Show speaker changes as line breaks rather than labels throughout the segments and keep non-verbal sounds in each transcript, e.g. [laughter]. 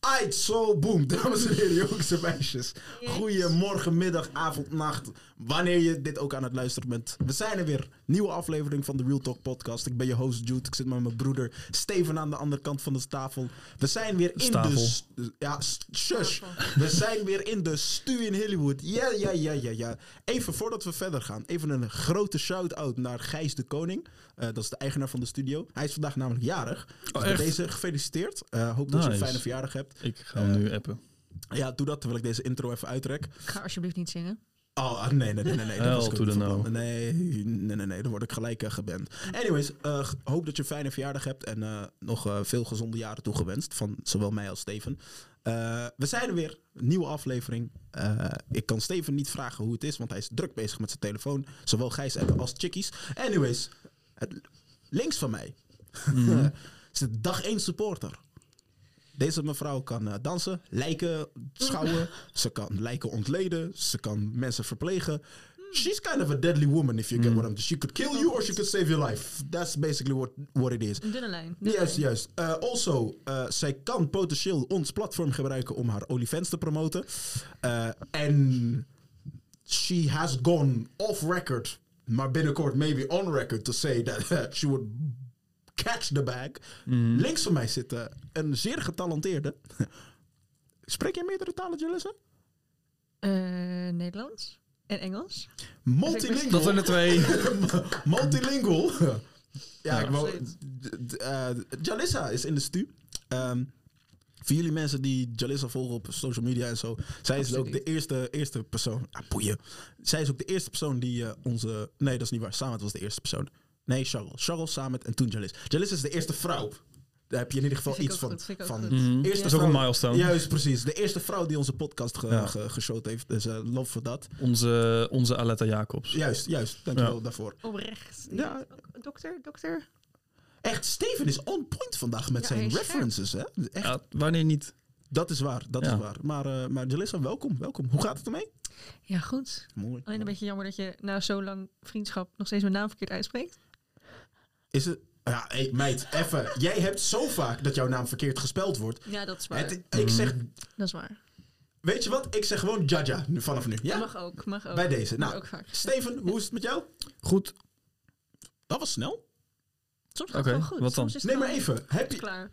Aight, zo, boom. [laughs] Dames en heren, jongens en meisjes. Goedemorgen, middag, avond, nacht. Wanneer je dit ook aan het luisteren bent. We zijn er weer. Nieuwe aflevering van de Real Talk podcast. Ik ben je host Jude. Ik zit met mijn broeder Steven aan de andere kant van de tafel. We zijn weer in de...
Stafel.
st- Ja, st- shush. We zijn weer in de stu in Hollywood. Ja, ja, ja, ja, ja. Even voordat we verder gaan. Even een grote shout-out naar Gijs de Koning. Eh, dat is de eigenaar van de studio. Hij is vandaag namelijk jarig. Dus bij
Oh, echt?
deze gefeliciteerd. Eh, hoop dat je een
Nice.
fijne verjaardag hebt.
Ik ga hem nu appen.
Ja, doe dat terwijl ik deze intro even uitrek.
Ik ga alsjeblieft niet zingen.
Oh, nee, nee, nee, nee. nee dat
Hell
was ik ook
to the
niet van
no.
plan. Nee, nee, nee, nee. Dan word ik gelijk eh, geband. Anyways, eh, hoop dat je een fijne verjaardag hebt. En eh, nog eh, veel gezonde jaren toegewenst. Van zowel mij als Steven. Eh, we zijn er weer. Nieuwe aflevering. Eh, ik kan Steven niet vragen hoe het is, want hij is druk bezig met zijn telefoon. Zowel Gijs appen als Chickies. Anyways, het- links van mij [laughs] zit dag 1 supporter. Deze mevrouw kan eh, dansen, lijken schouwen, ze kan lijken ontleden, ze kan mensen verplegen. She's kind of a deadly woman, if you get what I'm She could kill you or she could save your life. That's basically what, what it is.
Een dunne lijn. dunne
Juist,
lijn.
juist. Eh, also, eh, zij kan potentieel ons platform gebruiken om haar OnlyFans te promoten. Eh, En she has gone off record, maar binnenkort maybe on record, to say that eh, she would catch the bag.
Mm.
Mhm.
Links van mij zit eh, een zeer getalenteerde. [laughs] Spreek jij meerdere talen, Jalissa?
Eh, Nederlands en Engels.
Multilingual.
Dat zijn er twee.
Multilingual. [laughs] ja, ik wou...
absoluut.
d- d- eh, Jalissa is in de stu. Ehm, voor jullie mensen die Jalissa volgen op social media en zo. Zij is ook
Absoluut.
de eerste, eerste persoon... Ah, boeien. Zij is ook de eerste persoon die eh, onze... Nee, dat is niet waar. Samet was de eerste persoon. Nee, Charles. Charles, Samet en toen Jalissa. Jalissa is de eerste vrouw. Daar heb je in ieder geval
Vind ik
iets
ook
van.
goed, vind ik ook
van [laughs]
goed.
eerste
Dat is ook een
vrouw-
milestone.
Juist, precies. De eerste vrouw die onze podcast ge,
Ja.
ge- geshowt heeft. Dus eh, love voor dat.
Onze, onze Aletta Jacobs.
Juist, juist. Dankjewel
Ja.
daarvoor.
Oprecht.
Ja.
Ook Dokter, dokter.
Echt, Steven is on point vandaag met
Ja, hij
zijn
is
references, hè? Echt,
Ja, wanneer niet?
dat is waar, dat
Ja.
is waar. Maar, eh maar Jalissa, welkom, welkom. Hoe gaat het ermee?
Ja, goed.
Mooi.
Alleen een beetje jammer dat je na zo lang vriendschap nog steeds mijn naam verkeerd uitspreekt.
Is het... Ja, hey, meid, even. Jij hebt zo vaak dat jouw naam verkeerd gespeld wordt.
Ja, dat is waar.
Het, ik zeg...
dat is waar.
Weet je wat? Ik zeg gewoon Jaja nu, vanaf nu. Ja?
Mag ook, mag ook.
Bij deze.
Wordt
Nou,
ook vaak. gezegd.
Steven, hoe is het met jou?
Goed.
Dat was snel.
Soms gaat
Oké,
het wel goed.
wat dan?
Soms is het
Nee, maar
gewoon
even. Heb je,
Klaar.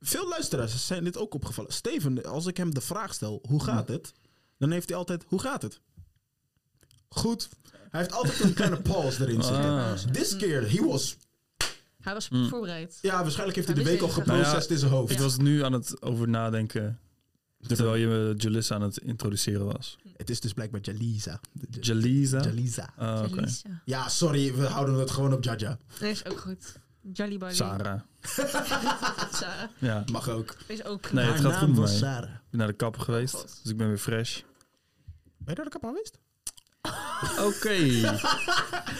veel luisteraars zijn dit ook opgevallen. Steven, als ik hem de vraag stel, hoe gaat het? Dan heeft hij altijd, hoe gaat het? Goed. Hij heeft altijd een
[laughs]
kleine pause erin zitten.
Ah.
This keer, he was...
Hij was
Mm.
voorbereid.
Ja, waarschijnlijk heeft hij
Hij
de week
wist
al
deze
geprocessed in zijn hoofd.
Ik was nu aan het over nadenken. Terwijl je eh, Jalissa aan het introduceren was.
Het is dus blijkbaar Jalisa.
Jalisa?
Jalisa.
Ah, oké.
Verlies, ja.
Ja, sorry, we houden het gewoon op Jaja.
Nee, is ook goed. Jolly Bally.
Sarah.
Sarah.
Ja.
Mag ook.
Is ook
Nee, het gaat goed met mij. Ik
Sarah.
ben naar de kapper geweest,
Oh, God.
dus ik ben weer fresh.
Ben je door de kapper geweest?
Oké.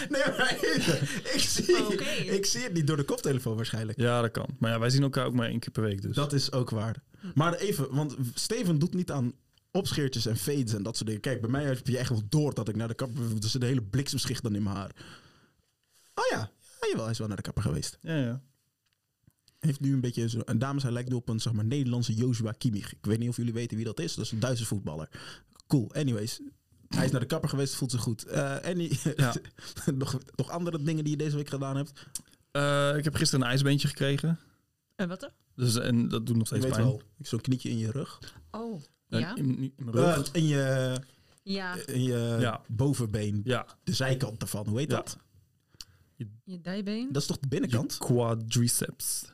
Nee, maar [laughs] even. ik, zie,
Oh, Oké.
ik zie het niet door de koptelefoon waarschijnlijk.
[laughs] Ja, dat kan. Maar ja, wij zien elkaar ook maar één keer per week dus.
Dat is ook waar. Maar even, want Steven doet niet aan opscheertjes en fades en dat soort dingen. Kijk, bij mij heb je echt wel door dat ik naar de kapper... Er zit een hele bliksemschicht dan in mijn haar. Oh ja, ja jawel, hij is wel naar de kapper geweest.
Ja, ja.
heeft nu een beetje zo, en dames, hij lijkt nu op een zeg maar, Nederlandse Joshua Kimmich. Ik weet niet of jullie weten wie dat is. Dat is een Duitse voetballer. Cool. Anyways, hij is naar de kapper geweest, voelt zich goed. Eh Annie,
Ja.
[laughs] nog, nog andere dingen die je deze week gedaan hebt?
Eh, ik heb gisteren een ijsbeentje gekregen.
En wat dan?
Dus, en dat doet nog
Ik
steeds
weet
pijn.
wel, zo'n knietje in je rug.
Oh.
En
Ja?
In, in mijn rug. Ah.
Eh, in je,
Ja.
in je
Ja.
bovenbeen,
ja.
de zijkant daarvan. Hoe heet
Ja.
dat?
Je dijbeen.
Dat is toch de binnenkant?
Quadriceps.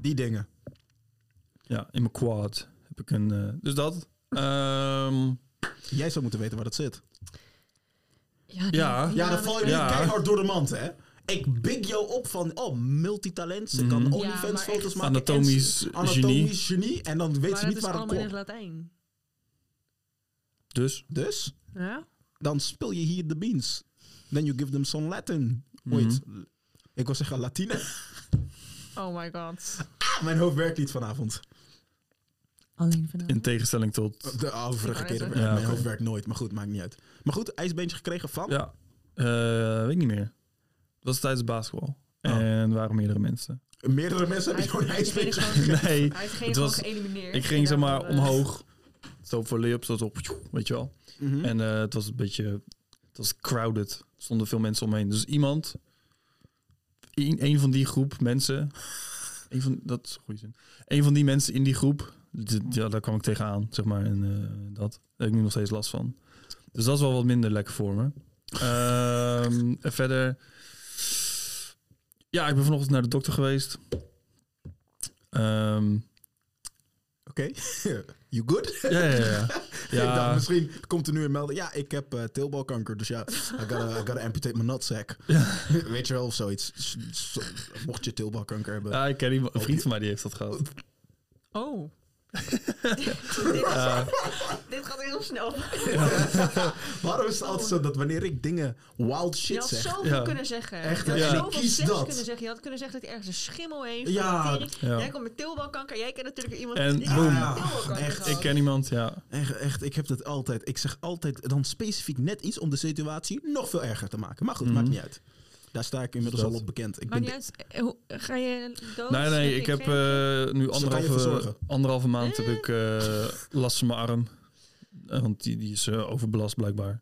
Die dingen.
Ja, in mijn quad heb ik een... eh, dus dat.
[laughs]
Ehm,
Jij zou moeten weten waar dat zit.
Ja,
Ja.
nee.
Ja, dan val je
Ja.
niet keihard door de mand, hè? Ik big jou op van, oh, multitalent. Ze kan
Ja,
OnlyFans
maar
foto's
echt.
maken. en
Anatomisch
ze-
genie.
Anatomisch Mhm. genie. En dan weet
maar
ze
dat
niet
is
waar het
allemaal in het
komt.
Latijn.
dus,
Dus,
Ja?
dan speel je hier de beans. Then you give them some Latin. Wait,
Mhm.
ik wil zeggen Latine. Ah,
Oh my god.
Mijn hoofd werkt niet vanavond.
Alleen vanavond.
in tegenstelling tot...
De overige
Ik
keren.
wou net zeggen.
werkt-
Ja,
mijn
oké.
hoofd werkt nooit, maar goed, maakt niet uit. Maar goed, ijsbeentje gekregen van.
Ja. Eh, Eh, weet ik niet meer. Het was tijdens basketbal.
Oh.
En er waren meerdere
[laughs]
mensen.
Meerdere mensen
Hij
hebben jouw
heeft
ijsbeek.
diegene gewoon-
Nee,
hij heeft diegene
het
gewoon
was-
geëlimineerd.
Ik ging
En
zeg
dan,
maar
eh,
omhoog. Zo voor lay-ups, zo op, weet je wel.
Mhm.
En eh, het was een beetje, het was crowded. Er stonden veel mensen omheen. Dus iemand, een, een van die groep mensen, [laughs] een van, dat is een goede zin. Een van die mensen in die groep, d- ja, daar kwam ik tegenaan, zeg maar. En eh, dat, daar heb ik nu nog steeds last van. Dus dat is wel wat minder lekker voor me. Ehm, [laughs] en verder, ja, ik ben vanochtend naar de dokter geweest. Ehm,
Oké, [laughs] you good?
ja, ja, ja, ja.
Ik
ja.
dacht, misschien komt er nu een melding. Ja, ik heb eh, teelbalkanker, dus ja, I gotta, I gotta amputate my nutsack. [laughs] Weet je wel, of zoiets. S- s- Mocht je teelbalkanker hebben.
[laughs] Ja, ik ken iemand, een vriend van mij die heeft dat gehad. [laughs]
Oh. dit, [laughs] dit gaat heel snel.
[laughs] Waarom is het altijd zo dat wanneer ik dingen wild
Je
shit
had
zeg...
zoveel
Ja.
kunnen zeggen.
Echt,
je had
ja. en ik
zoveel
kies
seks
dat.
kunnen zeggen. Je had kunnen zeggen dat hij ergens een schimmel heeft.
Ja.
een tering.
Ja.
Jij komt met teelbalkanker. Jij kent natuurlijk iemand
En
die
boom.
heeft teelbalkanker
Ah, Echt,
Ik
gehad.
ken iemand, ja.
Echt, echt, ik heb dat altijd. Ik zeg altijd dan specifiek net iets om de situatie nog veel erger te maken. Maar goed,
Mhm.
maakt niet uit. Daar sta ik inmiddels
Dat.
al op bekend. Ik
Maar
ben
niet uit, eh, hoe- ga je dood?
Nee, nee,
Heb
Oh, ik
je
heb
geen-
eh, nu anderhalve,
verzorgen?
anderhalve maand heb ik eh, last van mijn arm. Eh, Want die, die is eh, overbelast blijkbaar.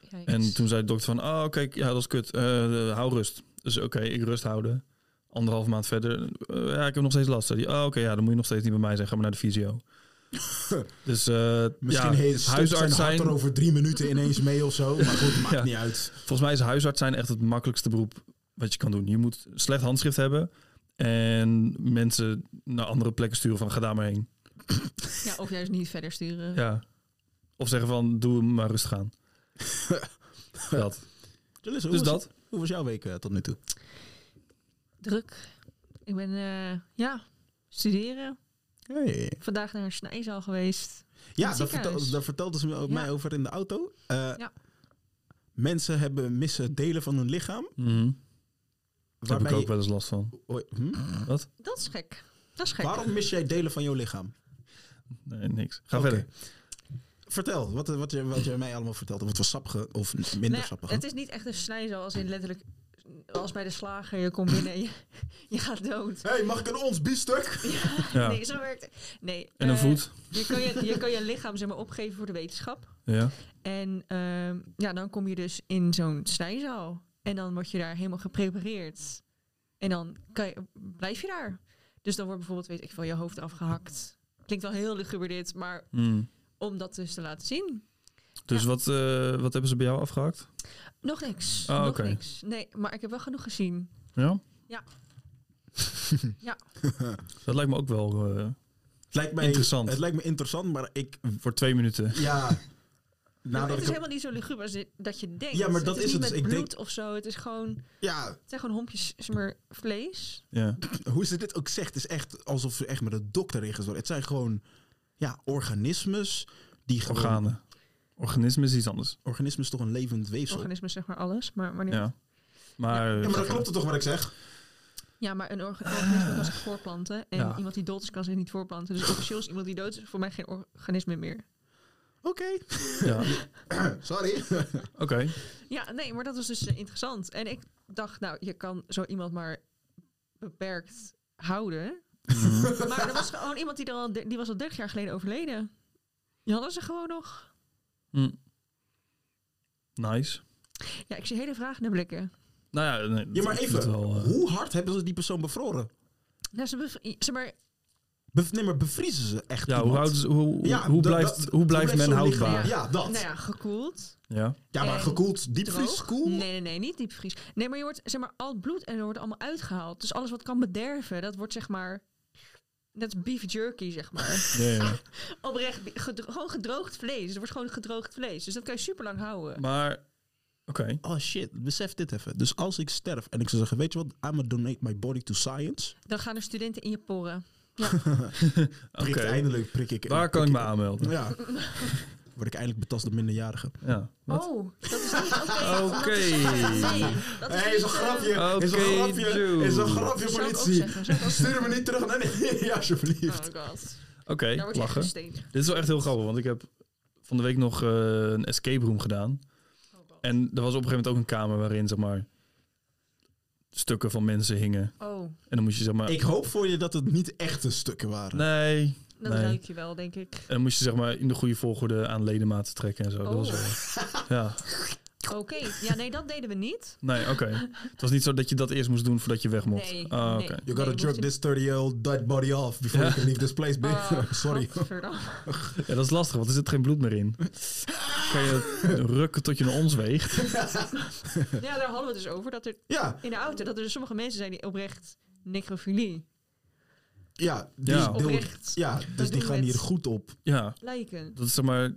Yikes.
eh, En toen zei de dokter van, oh kijk, ja dat is kut. Eh, eh, hou rust. Dus oké, ik rust houden. Anderhalve maand verder. eh, ja, ik heb nog steeds last. Zei die, oh oké, ja, dan moet je nog steeds niet bij mij zijn. Ga maar naar de
[laughs]
fysio. dus eh
misschien
ja,
heel huisarts
huisarts
zijn
zijn.
er over drie minuten ineens mee of zo. Maar goed, maakt
Ja.
niet uit.
Volgens mij is huisarts zijn echt het makkelijkste beroep wat je kan doen. Je moet slecht handschrift hebben en mensen naar andere plekken sturen van ga daar maar heen.
Ja, of juist niet verder sturen.
Ja. Of zeggen van doe hem maar rustig
[laughs]
aan. dat.
Julissa, hoe,
Dus
was,
dat.
hoe was jouw week eh, tot nu toe?
Druk. Ik ben, eh, ja, studeren.
Hey.
Vandaag naar een snijzaal geweest.
Ja,
het
daar,
ziekenhuis.
vertel, daar vertelden ze me, mij over in de auto. Eh,
Ja.
Mensen hebben missen delen van hun lichaam.
Mhm. Daar heb
Waarbij
ik ook
je-
wel eens last van.
Oei, hm?
Dat is gek. Dat is gek.
Waarom mis jij delen van jouw lichaam?
Nee, niks. Ga
Oké.
verder.
Vertel, wat, wat, je, wat je mij allemaal vertelde. Wat was sappige of minder
Nou ja,
sappige?
het is niet echt een snijzaal als in letterlijk... Als bij de slager, je komt binnen en je, [laughs] je gaat dood.
Hé, hey, mag ik een ons biefstuk?
Ja.
Nee, zo werkt het. Nee,
En een
eh,
voet.
Je kan je, je, kan je lichaam zeg maar, opgeven voor de wetenschap.
Ja.
En ehm, ja, dan kom je dus in zo'n snijzaal. En dan word je daar helemaal geprepareerd. En dan kan je, blijf je daar. Dus dan wordt bijvoorbeeld, weet ik veel, je hoofd afgehakt. Klinkt wel heel luguber dit, maar
Mhm.
om dat dus te laten zien.
Dus
Ja.
wat, eh, wat hebben ze bij jou afgehakt?
Nog niks.
Ah,
nog
oké.
niks. Nee, maar ik heb wel genoeg gezien.
Ja? [laughs]
Ja. Ja.
Dat lijkt me ook wel eh,
Het lijkt mij
Interessant.
Het lijkt me interessant, maar ik...
voor twee minuten. [laughs]
Ja,
Nou,
nadat
het
ik
is
heb-
helemaal niet zo luguber als dit- dat je denkt.
Ja, maar dat
het
is het.
niet
dus.
Met
Ik denk-
bloed of zo. Het is gewoon,
ja,
het zijn gewoon hompjes zeg maar, vlees.
Ja.
hoe ze dit ook zegt, is echt alsof ze echt met een dokter in gesproken. Het zijn gewoon ja, organismes die gewoon...
Organen. Organisme is iets anders.
Organisme is toch een levend weefsel?
Organismen zeg maar alles. Maar wanneer
Ja. Maar, eh,
Ja, maar dat klopt toch wat ik zeg?
Ja, maar een orga- organisme kan zich voorplanten. En
Ja.
iemand die dood is, kan zich niet voorplanten. Dus officieel is iemand die dood is voor mij geen organisme meer.
Oké,
Ja.
[clears throat] sorry.
Oké.
Ja, nee, maar dat is dus eh, interessant. En ik dacht, nou, je kan zo iemand maar beperkt houden.
Mhm.
Maar er was gewoon iemand die, er al, die was al 30 jaar geleden overleden. Die hadden ze gewoon nog.
Hm. Nice.
Ja, ik zie hele vragen naar blikken.
Nou ja, nee,
Ja, maar
dat- dat
even,
wel, eh,
hoe hard hebben ze die persoon bevroren?
Nou, ze bev- i- zeg maar,
Bev- nee, maar bevriezen ze echt
ja, hoe,
iemand?
houdt, hoe, hoe,
Ja,
hoe
dat-
blijft,
dat-
hoe blijft men
zo'n lichaam-
houdbaar? Ja.
Ja, dat.
nou ja, gekoeld.
maar
En
gekoeld, diepvries,
Droog.
koel.
Nee, nee, nee, niet diepvries. Nee, maar je wordt, zeg maar, al het bloed en er wordt allemaal uitgehaald. Dus alles wat kan bederven, dat wordt zeg maar... Dat is beef jerky, zeg maar.
[laughs]
Ja, ja.
Oprecht, bi- gedro- gewoon gedroogd vlees. Er wordt gewoon gedroogd vlees. Dus dat kan je super lang houden.
Maar, oké.
Oh shit, besef dit even. Dus als ik sterf en ik zou zeggen, weet je wat, I'm gonna donate my body to science.
Dan gaan er studenten in je porren.
Oké.
Prikt eindelijk, prik ik.
Waar kan ik
prik
me aanmelden?
Ja. Word ik eindelijk betast door minderjarigen.
Ja. Wat?
Oh,
[laughs]
dat is niet oké.
Oké.
Dat
Hé, is een grapje.
Oké,
is een grapje.
Joe.
Is een grapje,
Zou eh, ik ook
politie.
zeggen, zou ik ook
Stuur me niet terug naar [laughs] nee, ja,
Oh
alsjeblieft.
god.
Oké,
Daar word je echt
lachen.
gestenig.
Dit is wel echt heel grappig, want ik heb van de week nog eh, een escape room gedaan.
Oh god.
En er was op een gegeven moment ook een kamer waarin, zeg maar, stukken van mensen hingen.
Oh,
En dan moest je, zeg maar...
Ik hoop voor je dat het niet echte stukken waren.
Nee.
dat
Nee.
ruik je wel, denk ik.
En dan moest je, zeg maar, in de goede volgorde aan ledematen trekken en zo. Dat was
Oh.
wel- Ja.
Oké, ja, nee, dat deden we niet.
Nee, oké. Het was niet zo dat je dat eerst moest doen voordat je weg mocht.
Nee,
Ah,
nee.
oké.
You gotta
Nee,
jerk
moest-
this 30-year-old dead body off before you can leave this place, bitch. [laughs]
Ah,
Sorry.
gadverdamme.
Ja, dat is lastig, want er zit geen bloed meer in. Kan je het rukken tot je naar ons weegt.
Ja, daar hadden we het dus over. Dat er
Ja,
in de auto, dat er dus sommige mensen zijn die oprecht necrofilie.
ja. Die
Ja.
deel-
Oprecht
Ah, ja, dus
doen
die
we
gaan
het.
hier goed op.
Ja,
[laughs]
lijken.
dat is zeg maar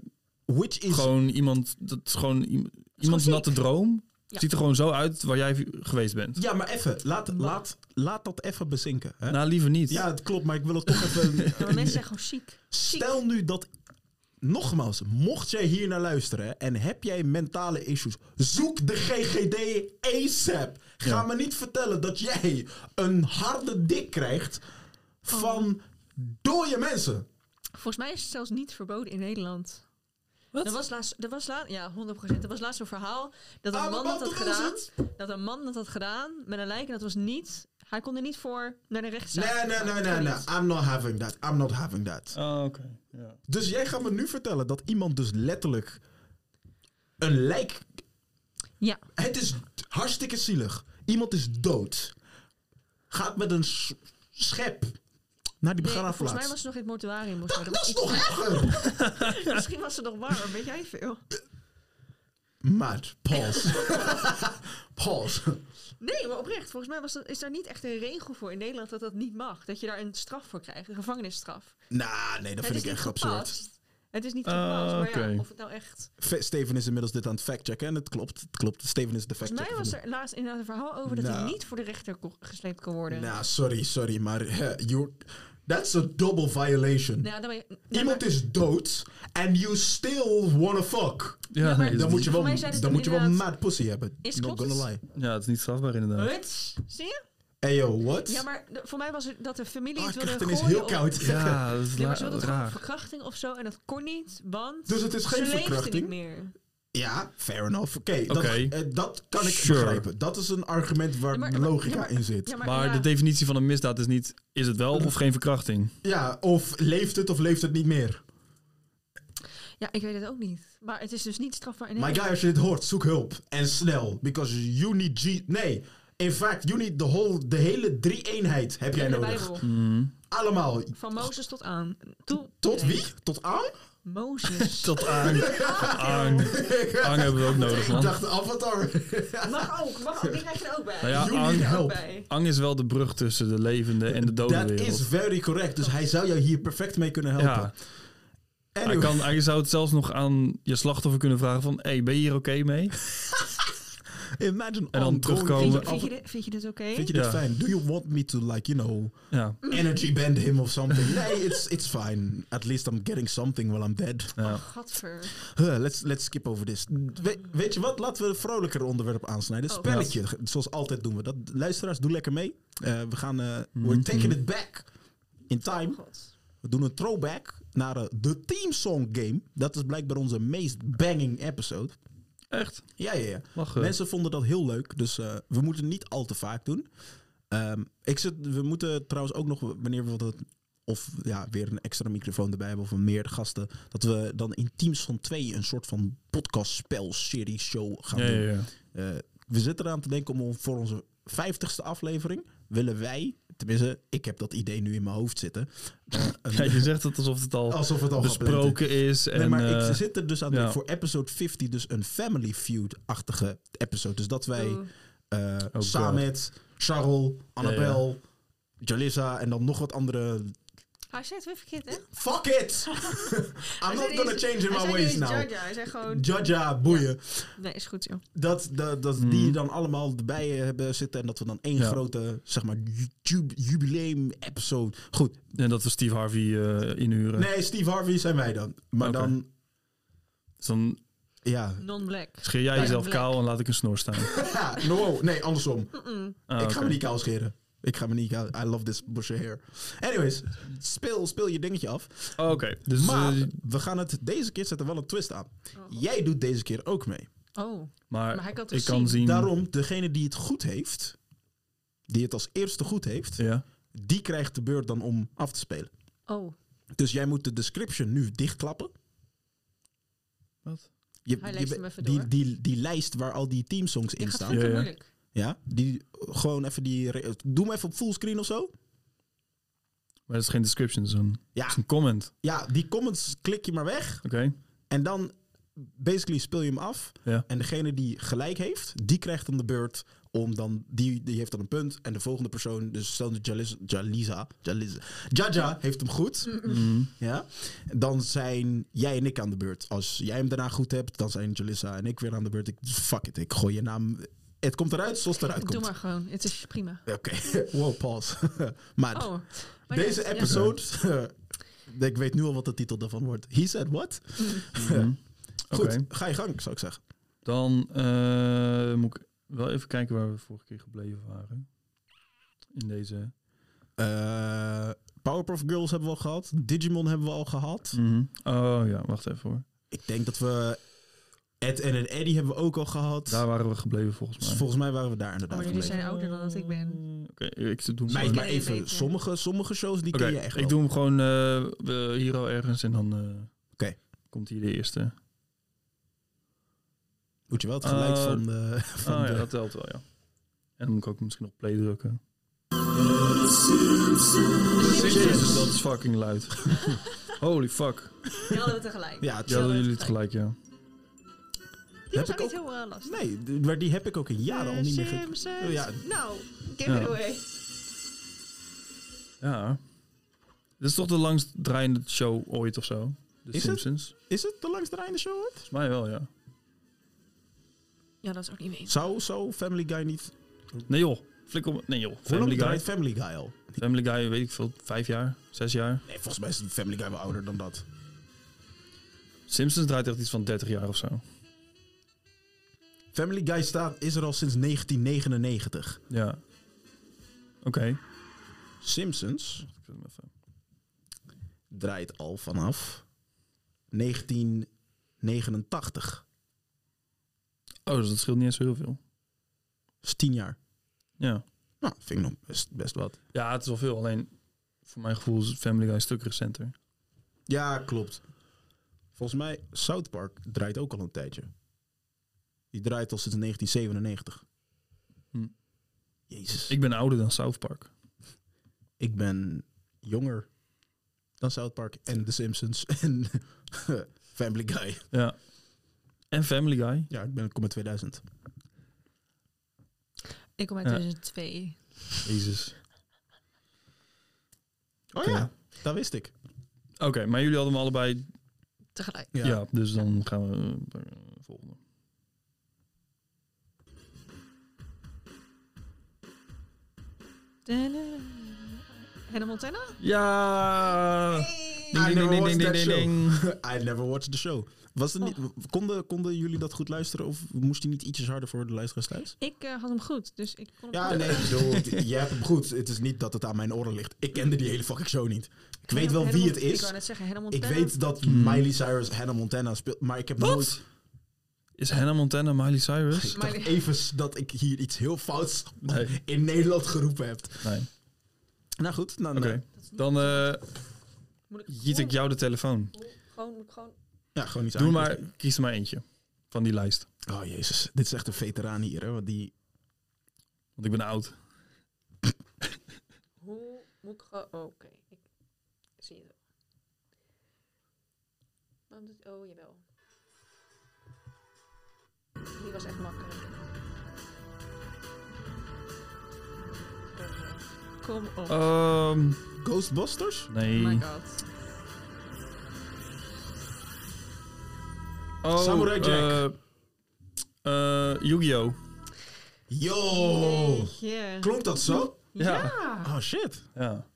Which is...
gewoon iemand, dat is gewoon i- iemands
ziek.
natte droom.
Ja.
Ziet er gewoon zo uit waar jij v- geweest bent.
Ja, maar even. Laat, laat, laat dat even bezinken. Hè?
Nou, liever niet.
Ja, het klopt, maar ik wil het toch
[laughs]
even...
Ja, maar mensen zijn gewoon ziek.
Stel nu dat... Nogmaals, mocht jij hier naar luisteren hè, en heb jij mentale issues, zoek de GGD ASAP. Ga
Ja.
me niet vertellen dat jij een harde dik krijgt
Oh.
van dode mensen.
Volgens mij is het zelfs niet verboden in Nederland.
Wat?
Er was laatst, er was laat, ja, 100%. Er was laatst zo'n verhaal dat een
Ah,
man
maar
dat had
wat
gedaan.
is
Dat een man dat had gedaan met een lijk en dat was niet. Hij kon er niet voor naar de rechtszaak.
Nee, nee,
gaan.
nee,
Dat
nee,
kan
nee.
niet.
I'm not having that. I'm not having that.
Ah, oké. Ja.
Dus jij gaat me nu vertellen dat iemand dus letterlijk een lijk...
Ja,
Het is hartstikke zielig. Iemand is dood. Gaat met een s- schep naar die
nee, volgens
begraafplaats.
mij was ze nog in het mortuarium. of
[laughs]
zo.
Dat is
iets-
toch erger?
Misschien was ze nog warm, weet jij veel.
Maar, pause. [laughs] pause.
Nee, maar oprecht. Volgens mij was dat, is daar niet echt een regel voor in Nederland dat dat niet mag. Dat je daar een straf voor krijgt, een gevangenisstraf.
Nou, nee, dat
het
vind
is
ik echt
niet
absurd.
gepast. Het is niet
Ah,
gepast, maar
oké.
ja, of het nou echt...
Ve- Steven is inmiddels dit aan het factchecken en het klopt. Het klopt. Steven is de
Volgens mij
factchecker.
was er laatst inderdaad een verhaal over dat hij
Nou.
niet voor de rechter ko- gesleept kon worden.
Nou, sorry, sorry, maar eh, you, that's a double violation.
Nou, dan ben je, nee,
Iemand
maar-
is dood en you still wanna fuck.
Ja,
Ja, maar-
nee, dat
Dan
is
moet je
Voor
wel,
mij zei
dan
dat toen
moet je wel
inderdaad-
mad pussy hebben.
Is-
Not
klopt
gonna
het?
lie.
niet- ja, het is niet strafbaar inderdaad.
Huts, zie je?
Hey yo, what?
Ja, maar de- voor mij was het dat de familie
Ah,
het
ik
wilde
krijg het
gooien.
ineens heel
op-
koud.
Ja, dat is
Nee,
la-
maar ze wilden het gewoon
raar.
verkrachting of zo en dat kon niet, want
Dus het is geen
ze leefde
verkrachting?
niet meer.
Ja, fair enough. Oké,
Oké.
dat, eh, dat kan ik
Sure.
begrijpen. Dat is een argument waar
Ja, maar-
logica
ja, maar-
in zit.
Ja,
Ja.
maar,
Maar
ja,
de definitie van een misdaad is niet, is het wel of geen verkrachting?
of leeft het of leeft het niet meer.
ja, ik weet het ook niet. Maar het is dus niet strafbaar in
My
Nederland.
guy, als je dit hoort, zoek hulp. En snel. Because you need G... Nee. In fact, you need the whole, de hele drie-eenheid heb jij
In de
nodig.
Bijbel.
Allemaal.
Van Mozes tot aan. Toe-
Tot
nee,
wie? Tot aan?
[laughs] Mozes.
Tot
[laughs]
aan. Ang. Ang hebben we ook nodig,
Ah, Ik
man.
dacht Avatar.
Mag ook, mag ook. Die krijg je er ook bij.
Nou
[laughs]
ja,
You
Ang,
need
Ook
help.
bij.
Ang is wel de brug tussen de levende en de dode
Dat is
wereld.
very correct. Dus hij zou jou hier perfect mee kunnen helpen.
Ja, hij
Anyway.
kan, hij zou het zelfs nog aan je slachtoffer kunnen vragen van... hey, ben je hier oké
[laughs]
mee?
Imagine
En dan
ongoing-
terugkomen.
Vind je,
Over-
vind je dit, vind je dit oké?
Vind je dit
Ja.
fijn? Do you want me to like, you know,
Ja,
Mm.
energy band him of something? nee, it's, it's fine. At least I'm getting something while I'm dead.
ja.
Gadver.
Huh, let's, let's skip over this. We- weet je wat? Laten we een vrolijker onderwerp aansnijden.
Oh.
Spelletje, zoals altijd doen we dat. Luisteraars, doe lekker mee. Eh, we gaan, eh, we're taking it back in time.
God.
We doen een throwback naar eh, de Team Song Game. Dat is blijkbaar onze meest banging episode.
Echt? eh.
Ja, ja, ja.
Lachen.
Mensen vonden dat heel leuk, dus eh, we moeten het niet al te vaak doen. Ehm, ik zit, we moeten trouwens ook nog, wanneer we dat, of ja, weer een extra microfoon erbij hebben, of meer gasten, dat we dan in teams van twee een soort van podcastspel, serie, show gaan
Ja,
doen.
ja, ja.
Eh, we zitten eraan te denken om voor onze vijftigste aflevering, willen wij, tenminste, ik heb dat idee nu in mijn hoofd
[laughs]
zitten, eh, een-
Ja, je zegt het alsof het al
alsof het al gepland is.
besproken is. En,
Nee, maar
eh,
ik zit er dus aan
ja.
voor episode 50 dus een Family Feud-achtige episode. Dus dat wij
Oeh.
eh
God.
Samet, Charles, Annabel, Jalissa en dan nog wat andere.
Hij zei het weer verkeerd, hè?
Fuck it! I'm not gonna change in my ways now.
Hij zei gewoon...
Jaja, boeien.
Nee, is goed, joh.
Dat, dat, dat die dan allemaal erbij eh, hebben zitten. En dat we dan één
Ja.
grote, zeg maar, ju- jubileum-episode. Goed.
en dat we Steve Harvey eh, inhuren.
Nee, Steve Harvey zijn wij dan. Maar
Oké.
dan,
Dus dan
ja.
Non-black.
scheer jij
Ja,
jezelf
black.
kaal en laat ik een
[laughs]
snor staan.
ja [laughs] no, nee, andersom.
Mm-mm.
Ah,
ik ga
oké.
me niet kaal scheren. Ik ga me niet kaal... I love this bush of hair. Anyways, speel, speel je dingetje af.
Oh, Oké, dus...
maar
eh,
we gaan het deze keer zetten wel een twist aan. Jij doet deze keer ook mee.
Oh,
Maar,
maar hij kan het
ik
toch
kan
zien?
zien...
Daarom, degene die het goed heeft, die het als eerste goed heeft,
Ja.
die krijgt de beurt dan om af te spelen.
Oh,
Dus jij moet de description nu dichtklappen.
Wat?
Je,
Hij
je
leest
be-
hem even
die,
door.
die, die lijst waar al die teamsongs
dit
in
gaat
staan.
fucking
Ja, ja.
moeilijk.
Ja, die gewoon even die. re- Doe hem even op fullscreen of zo.
Maar dat is geen description, dat is een,
Ja.
dat is een comment.
Ja, die comments klik je maar weg.
Oké?
En dan basically speel je hem af.
Ja.
En degene die gelijk heeft, die krijgt dan de beurt. Om dan, die, die heeft dan een punt. En de volgende persoon, dus stel dat Jalis- Jalisa, Jalisa, Jaja heeft hem goed.
Mhm.
Ja? Dan zijn jij en ik aan de beurt. Als jij hem daarna goed hebt, dan zijn Jalissa en ik weer aan de beurt. Ik, fuck it, ik gooi je naam. Het komt eruit zoals het eruit
Doe
komt.
maar gewoon, het is prima.
Oké, [laughs] wow, pause. maar
Oh, maar
deze
ja, ja.
episode. [laughs] ik weet nu al wat de titel daarvan wordt. He said what?
Mhm. Oké,
Goed, ga je gang, zou ik zeggen.
dan eh, moet ik wel even kijken waar we vorige keer gebleven waren. In deze...
Eh, Powerpuff Girls hebben we al gehad. Digimon hebben we al gehad.
Mhm. Oh ja, wacht even hoor.
Ik denk dat we. Ed en een Eddie hebben we ook al gehad.
Daar waren we gebleven volgens mij.
Dus volgens mij waren we daar inderdaad.
Oh, jullie
gebleven.
zijn ouder dan dat ik ben.
[laughs]
Eh, Oké, ik zit doen.
Meid,
Ik
maar
ken je
even,
beter.
sommige, sommige shows die
Oké,
ken je echt
ik
wel.
doe hem gewoon eh, eh, hier al ergens en dan eh,
Oké.
komt hier de eerste.
Moet je wel het geluid
Eh,
van de...
[laughs]
Van
oh,
de
ja, dat telt wel, ja. En dan moet ik ook misschien nog play drukken. Jezus, dat is fucking luid.
dus-
Holy fuck.
We hadden het tegelijk.
Ja, het-
Ja, hadden jullie het gelijk, ja.
Die
Heb
was
ik
ook niet
ook-
heel eh, lastig.
Nee, d- maar die heb ik ook in jaren al niet meer ge-
Simpsons.
Oh, ja.
Nou, give
Ja.
it away.
Ja. Dit is toch de langst draaiende show ooit of zo? De
Is het?
Simpsons?
Is het de langstdraaiende show ooit?
Volgens mij wel, ja.
Ja, dat is ook niet eens.
Zou, zou Family Guy niet...
Nee joh, flik op. Nee joh,
Hoe lang
Family Guy.
draait Family Guy al?
Family Guy, weet ik veel, vijf jaar, zes jaar.
Nee, volgens mij is Family Guy wel ouder dan dat.
Simpsons draait echt iets van 30 jaar of zo.
Family Guy staat, is er al sinds 1999.
Ja. Oké. Ik
Simpsons
zet hem even.
draait al vanaf 1989.
Oh, dus dat scheelt niet eens zo heel veel.
Dat is Dus tien jaar.
Ja.
Nou, vind ik nog best, best wat.
Ja, het is wel veel. Alleen, voor mijn gevoel is Family Guy een stuk recenter.
Ja, klopt. Volgens mij, South Park draait ook al een tijdje. Die draait al sinds 1997.
Hm.
Jezus. Ik,
Ik ben ouder dan South Park.
ben jonger dan South Park en The Simpsons [laughs] en Family Guy.
Ja. En Family Guy.
Ja, ik ben, ik kom uit 2000.
Ik kom uit
Ja.
2002.
Jezus.
Oh
Oké.
ja, dat wist ik.
Oké, maar jullie hadden hem allebei.
Tegelijk.
Ja, dus dan gaan we eh, volgende.
Hannah Montana?
Ja!
Oh.
Ding,
I
ding,
never
ding, ding,
watched
ding,
that
ding,
show. [laughs]
ding.
I never watched the show. Was er niet, konden, konden jullie dat goed luisteren of moest die niet ietsjes harder voor de luisteraars thuis?
Ik eh, had hem goed, dus ik kon hem
Ja,
goed-
nee, ik [laughs] bedoel, je hebt hem goed. Het is niet dat het aan mijn oren ligt. Ik kende die hele fucking show niet. Ik weet wel
Hannah
wie het
Mont- Ik
is.
wou net zeggen, Hannah
Ik
Montana.
weet dat
Hmm.
Miley Cyrus Hannah Montana speelt, maar ik heb nooit... [laughs]
Wat? Is Hannah Montana Miley Cyrus?
Ik dacht
Miley-
even s- dat ik hier iets heel fouts
Nee.
in Nederland geroepen heb.
Nee.
Nou goed, nou,
Oké.
nou,
Dat is niet-
Dan eh
moet ik
giet ik jou de telefoon.
Gewoon, moet ik gewoon...
ja, gewoon iets
Doe
aan-
maar, kies er maar eentje van die lijst.
Oh jezus, dit is echt een veteraan hier, hè? Want die...
Want ik ben oud.
Hoe moet ik gewoon... oh, Oké, ik zie het wel. Dan doet- Oh, jawel. Die was echt makkelijk. Kom op. Oh,
Ehm Oh,
Ghostbusters?
nee.
my god.
Oh,
Samurai Jack.
eh, eh, Yu-Gi-Oh!
Yo!
Jeetje.
Klonk dat zo?
Oh. Ja.
Oh shit,
Ja.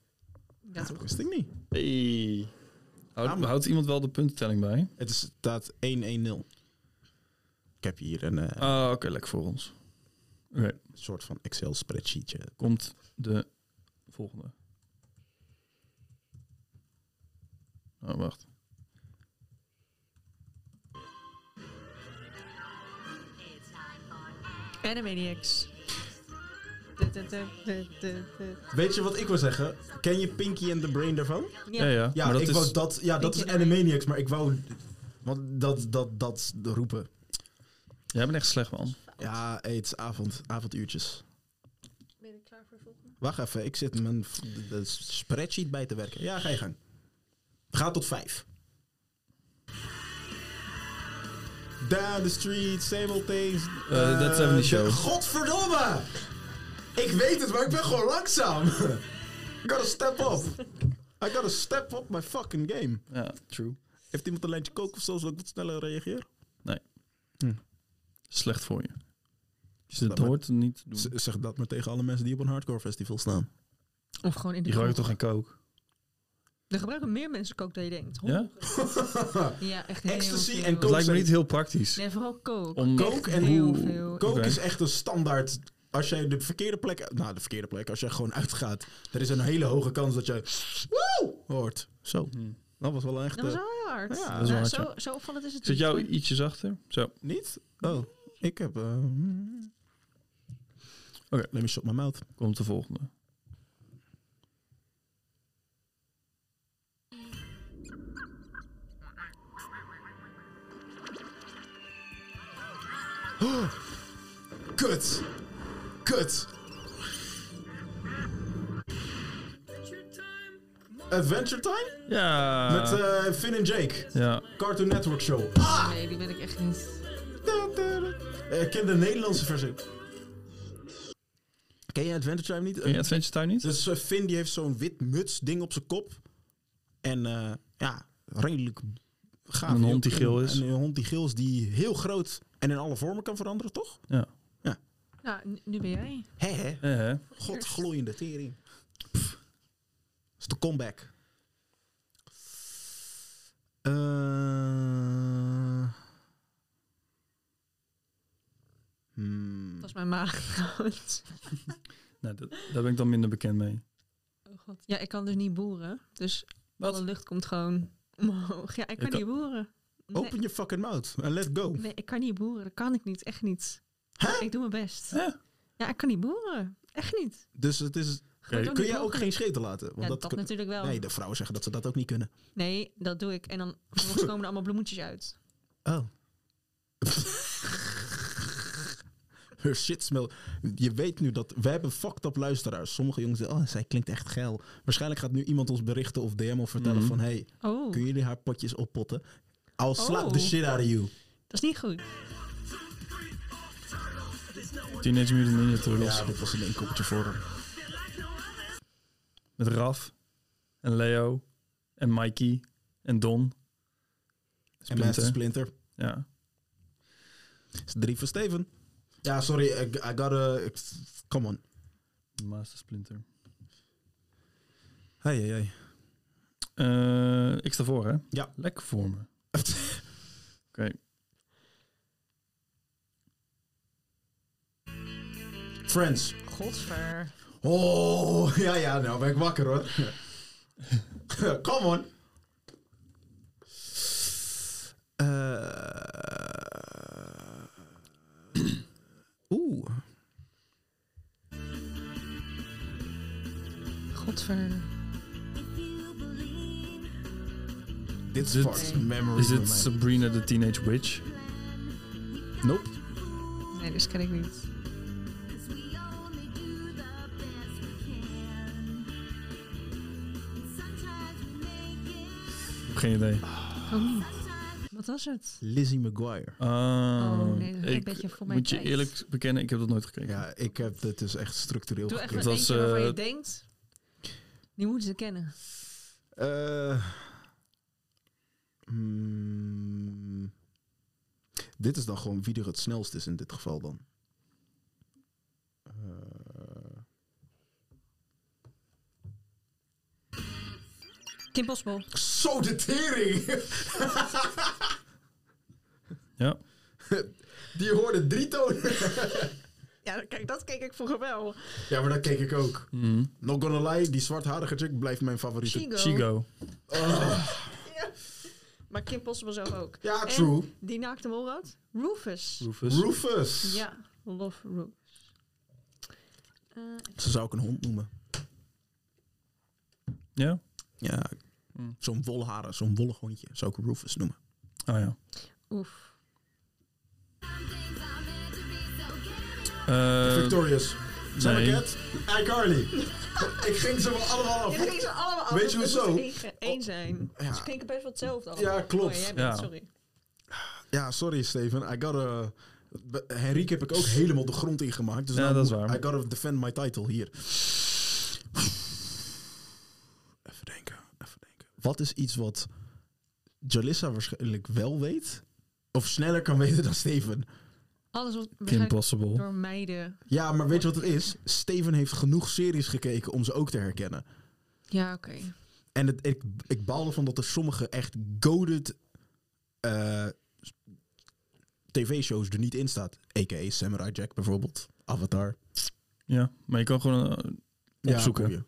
Dat
dat wist ik niet.
Hey. Houdt,
Namelijk.
houdt iemand wel de puntentelling bij?
Het is, staat 1-1-0. Ik heb hier een eh,
Ah, Oké, lekker voor ons. Oké,
soort van Excel-spreadsheetje.
komt de volgende. Oh, wacht.
Animaniacs. De- de- de- de- de- de-
Weet je wat ik wil zeggen? Ken je Pinky and the Brain daarvan?
Ja, ja.
Ja.
Ja,
maar dat
ik
is,
wou dat, ja dat
Pinky
is
and the Brain.
Animaniacs, maar ik wou... Want dat, dat, dat roepen.
Jij bent echt slecht, man.
Ja, hey, het is avond, avonduurtjes.
Ben je klaar voor volgende?
Wacht even, ik zit mijn v- de- de spreadsheet bij te werken. Ja, ga je gang. Ga tot vijf. Down the street, same old things.
Eh, That 70
de-
Show.
Godverdomme! Ik weet het, maar ik ben gewoon langzaam. [laughs] I gotta step up. I gotta step up my fucking game.
Ja, true.
Heeft iemand een lijntje koken of zo, zodat ik wat sneller reageer?
Slecht voor je. Dus
Laat
dat
maar-
hoort niet te
Z-
doen.
Zeg dat maar tegen alle mensen die op een hardcore festival staan.
Of gewoon in de
Je gebruikt
kroeg.
toch geen kook?
Er gebruiken meer mensen coke dan je denkt.
Ja?
Honderd procent. Ja, echt heel
Ecstasy
veel.
en
Dat
Kook
lijkt me
zijn-
niet heel praktisch.
Nee, vooral coke.
Om-
Echt
Coke en
heel
hoe-
veel.
Coke
Oké.
is echt een standaard. Als jij de verkeerde plek, nou de verkeerde plek, als jij gewoon uitgaat, er is een hele hoge kans dat jij woe hoort. Zo,
Hm.
dat was wel echt.
Dat was
eh,
wel heel hard.
Ja,
Ja,
dat is
wel hard,
zo, zo opvallend is het
Zit
niet,
jou
hoor.
ietsjes achter? Zo. Oké,
Niet? Oh, ik heb. eh, mm.
Oké.
Let me shut my mouth.
komt de volgende.
Kut, kut. Adventure Time
Ja.
met eh, Finn en Jake,
ja.
Cartoon Network Show. Ah!
Nee, die ben ik echt niet.
Eh, Ik ken de Nederlandse versie. Ken je Adventure Time niet?
Ken je Adventure Time niet?
Dus eh, Finn die heeft zo'n wit muts ding op zijn kop. En eh, ja, redelijk gaaf.
En een hond die geel is.
En een hond die geel is, die heel groot en in alle vormen kan veranderen, toch?
Ja.
Nou, n- nu ben jij.
Hé, hé.
Eh, hè?
God gloeiende tering. Pff. Dat is de comeback. Eh. Hmm.
Dat was mijn maag [laughs] trouwens.
Nou, dat, daar ben ik dan minder bekend mee.
Oh god. Ja, ik kan dus niet boeren. Dus
Wat?
alle lucht komt gewoon [laughs] omhoog. Ja, ik kan
kan-
niet boeren. Nee,
Open je fucking mouth en let go.
nee, ik kan niet boeren. Dat kan ik niet. Echt niet.
Hè?
Ik doe mijn best.
Hè?
Ja, ik kan niet boeren. Echt niet.
Dus het is.
Gewoon
Oké.
Kun
door die
jij ook
bogen.
geen scheten laten?
Ja,
Want
dat,
kun-
natuurlijk wel.
Nee,
Nee.
de vrouwen zeggen dat ze dat ook niet kunnen.
dat doe ik. En dan vervolgens komen er allemaal bloemetjes uit.
Oh. [laughs] Her shit smell. Je weet nu dat... We hebben fucked up luisteraars. Sommige jongens zeggen, oh, zij klinkt echt geil. Waarschijnlijk gaat nu iemand ons berichten of DM of vertellen
Mhm.
van... Hey,
Oh,
kunnen jullie haar potjes oppotten? I'll slap
Oh.
the shit out of you.
dat is niet goed.
Teenage Mutant Ninja Turtles.
Ja, dit was een inkoppertje voor hem.
Met Raf. En Leo. En Mikey. En Don.
En Master
Splinter.
Splinter.
Ja.
Is drie voor Steven. Ja, sorry. I, I gotta... ik- Come on.
Master Splinter.
Hey, hey, hey.
Eh, ik sta voor, hè?
Ja.
Lekker voor me.
Friends.
Godver.
Oh, [laughs] ja, ja, nou ben ik wakker hoor. [laughs] Come on. Eh, Oeh.
Godver.
Dit is
Dit-
fucked memory.
Is
voor
dit
mij.
Sabrina the Teenage Witch?
Nope.
Nee, dus ken ik niet.
Ik heb geen idee.
Ook niet. Oh, Wat was het?
Lizzie McGuire.
Ah,
Oh, nee, dat is een
ik
beetje voor mijn
moet je
tijd.
eerlijk bekennen, ik heb dat nooit gekeken.
Ja, ik heb dit is echt structureel.
Doe echt
gekeken.
een
Het was,
eentje waarvan je
eh,
denkt... Die moeten ze kennen.
Eh, mm, dit is dan gewoon wie er het snelst is in dit geval dan. Eh,
Kim Possible.
Zo de tering!
Ja.
Die hoorde drie tonen.
Ja, kijk, dat keek ik vroeger wel.
Ja, maar dat keek ik ook.
Mhm.
Not gonna lie, die zwartharige chick blijft mijn favoriete.
Chigo.
Chigo.
Oh,
Ja. Maar Kim Possible zelf ook.
ja,
En-
true.
Dus-
Die naakte molrat? Rufus.
Rufus.
Rufus.
Ja. Love Rose. Eh,
Ze zou ik een hond noemen.
Ja?
Ja,
Hm.
zo'n wolharen, zo'n wollig hondje. Zou ik Rufus noemen.
Oh ja.
oef.
Eh,
Victorious.
nee.
Cat, iCarly. ik ging ze wel allemaal
Ja, dat is allemaal
Weet
anders.
je
Het
hoezo?
moet er één- één zijn.
Ja.
Ze klinken best wel hetzelfde
Ja,
allemaal.
klopt.
Oh, jij bent-
Ja.
Sorry.
Ja, sorry Steven. I gotta... Be- Henrique heb ik ook helemaal de grond ingemaakt. Dus
Ja,
nou
dat is
moet-
waar.
I gotta defend my title hier. Even denken, even denken. Wat is iets wat Jalissa waarschijnlijk wel weet? Of sneller kan weten dan Steven?
Alles wat waarschijnlijk
Impossible.
door meiden.
Ja, maar weet je wat het is? Steven heeft genoeg series gekeken om ze ook te herkennen.
Ja, oké.
En het, ik, ik baal ervan dat er sommige echt goaded eh, tv-shows er niet in staat. A.k.a. Samurai Jack bijvoorbeeld. Avatar.
Ja, maar je kan gewoon... eh, Opzoeken.
kom je.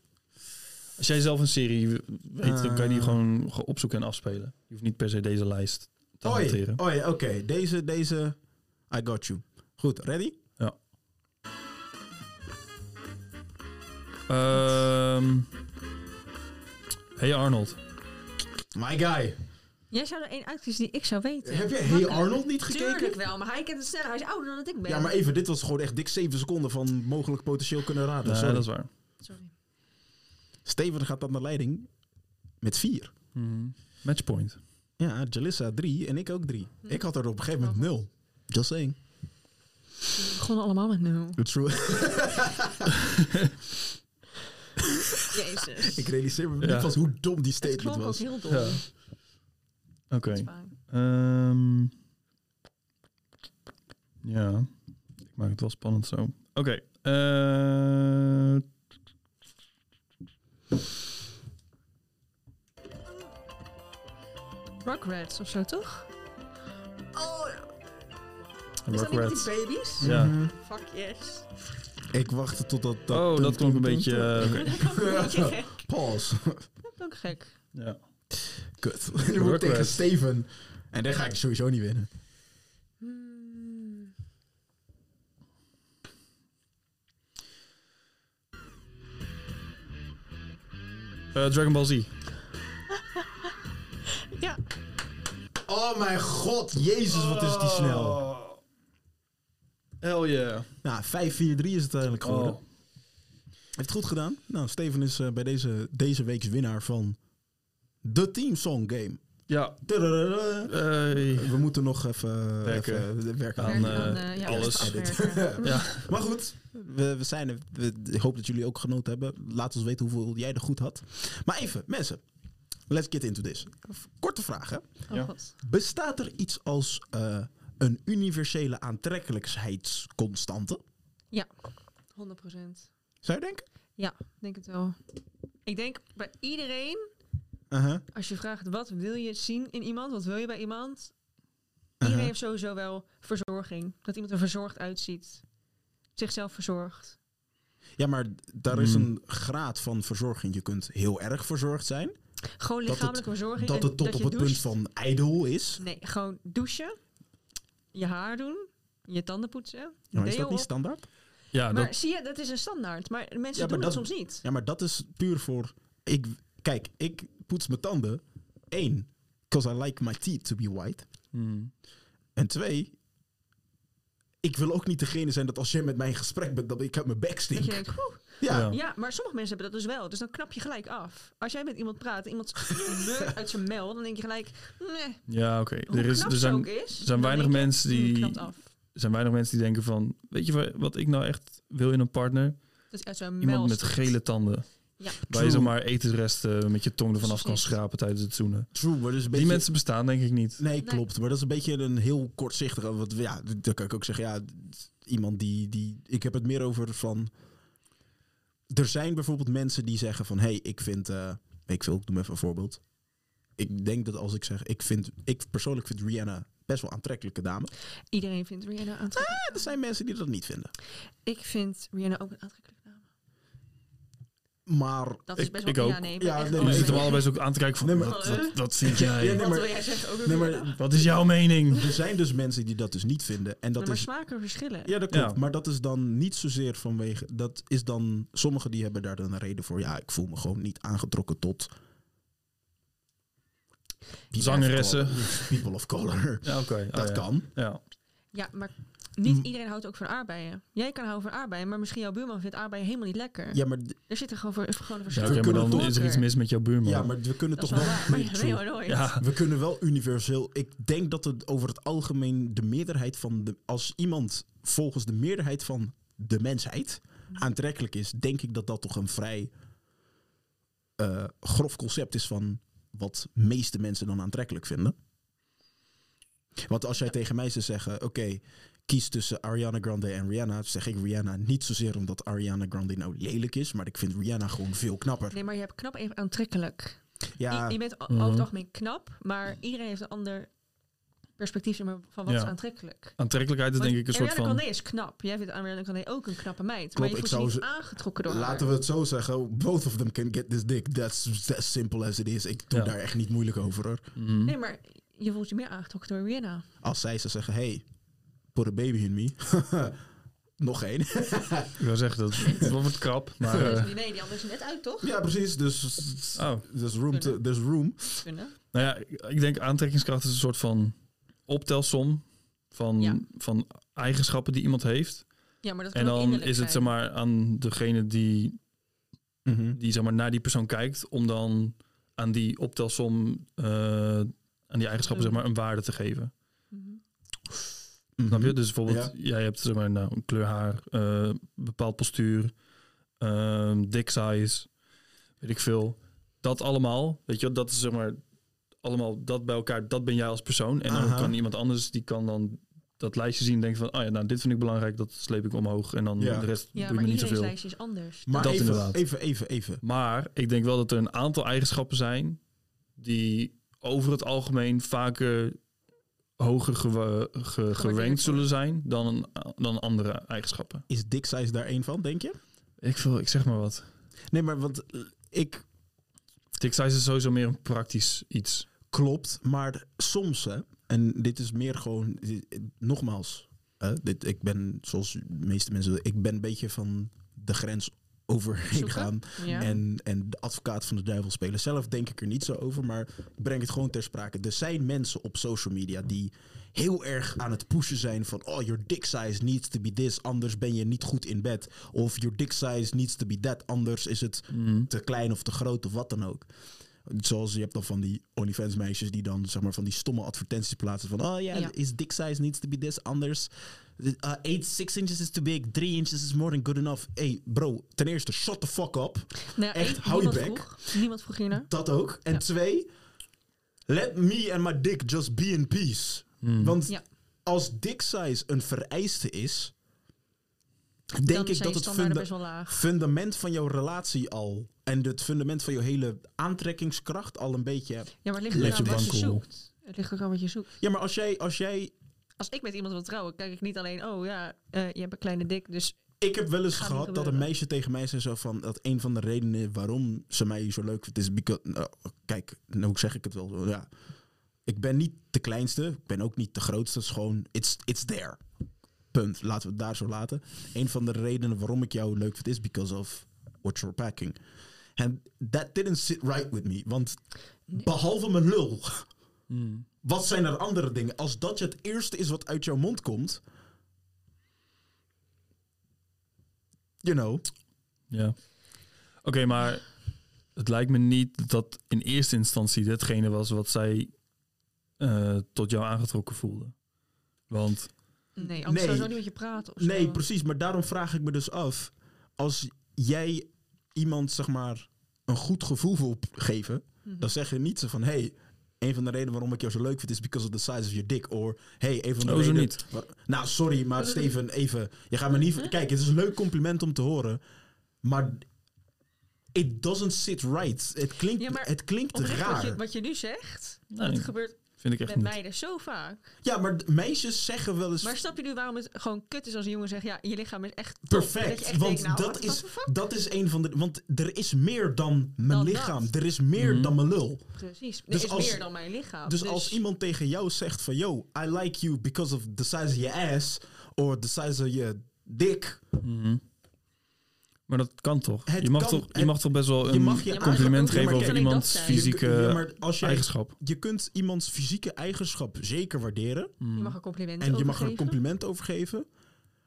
als jij zelf een serie weet, dan kan je die
Eh.
gewoon ge- opzoeken en afspelen. Je hoeft niet per se deze lijst te
Oei,
hanteren.
oei, oké. Deze, deze. I got you. Goed, ready?
Ehm, hey Arnold.
My guy.
Jij zou er één uitkiezen die ik zou weten.
Heb je
Maar-
Hey Arnold niet
Tuurlijk
gekeken?
wel, maar hij kent het sneller. Hij is ouder dan dat ik ben.
Ja, maar even. Dit was gewoon echt dik 7 seconden van mogelijk potentieel kunnen raden.
Ja,
Sorry.
dat is waar.
Sorry.
Steven gaat dan naar leiding met 4.
Mhm. Matchpoint.
Ja, Jalissa 3 en ik ook 3.
Hm.
Ik had er op een gegeven moment
Oh,
0. Just saying.
We begonnen allemaal met nul.
It's true.
Jezus.
Ik realiseer me
Ja.
niet pas hoe dom die
het
statement
klonk ook
was.
heel dom.
Ja. Oké.
Dat is waar.
Ehm, ja, ik maak het wel spannend zo. Oké. eh,
Rugrats of zo, toch? Oh, is dat niet met die
Rugrats.
baby's?
Ja.
Mhm.
Fuck yes.
Ik wachtte totdat... dat-
Oh, dat klonk een beetje... eh, oké.
Dat klonk een [laughs] beetje gek.
Pause.
Dat klonk gek.
Ja. [laughs]
Kut. Nu moet ik
Rugrats.
tegen Steven. En daar ga ik sowieso niet winnen.
Hmm.
Eh, Dragon Ball Z.
Ja.
Oh mijn god. Jezus, wat is
Oh.
die snel.
Hell yeah.
Nou, 5-4-3 is het eigenlijk geworden.
Oh.
Heeft het goed gedaan. Nou, Steven is eh, bij deze, deze weeks winnaar van de Team Song Game.
Ja.
Tudurururu.
eh,
We moeten nog even eh,
Werken.
even werken aan.
Aan,
Werken
eh,
aan, eh, ja,
alles.
[laughs]
afwerken.
[laughs] ja.
Maar goed, we, we zijn er. We- ik hoop dat jullie ook genoten hebben. Laat ons weten hoeveel jij er goed had. Maar even, mensen. Let's get into this. Korte vraag, hè.
Oh,
Ja.
God.
Bestaat er iets als eh, een universele aantrekkelijkheidsconstante?
100 procent.
Zou je denken?
Denk het wel. Ik denk bij iedereen,
Uh-huh.
als je vraagt wat wil je zien in iemand, wat wil je bij iemand,
Uh-huh.
iedereen heeft sowieso wel verzorging. Dat iemand er verzorgd uitziet. Zichzelf verzorgt.
Ja, maar daar is
Hmm.
een graad van verzorging. Je kunt heel erg verzorgd zijn.
Gewoon
het-
lichamelijke verzorging.
Dat
en
het tot
dat
op
je
het punt
doucht.
van ijdel is.
Nee, gewoon douchen. Je haar doen. Je tanden poetsen.
Ja, maar is
deo
dat niet
op.
standaard?
ja,
maar
dat,
zie je, dat is een standaard. Maar mensen
maar
doen dat,
dat-
soms niet.
Ja, maar dat is puur voor... Ik, kijk, ik poets mijn tanden. Eén, because I like my teeth to be white.
Hmm.
En twee, ik wil ook niet degene zijn dat als jij met mij in gesprek bent... dat ik uit mijn bek
Dat je
stink.
denkt, "Oeh."
Ja,
Ja.
ja, maar sommige mensen hebben dat dus wel. Dus dan knap je gelijk af. Als jij met iemand praat en iemand [laughs] meurt uit zijn mel, dan denk je gelijk, nee,
ja oké.
hoe
Er, is-
knap
er
ze
zijn,
ook is.
er
dan
zijn weinig
denk je,
mensen
"Mm,
die...
knapt af.
Er zijn weinig mensen die denken van... Weet je wa- wat ik nou echt wil in een partner?
Dat is Dus uit zijn mel.
Iemand met
schiet.
gele tanden.
Ja.
Waar je
True.
zomaar etensresten met je tong ervan af kan
Precies.
schrapen tijdens het zoenen.
true. Maar dus een
Die
beetje...
mensen bestaan denk ik niet.
Nee,
Nee.
klopt. Maar dat is een beetje een heel kortzichtige. Want ja, d- dan kan ik ook zeggen, ja, d- iemand die, die. Ik heb het meer over van. Er zijn bijvoorbeeld mensen die zeggen van hé, hey, ik vind. eh, ik wil, ik noem even een voorbeeld. Ik denk dat als ik zeg, ik vind. Ik persoonlijk vind Rihanna best wel aantrekkelijke dame.
Iedereen vindt Rihanna aantrekkelijk. Ah!
Maar er zijn mensen die dat niet vinden.
Ik vind Rihanna ook een aantrekkelijke naam.
Maar
Dat is
Ik-
best
ik
wel...
ook.
Ja,
Ja,
nee, maar
nee,
echt
We
maar
wel.
ik-
zitten hem allebei zo ook aan te kijken van,
Nee, maar-
wat, wat, wat vind jij?
nee,
Wat
maar-
wil jij zeggen? Ook weer
nee,
weer
maar
gedaan.
Wat is jouw mening?
er zijn dus mensen die dat dus niet vinden. En dat
maar
is
smaken verschillen.
Ja, dat klopt.
Ja.
Maar dat is dan niet zozeer vanwege. Dat is dan. Sommigen die hebben daar dan een reden voor. Ja, ik voel me gewoon niet aangetrokken tot. people
Zangeressen.
of color. People of color.
Ja, oké. Oh,
Dat
ja.
kan.
Ja.
Ja, maar niet
Mm.
iedereen houdt ook van aardbeien. Jij kan houden van aardbeien, maar misschien jouw buurman vindt aardbeien helemaal niet lekker.
Ja, maar, d-
Er zit er gewoon, voor, gewoon een
Ja,
verschil.
oké, maar
Dus kunnen
dan
toch-
is er iets mis met jouw buurman.
ja, maar we kunnen
Dat is
toch
wel
wel.
waar. Maar
Nee,
je weet
true.
maar nooit.
Ja.
We kunnen wel universeel. Ik denk dat het over het algemeen de meerderheid van de. Als iemand volgens de meerderheid van de mensheid aantrekkelijk is, denk ik dat dat toch een vrij eh, grof concept is van wat meeste mensen dan aantrekkelijk vinden. Want als jij tegen mij zou zeggen, oké, kies tussen Ariana Grande en Rihanna, dan zeg ik Rihanna niet zozeer omdat Ariana Grande nou lelijk is, maar ik vind Rihanna gewoon veel knapper.
Nee, maar je hebt knap en aantrekkelijk.
Ja,
Je, je bent o-
Mhm.
over het algemeen knap, maar iedereen heeft een ander perspectief zeg maar, van wat
Ja.
is aantrekkelijk.
Aantrekkelijkheid is denk ik een soort
Ariana
van...
Grande is knap. Jij vindt Ariana Grande ook een knappe meid.
Klopt,
maar je
ik
voelt
zou
je
ze-
niet aangetrokken door haar.
Laten we het zo zeggen. Both of them can get this dick. That's as simple as it is. Ik doe
Ja.
daar echt niet moeilijk over hoor.
Mhm.
Nee, maar je voelt je meer aangetrokken door
Eh.
Rihanna.
Als zij zou zeggen, hey, put a baby in me. [laughs] Nog één. [laughs]
Ik wil zeggen,
[laughs]
dat het wordt krap, maar... eh,
nee, die andere is net uit, toch?
ja, precies. Dus
oh.
there's room. To, there's room.
Kunnen.
Nou ja, ik- ik denk aantrekkingskracht is een soort van optelsom van,
Ja.
van eigenschappen die iemand heeft.
Ja, maar dat kan
En
ook
dan
innerlijk
is het
zijn.
zeg maar aan degene die,
Mhm.
die zeg maar, naar die persoon kijkt, om dan aan die optelsom, eh, aan die eigenschappen zeg maar, een waarde te geven.
Mhm.
Snap je? Dus bijvoorbeeld,
Ja.
jij hebt zeg maar, nou, een kleur haar, eh, bepaald postuur, ehm dick size, weet ik veel. Dat allemaal, weet je, wel, dat is zeg maar allemaal dat bij elkaar, dat ben jij als persoon. En
Aha.
dan kan iemand anders, die kan dan dat lijstje zien en denken van, ah ja, nou dit vind ik belangrijk, dat sleep ik omhoog. En dan
Ja.
de rest
Ja,
doe
maar
ik me niet
iedereen's
zoveel.
lijstje is anders.
Maar
Dat
even,
inderdaad.
even, even, even.
Maar ik denk wel dat er een aantal eigenschappen zijn die over het algemeen vaker hoger gewa- ge- gerankt
worden.
zullen zijn dan, een- dan andere eigenschappen.
Is dick size daar één van, denk je?
Ik, wil, ik zeg maar wat.
Nee, maar want eh, ik
Dick size is sowieso meer een praktisch iets.
Klopt, maar soms, hè, en dit is meer gewoon, dit- nogmaals, hè, dit, ik ben, zoals de meeste mensen, ik ben een beetje van de grens overheen
Zoeken?
gaan.
Ja.
En, en de advocaat van de duivel spelen. Zelf denk ik er niet zo over, maar ik breng het gewoon ter sprake. Er zijn mensen op social media die heel erg aan het pushen zijn van... oh, your dick size needs to be this, anders ben je niet goed in bed. Of your dick size needs to be that, anders is het te klein of te groot of wat dan ook. Zoals je hebt dan van die OnlyFans meisjes die dan zeg maar van die stomme advertenties plaatsen van oh ja,
Ja.
is dick size needs to be this anders. Uh, eight, six inches is too big, three inches is more than good enough. Hey bro, ten eerste shut the fuck up.
Nou,
echt,
één,
hou je
niemand
bek.
Vroeg, niemand vroeg hiernaar.
Dat ook. En
Ja.
twee, let me and my dick just be in peace.
Hmm.
Want
Ja.
als dick size een vereiste is, denk
Dan
ik
zijn
dat
je
het
standaarden
funda
best wel laag.
fundament van jouw relatie al en het fundament van jouw hele aantrekkingskracht al een beetje.
Ja, maar het ligt
Leg
ook
je
aan wat je
wankel.
zoekt. Het ligt ook aan wat je zoekt.
Ja, maar als jij, als jij,
Als ik met iemand wil trouwen, kijk ik niet alleen... Oh ja, eh, je hebt een kleine dik, dus...
ik heb wel eens
Gaat
gehad
niet
dat een
gebeuren.
meisje tegen mij zei zo van dat een van de redenen waarom ze mij zo leuk vindt is because, nou, kijk, nou, hoe zeg ik het wel? zo, Ja, ik ben niet de kleinste, ik ben ook niet de grootste, het is gewoon it's it's there. Punt. Laten we het daar zo laten. Een van de redenen waarom ik jou leuk vind is because of what you're packing. And that didn't sit right with me, want
Nee.
behalve mijn lul.
Hmm.
Wat zijn er andere dingen? Als dat je het eerste is wat uit jouw mond komt. You know.
Ja. Oké, maar het lijkt me niet dat in eerste instantie datgene was wat zij eh, tot jou aangetrokken voelde. Want
Nee, anders
Nee.
zou ze ook niet met je praten of zo.
Nee, precies. Maar daarom vraag ik me dus af. Als jij iemand, zeg maar, een goed gevoel wil p- geven.
Mhm.
Dan zeg je niet zo van: hey, een van de redenen waarom ik jou zo leuk vind is because of the size of your dick. Or hey, een van de
Oh, zo
redenen.
niet.
waar- nou, sorry, maar Steven, even. Je gaat me niet. Kijk, het is een leuk compliment om te horen. Maar. It doesn't sit right. Het klinkt,
Ja, maar
het klinkt
Oprecht,
raar.
wat je, wat je nu zegt,
Nee.
dat gebeurt
Vind ik echt
Met
niet.
meiden zo vaak.
Ja, maar d- meisjes zeggen wel eens
Maar snap je nu waarom het gewoon kut is als een jongen zegt... Ja, je lichaam is echt top. Dat je
perfect.
echt
Want
denkt, nou, what
dat,
the
is,
fuck?
dat is een van de. Want er is meer dan mijn
Dan
lichaam.
dat.
Er is meer
Mhm.
dan mijn lul.
Precies. Er
Dus
is
als-
meer dan mijn lichaam.
Dus als iemand tegen jou zegt van yo, I like you because of the size of your ass. Or the size of your dick.
Mhm. Maar dat kan toch?
Het
je, mag
kan,
toch je
het-
mag toch best wel
je
een
mag je
compliment
eigen- Ja, maar
geven
kan
over
ik
iemands
dat zijn?
fysieke
Ja, maar als jij,
eigenschap.
je kunt iemands fysieke eigenschap zeker waarderen.
Mhm.
Je mag een compliment
Mm. En je mag er een
overgeven.
compliment over geven.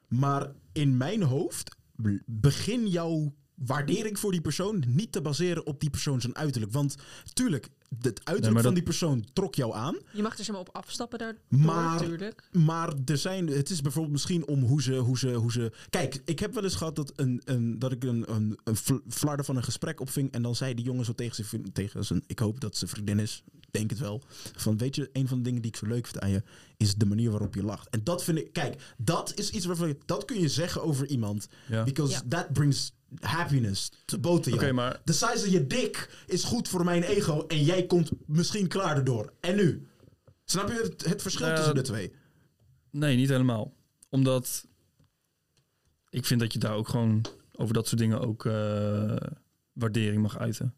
Maar in mijn hoofd b- begin jouw waardering voor die persoon niet te baseren op die persoon zijn uiterlijk. Want tuurlijk, het uiterlijk
maar
van
dat-
die persoon trok jou aan.
Je mag er zomaar op afstappen daar.
Maar-
Natuurlijk.
Maar er zijn, het is bijvoorbeeld misschien om hoe ze, hoe ze, hoe ze. Kijk, ik heb wel eens gehad dat, een, een, dat ik een, een, een fl- flarden van een gesprek opving. En dan zei die jongen zo tegen zijn, vriend- tegen zijn. Ik hoop dat ze vriendin is. Ik Denk het wel. Van weet je, een van de dingen die ik zo leuk vind aan je. is de manier waarop je lacht. En dat vind ik. Kijk, dat is iets waarvan je. dat kun je zeggen over iemand.
Ja. Oké,
Because
Ja.
that brings happiness to both of you.
maar
De size van je dik is goed voor mijn ego. en jij komt misschien klaar erdoor. En nu? Snap je het, het verschil
Nou,
tussen de twee?
nee, niet helemaal. Omdat ik vind dat je daar ook gewoon over dat soort dingen ook eh, waardering mag uiten.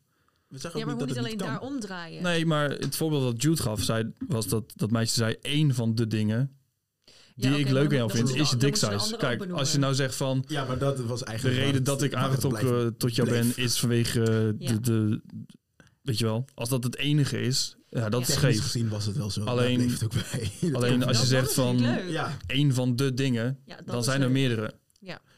We zeggen
Ja, maar hoe
ook
niet
niet dat het
alleen
niet kan.
daar omdraaien.
Nee, maar het voorbeeld dat Jude gaf, zei, was dat dat meisje zei één van de dingen die
Ja, oké,
ik
maar dan
leuk aan jou
moet- dan
vind,
moet
is je
dan
dick
moet ze de
size.
andere ook
Kijk,
benoemen.
als je nou zegt van
Ja, maar dat was
De
eigenlijk...
reden dat ik eh, aangetrokken tot jou ben is vanwege eh,
Ja.
de, de, Weet je wel, als dat het enige is, ja, dat
Ja.
is
Technisch
scheef.
gezien was het wel zo.
Alleen-
Daar bleef het ook bij. [laughs]
alleen
Ja,
nou- als je
dat- dat
zegt
is niet
van-
leuk.
Ja,
Eén van de dingen,
Ja, dat
dan
is
zijn er
leuk.
meerdere.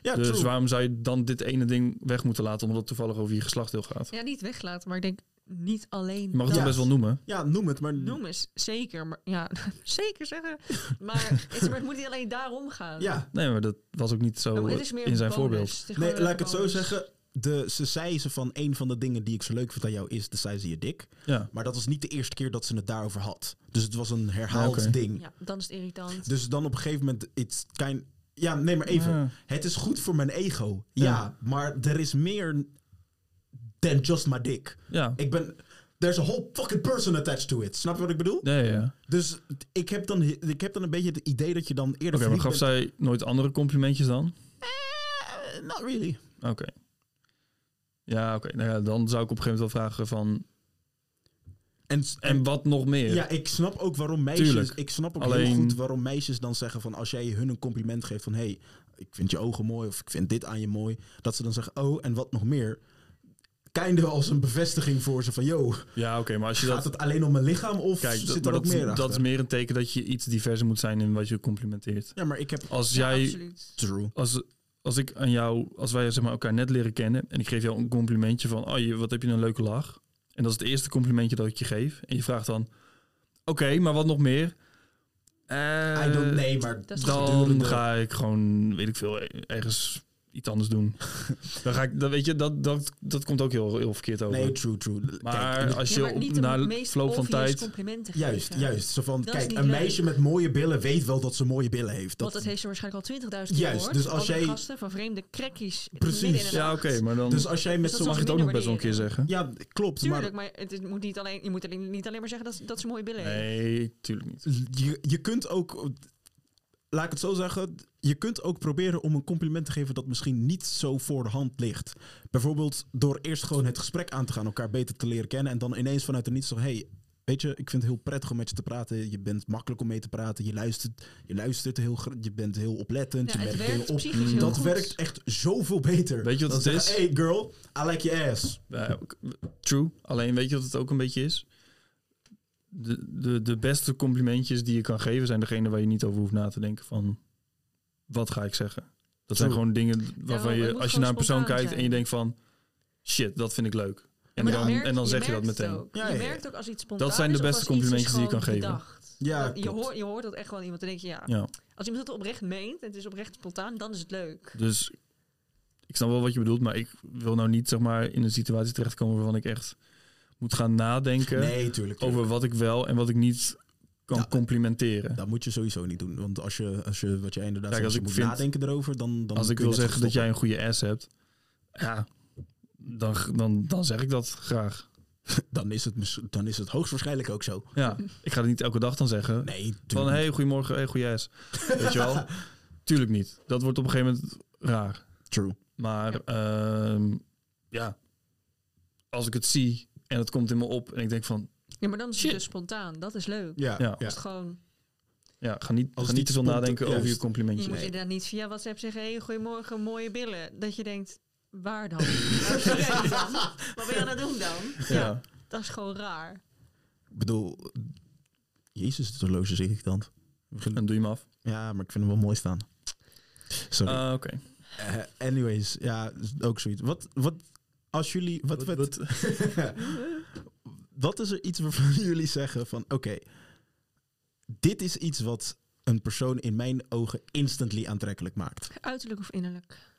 ja
dus
true.
waarom zou je dan dit ene ding weg moeten laten, omdat het toevallig over je geslachtdeel gaat?
Ja, niet weglaten, maar ik denk niet alleen.
Je mag het
Ja.
toch best wel noemen.
Ja, noem het, maar...
Noem eens, zeker. Maar, ja, [laughs] zeker
[laughs]
zeggen. Maar het, maar het moet niet alleen daarom gaan.
Ja,
Nee, maar dat was ook niet
Oh,
zo
het is meer
in zijn
bonus.
voorbeeld.
Het is
nee,
gewoon
laat
een
ik het zo
bonus.
zeggen. De, ze zei ze van een van de dingen die ik zo leuk vind aan jou is de size van je dik.
Ja.
Maar dat was niet de eerste keer dat ze het daarover had. Dus het was een herhaald
Ja, oké.
ding.
Ja, dan is het irritant.
Dus dan op een gegeven moment... It's kind, ja, nee, maar even.
Ja.
Het is goed voor mijn ego. Ja,
Ja.
maar er is meer than just my dick.
Ja.
Ik ben... There's a whole fucking person attached to it. Snap je wat ik bedoel?
Nee, ja.
Dus t- ik heb, dan, ik heb dan een beetje het idee dat je dan eerder.
Oké, maar
verliefd
gaf
bent-
zij nooit andere complimentjes dan?
Eh, not really.
Oké. Ja, oké. Nou ja, dan zou ik op een gegeven moment wel vragen van...
En,
En wat nog meer?
ja, ik snap ook waarom meisjes.
Tuurlijk.
Ik snap ook heel
Alleen-
goed waarom meisjes dan zeggen van als jij hun een compliment geeft van hé, hey, ik vind je ogen mooi of ik vind dit aan je mooi, dat ze dan zeggen oh en wat nog meer. Kinder als een bevestiging voor ze van yo,
Ja, oké, maar als je dat...
gaat het alleen om mijn lichaam of
Kijk, dat,
zit
maar
er ook
dat,
meer achter?
dat is meer een teken dat je iets diverser moet zijn in wat je complimenteert.
ja, maar ik heb
Als
Ja,
jij, dus
absoluut.
true.
als, als ik aan jou, als wij zeg maar, elkaar net leren kennen en ik geef jou een complimentje van, oh, je, wat heb je een leuke lach. En dat is het eerste complimentje dat ik je geef. En je vraagt dan, oké, maar wat nog meer? Eh,
I don't nee, maar
dat is
Dan
gedurende-
ga ik gewoon, weet ik veel, ergens iets anders
[laughs]
doen. dan ga ik, dan weet je, dat, dat, dat komt ook heel, heel verkeerd over.
Nee, true, true.
maar
Kijk,
als
Ja,
je
maar
op,
niet de
na
meest
verloop van
obvious
tijd...
complimenten
Juist,
geven.
juist. Zo van,
Dat is
kijk,
niet
een
leuk.
meisje met mooie billen weet wel dat ze mooie billen heeft. Dat,
Want dat heeft ze waarschijnlijk al 20.000 keer
Juist,
gehoord.
dus als
Andere
jij-
gasten van vreemde krekkies.
Precies.
midden in de
Ja,
nacht.
oké, maar dan...
dus als jij met
Dus
zo'n...
dat
mag
ze
je het ook nog
minder
best wel een keer
waarderen.
zeggen.
Ja, klopt,
Tuurlijk, maar het, is- moet niet alleen, je moet alleen, niet alleen maar zeggen dat, ze- dat ze mooie billen heeft.
Nee, tuurlijk niet.
maar je, je kunt ook... Laat ik het zo zeggen. Je kunt ook proberen om een compliment te geven dat misschien niet zo voor de hand ligt. Bijvoorbeeld door eerst gewoon het gesprek aan te gaan, elkaar beter te leren kennen. En dan ineens vanuit de niets zo, hey, weet je, ik vind het heel prettig om met je te praten. Je bent makkelijk om mee te praten. Je luistert, je luistert heel, gr- je bent heel oplettend.
Ja,
je
het
merkt dingen
werkt
op.
psychisch heel
Dat
goed.
werkt echt zoveel beter.
Weet je wat
Dan zeggen,
het Dus is?
Hey girl, I like your ass.
Ja, ook- Eh, true. Alleen weet je wat het ook een beetje is? De, de, de beste complimentjes die je kan geven zijn degene waar je niet over hoeft na te denken van... Wat ga ik zeggen? Dat zijn
True.
gewoon dingen waarvan
het
je,
moet
als je
gewoon
naar een persoon
spontaan
kijkt en
zijn.
je denkt van... Shit, dat vind ik leuk. En
Maar je
dan,
merkt-
en dan zeg je dat
merkt het
meteen.
ook.
Ja,
je
ja, ja.
merkt ook als iets spontaan
Dat zijn de
is of
beste
als iets is
complimenten die je kan
gewoon
geven.
bedacht.
Ja,
Dat- je,
klopt.
hoort, je hoort dat echt wel aan iemand. Dan denk je, ja,
Ja,
als iemand het oprecht meent en het is oprecht spontaan, dan is het leuk.
dus ik snap wel wat je bedoelt, maar ik wil nou niet zeg maar in een situatie terechtkomen waarvan ik echt moet gaan nadenken.
Nee, tuurlijk. tuurlijk.
over wat ik wel en wat ik niet kan
Ja.
complimenteren.
Dat moet je sowieso niet doen. Want als je, als je wat jij inderdaad
Kijk,
zegt,
als
je
ik
moet
vind-
nadenken erover, dan, dan
Als ik
kun je
wil
net zo
zeggen dat jij
stoppen.
een goede ass hebt, ja, dan, dan, dan zeg ik dat graag.
dan is, het, mis- dan is het hoogstwaarschijnlijk ook zo.
Ja, [laughs] ik ga het niet elke dag dan zeggen.
Nee, tuurlijk
van,
niet.
hey, goedemorgen, hey, goeie
[laughs]
ass. Weet je wel? Tuurlijk niet. Dat wordt op een gegeven moment raar.
True.
Maar ehm, ja, als ik het zie en het komt in me op en ik denk van,
Ja, maar dan is het
Shit.
dus spontaan. Dat is leuk.
Ja,
Ja.
ja.
Als het gewoon,
ja, ga niet,
Als
ga
het
niet
niet
te veel
komt,
nadenken over
juist.
je complimentje.
je moet inderdaad niet via WhatsApp zeggen, hey, goedemorgen, mooie billen. Dat je denkt, waar [laughs] dan? Waar ben jij dan? Wat ben je aan het doen dan? Ja.
Ja.
Dat is gewoon raar.
[laughs] Ik bedoel, Jezus, het horloge zie ik dan.
Dan doe je hem af.
Ja, maar ik vind hem wel mooi staan. Sorry.
Ah, Oké.
Eh, anyways, ja, is ook zoiets. Wat, wat, als jullie, wat, wat, wat, [laughs] is er iets waarvan [laughs] jullie zeggen van, oké, dit is iets wat een persoon in mijn ogen instantly aantrekkelijk maakt.
Uiterlijk of innerlijk?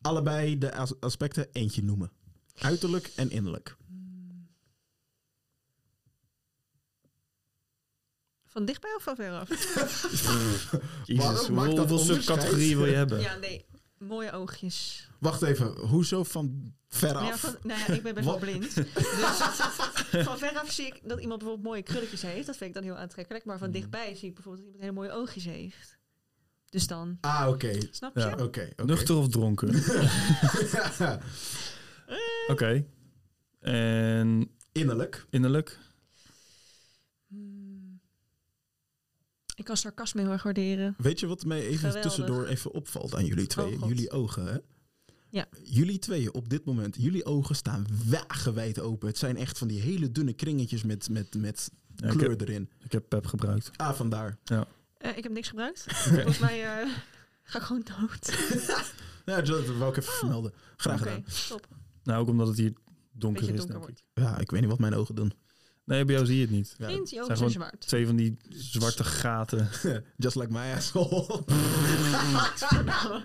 Allebei de as- aspecten eentje noemen. Uiterlijk en innerlijk. [laughs]
Van dichtbij of van veraf?
Jezus,
Waarom maakt
hoeveel,
dat
hoeveel
onderscheid?
subcategorieën wil je hebben?
Ja, nee. Mooie oogjes.
Wacht even, hoezo van veraf?
Ja, van, nou ja, ik ben best wel
Wat?
[laughs]
blind. Dus [laughs] van veraf zie ik dat iemand bijvoorbeeld mooie krulletjes heeft. Dat vind ik dan heel aantrekkelijk. Maar
Mm.
van dichtbij zie ik bijvoorbeeld dat iemand hele mooie oogjes heeft. Dus dan,
Ah, oké.
snap je?
Ja.
Oké, oké. [laughs]
Nuchter of dronken? Oké. En
innerlijk.
innerlijk?
Hmm. Ik kan sarcasme heel erg waarderen.
Weet je wat mij even
Geweldig.
tussendoor even opvalt aan jullie twee?
Oh, God.
jullie ogen, hè?
Ja.
Jullie tweeën op dit moment, jullie ogen staan wagenwijd open. Het zijn echt van die hele dunne kringetjes met, met, met
Ja, ik,
kleur
heb,
erin.
ik heb pep gebruikt.
Ah, vandaar.
Eh, ik heb niks
[laughs]
gebruikt. Volgens mij eh, ga ik gewoon dood.
Ja, dat wou ik even vermelden. Graag
Oh. Oké,
gedaan.
top.
Nou, ook omdat het hier donker
Beetje
is,
donker
denk ik.
wordt.
Ja, ik weet niet wat mijn ogen doen.
Nee, bij jou zie je het niet.
Ja,
Vriend, die ogen zijn
zijn gewoon-
zwart.
Twee van die zwarte gaten.
[laughs] just like my
[laughs]
asshole. [laughs]
Mm,
[laughs] Nou,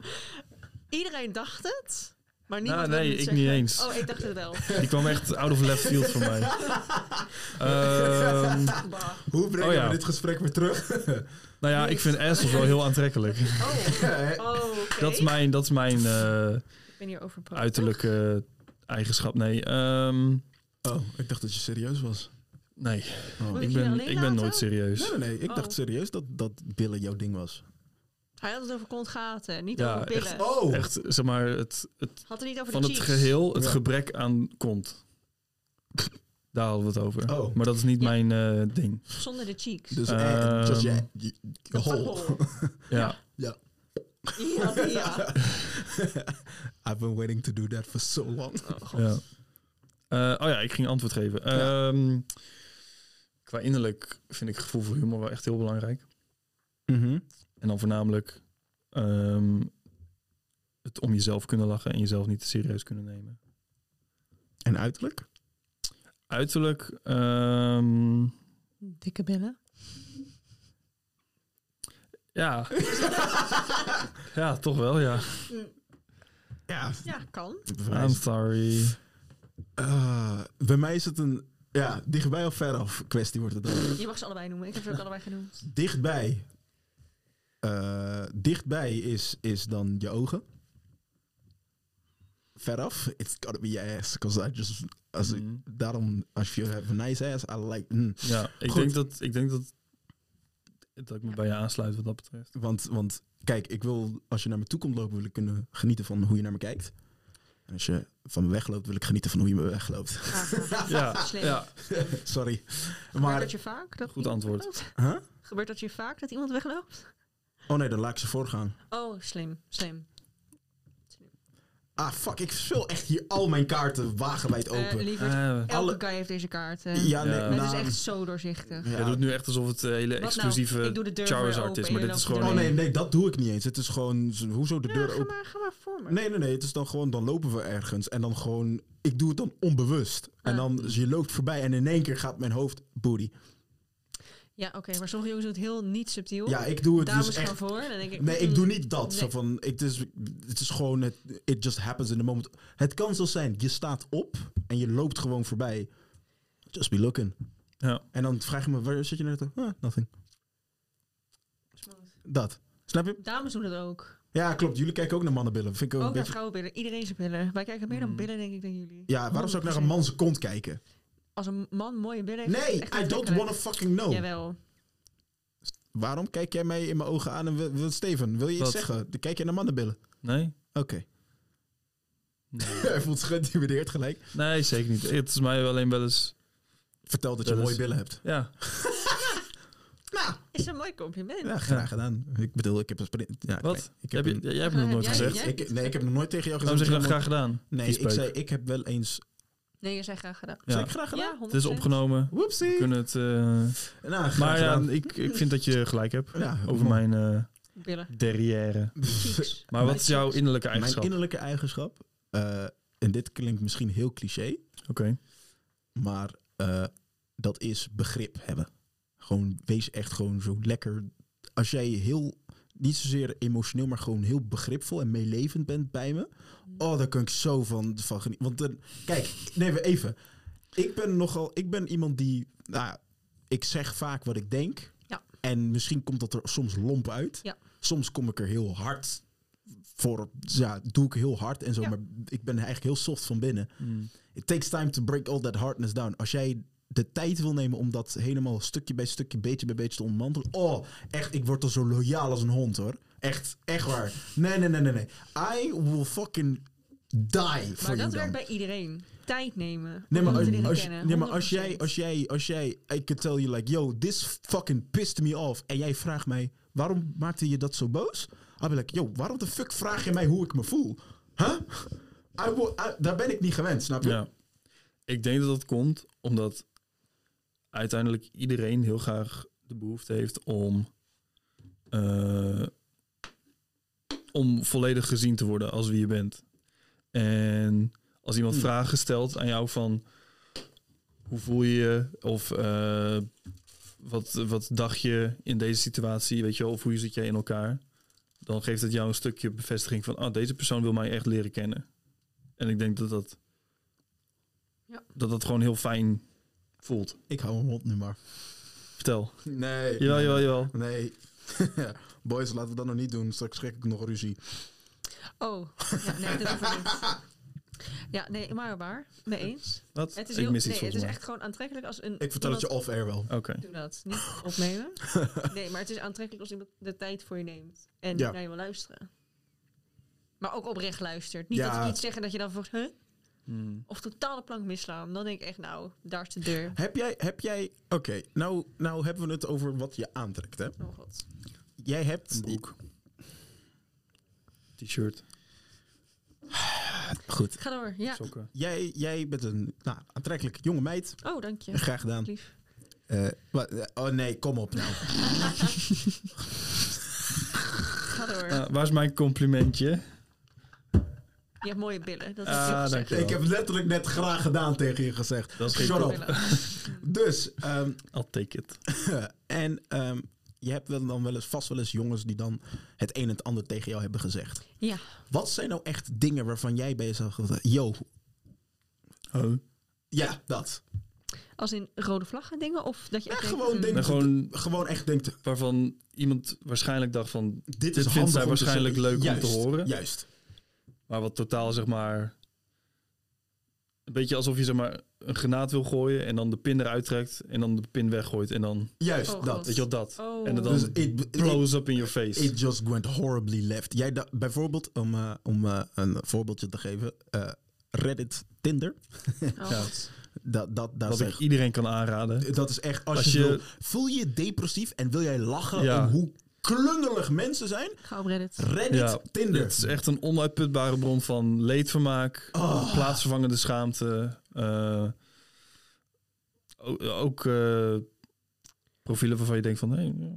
Iedereen dacht het, maar niemand
Nou,
wilde
nee,
het
ik
zeggen.
niet eens.
Oh, ik dacht het
[laughs]
wel.
Die kwam echt out of left field voor
[laughs]
mij. Ehm,
Bah.
Hoe brengen
Oh, ja.
we dit gesprek weer
[laughs]
terug? [laughs]
nou ja, ik vind assels wel heel aantrekkelijk.
Oh, oh oké.
Dat is mijn, dat is mijn eh,
Ik ben hier over
uiterlijke eigenschap. Nee, ehm,
oh, ik dacht dat je serieus was.
nee.
Oh.
Moet
Ik
je
ben,
alleen
ik ben nooit
laten?
Nee,
serieus.
nee, nee. Ik
Oh.
dacht serieus dat, dat billen jouw ding was.
Hij had het over kontgaten, niet
Ja,
over billen.
echt.
Oh!
Echt, zeg maar, het, het,
Had het niet over
van
de
het
cheeks.
geheel, het
Ja.
gebrek aan kont. Daar hadden we het over.
Oh.
Maar dat is niet
Ja.
mijn eh, ding.
Zonder de
[laughs]
cheeks.
Dus
Ehm,
echt, just je, je- je
Dat
hol.
verhol.
Ja.
Ja, die, ja.
[laughs] I've been waiting to do that for so long.
Oh, God.
Ja. Eh, oh ja, ik ging antwoord geven.
Ja.
Ehm, qua innerlijk vind ik gevoel voor humor wel echt heel belangrijk.
Mhm.
En dan voornamelijk ehm, het om jezelf kunnen lachen en jezelf niet te serieus kunnen nemen.
En uiterlijk?
Uiterlijk, ehm,
Dikke billen.
ja. ja, toch wel, ja.
Ja.
Ja, Ehm, kan.
I'm sorry.
Eh, bij mij is het een ja, dichtbij of veraf kwestie wordt het dan.
[laughs] Je mag ze allebei noemen. Ik heb ze ook
[laughs]
allebei genoemd.
Dichtbij. eh, dichtbij is, is dan je ogen. Veraf, it's gotta be your ass. Cause I just, als ik-
Mm.
daarom, als je have a nice ass, I like... mm.
Ja, ik
Goed.
denk dat ik denk dat dat ik me bij je aansluit wat dat betreft.
Want, want kijk, ik wil, als je naar me toe komt lopen, wil ik kunnen genieten van hoe je naar me kijkt. En als je van me wegloopt, wil ik genieten van hoe je me wegloopt. [laughs]
[laughs] Ah, [laughs]
Ja,
Slim.
ja
Sorry.
Gebeurt
Maar,
dat je vaak? Dat
Goed
iemand
antwoord.
wegloopt?
Huh?
Gebeurt dat je vaak dat iemand wegloopt?
oh nee, dan laat ik ze voorgaan.
Oh, slim. Slim.
Ah, fuck, ik speel echt hier al mijn kaarten wagenwijd
Eh,
open.
lieverd,
Eh,
elke
alle-
guy heeft deze kaart. eh.
ja, nee,
Ja.
Het is
nou,
echt zo doorzichtig.
ja.
Jij doet nu echt alsof het eh, hele
nou?
exclusieve
Ik doe de deur
Charles
weer
art is,
open
maar
en
dit is
dan
gewoon...
Oh nee, nee, dat doe ik niet eens. Het is gewoon, z- hoezo de
Nou,
deur
ga
open?
maar, ga maar voor me.
Nee, nee, nee, het is dan gewoon, dan lopen we ergens en dan gewoon, ik doe het dan onbewust. En
Ah.
dan, dus je loopt voorbij en in één keer gaat mijn hoofd, booty.
Ja, oké, maar sommige jongens doen het heel niet subtiel.
Ja, ik doe het
Dames
dus
gaan
echt
voor. Dan denk ik, mm,
Nee, ik doe niet dat. Zo
Nee.
van, ik, het, is, het is gewoon, het, it just happens in the moment. Het kan zo zijn, je staat op en je loopt gewoon voorbij. Just be looking.
Ja.
En dan vraag je nou? me, waar zit je net? Ah, nothing.
mm,
Dat. Snap je?
Dames doen het ook.
Ja, klopt. Jullie kijken ook naar mannenbillen. Vind ik ook
Ook
een
naar
beetje...
vrouwenbillen. Iedereen zijn billen. Wij kijken meer dan
Mm.
billen, denk Oh, ik, dan jullie.
Ja, waarom zou ik naar een
100%.
manse kont kijken?
Als een man mooie billen heeft...
Nee,
is het
I
echt
don't
aantrekkelijk.
wanna fucking know.
Jawel.
Waarom kijk jij mij in mijn ogen aan en wil, wil- Steven, wil je iets
Wat?
zeggen? Dan kijk je naar mannenbillen.
Nee?
Oké. [laughs]
Nee.
Hij voelt zich geïntimideerd gelijk.
Nee, zeker niet. Het is mij alleen wel eens...
Vertel dat je
Dat is-
mooie billen hebt.
Ja,
Nou,
Is een mooi compliment.
ja, graag gedaan. Ik bedoel, ik heb een sprint. Ja, ik weet-
wat?
Ik
Heb
heb
je,
een-
jij hebt het nog nooit
Jij-
gezegd.
jij-
Ik, nee, ik heb nog nooit tegen jou gezegd.
Waarom zeg je dat
dat
graag gedaan?
Nee,
Viespeuk.
ik zei, ik heb wel eens.
Nee, je zegt graag gedaan.
Ja.
Zeg ik graag gedaan?
Ja, 100%.
Het is opgenomen. We
Whoopsie.
kunnen het... eh,
Nou, graag
Maar ja,
gedaan.
ik, ik vind dat je gelijk hebt
Ja,
over
man.
mijn eh,
[laughs]
Billen.
derrière.
Cheeks.
Maar wat is jouw innerlijke
Mijn
[laughs] eigenschap?
innerlijke eigenschap. eh, en dit klinkt misschien heel cliché,
Oké.
maar eh, dat is begrip hebben. Gewoon wees echt gewoon zo lekker. Als jij heel, niet zozeer emotioneel, maar gewoon heel begripvol en meelevend bent bij me. Oh, daar kan ik zo van, van genieten. Want dan, kijk, nee, maar even. Ik ben nogal, ik ben iemand die, nou, ja, ik zeg vaak wat ik denk.
Ja.
En misschien komt dat er soms lomp uit.
Ja.
Soms kom ik er heel hard voor, ja, doe ik heel hard en zo.
Ja.
Maar ik ben eigenlijk heel soft van binnen.
Mm.
It takes time to break all that hardness down. Als jij de tijd wil nemen om dat helemaal stukje bij stukje, beetje bij beetje te ontmantelen. Oh, echt, ik word al zo loyaal als een hond hoor. Echt, echt waar. Nee, nee, nee, nee, nee. I will fucking die voor
Maar
je
dat werkt
dan.
bij iedereen. Tijd nemen.
Nee, maar,
Om te
als,
leren
als-
kennen,
nee, maar als
100%.
jij, als jij, als jij, I could tell you like, yo, this fucking pissed me off. En jij vraagt mij, waarom maakte je dat zo boos? I'll be like, yo, waarom de fuck vraag je mij hoe ik me voel? Huh? I will, I- daar ben ik niet gewend, snap je?
Ja. Ik denk dat dat komt omdat uiteindelijk iedereen heel graag de behoefte heeft om, eh, om volledig gezien te worden als wie je bent. En als iemand
Hm.
vragen stelt aan jou van hoe voel je je of eh, wat, wat dacht je in deze situatie, weet je wel, of hoe zit jij in elkaar, dan geeft het jou een stukje bevestiging van ah, deze persoon wil mij echt leren kennen. En ik denk dat dat,
Ja.
dat, dat gewoon heel fijn voelt.
Ik hou mijn mond nu maar.
Vertel.
Nee.
Jawel,
nee.
jawel, jawel.
Nee. [laughs] Boys, laten we dat nog niet doen. Straks schrik ik nog ruzie.
Oh, ja, nee, dat hoeft niet.
[laughs]
Ja, nee, maar waar? Mee eens.
Wat?
Het is,
ik
heel,
mis
nee,
iets
het
volgens
is
mij.
echt gewoon aantrekkelijk als een.
Ik vertel het je
iemand-
off-air wel.
Oké.
Doe dat, niet opnemen.
[laughs]
Nee, maar het is aantrekkelijk als iemand de tijd voor je neemt en
Ja.
naar je wil luisteren. Maar ook oprecht luistert. Niet
Ja.
dat ze iets zeggen dat je dan voor huh?
Hmm.
of totale plank mislaan. Dan denk ik echt, nou, daar is de deur.
Heb jij, heb jij, oké, nou, nou hebben we het over wat je aantrekt, hè?
Oh god.
Jij hebt,
Een broek. T-shirt.
goed,
Ga door. Ja.
Sokken.
jij, jij bent een nou, aantrekkelijke jonge meid.
Oh, dank je.
Graag gedaan.
Lief.
Eh, wat- eh, oh nee, kom op
[laughs]
nou.
Ga door.
Ah, waar is mijn complimentje?
Je hebt mooie billen. Dat is
Ah,
heel
dank je.
ik heb letterlijk net graag gedaan tegen je gezegd.
Dat is geen
Shut
Shut
up. Dus, ehm, [laughs]
I'll take it.
en ehm, je hebt wel dan wel eens, vast wel eens jongens die dan het een en het ander tegen jou hebben gezegd.
Ja.
Wat zijn nou echt dingen waarvan jij bezig bent? Yo,
Oh.
ja, dat.
Als in rode vlaggen dingen? Of dat je
Ja,
echt denkt,
gewoon
mm,
dingen.
Maar gewoon
Gewoon echt denkt,
waarvan iemand waarschijnlijk dacht van...
dit, is
vindt
handig
zij
om te
waarschijnlijk
zeggen.
leuk om te
Juist,
horen.
Juist.
Maar wat totaal zeg maar... Een beetje alsof je zeg maar een granaat wil gooien en dan de pin eruit trekt en dan de pin weggooit en dan...
Juist,
Oh,
dat.
God.
Weet je wel, dat.
Oh.
En dat dan
Dus it, it,
blows up in your face.
it just went horribly left. Jij da- bijvoorbeeld, om, eh, om eh, een voorbeeldje te geven, eh, Reddit, Tinder,
Oh,
Ja.
god.
dat, dat, dat,
Wat
is
ik
echt,
iedereen kan aanraden.
dat is echt, als,
Als
je,
je-
wil, voel je je depressief en wil jij lachen
Ja.
om hoe klungelig mensen zijn?
Ga op Reddit.
Reddit,
Ja,
Tinder.
Het is echt een onuitputbare bron van leedvermaak,
Oh.
plaatsvervangende schaamte. eh, o- ook eh, profielen waarvan je denkt van, hé, ja,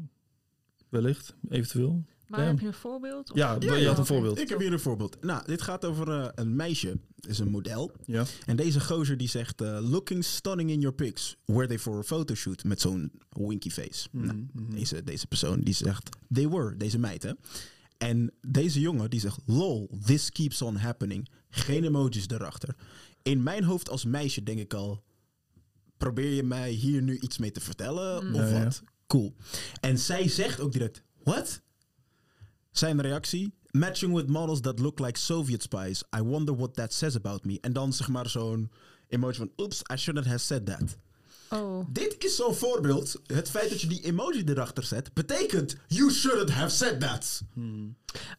wellicht, eventueel.
Maar
Ja.
heb je een voorbeeld? Of-
Ja,
Oh,
je had een voorbeeld.
Ik heb hier een voorbeeld. Nou, dit gaat over eh, een meisje. Het is een model.
Ja.
En deze gozer die zegt... eh, Looking stunning in your pics. Were they for a photoshoot? Met zo'n winky face.
Hmm.
Nou,
Mhm.
deze, deze persoon die zegt... They were. Deze meid, hè. En deze jongen die zegt... Lol, this keeps on happening. Geen emojis daarachter. In mijn hoofd als meisje denk ik al... Probeer je mij hier nu iets mee te vertellen?
Mm.
Of
Mhm. Ja, ja.
wat? Cool. En zij zegt ook direct... What? Zijn reactie? matching with models that look like Soviet spies. I wonder what that says about me. En dan zeg maar zo'n emoji van, oops, I shouldn't have said that.
Oh,
Dit is zo'n voorbeeld. Het feit dat je die emoji erachter zet, betekent, you shouldn't have said that.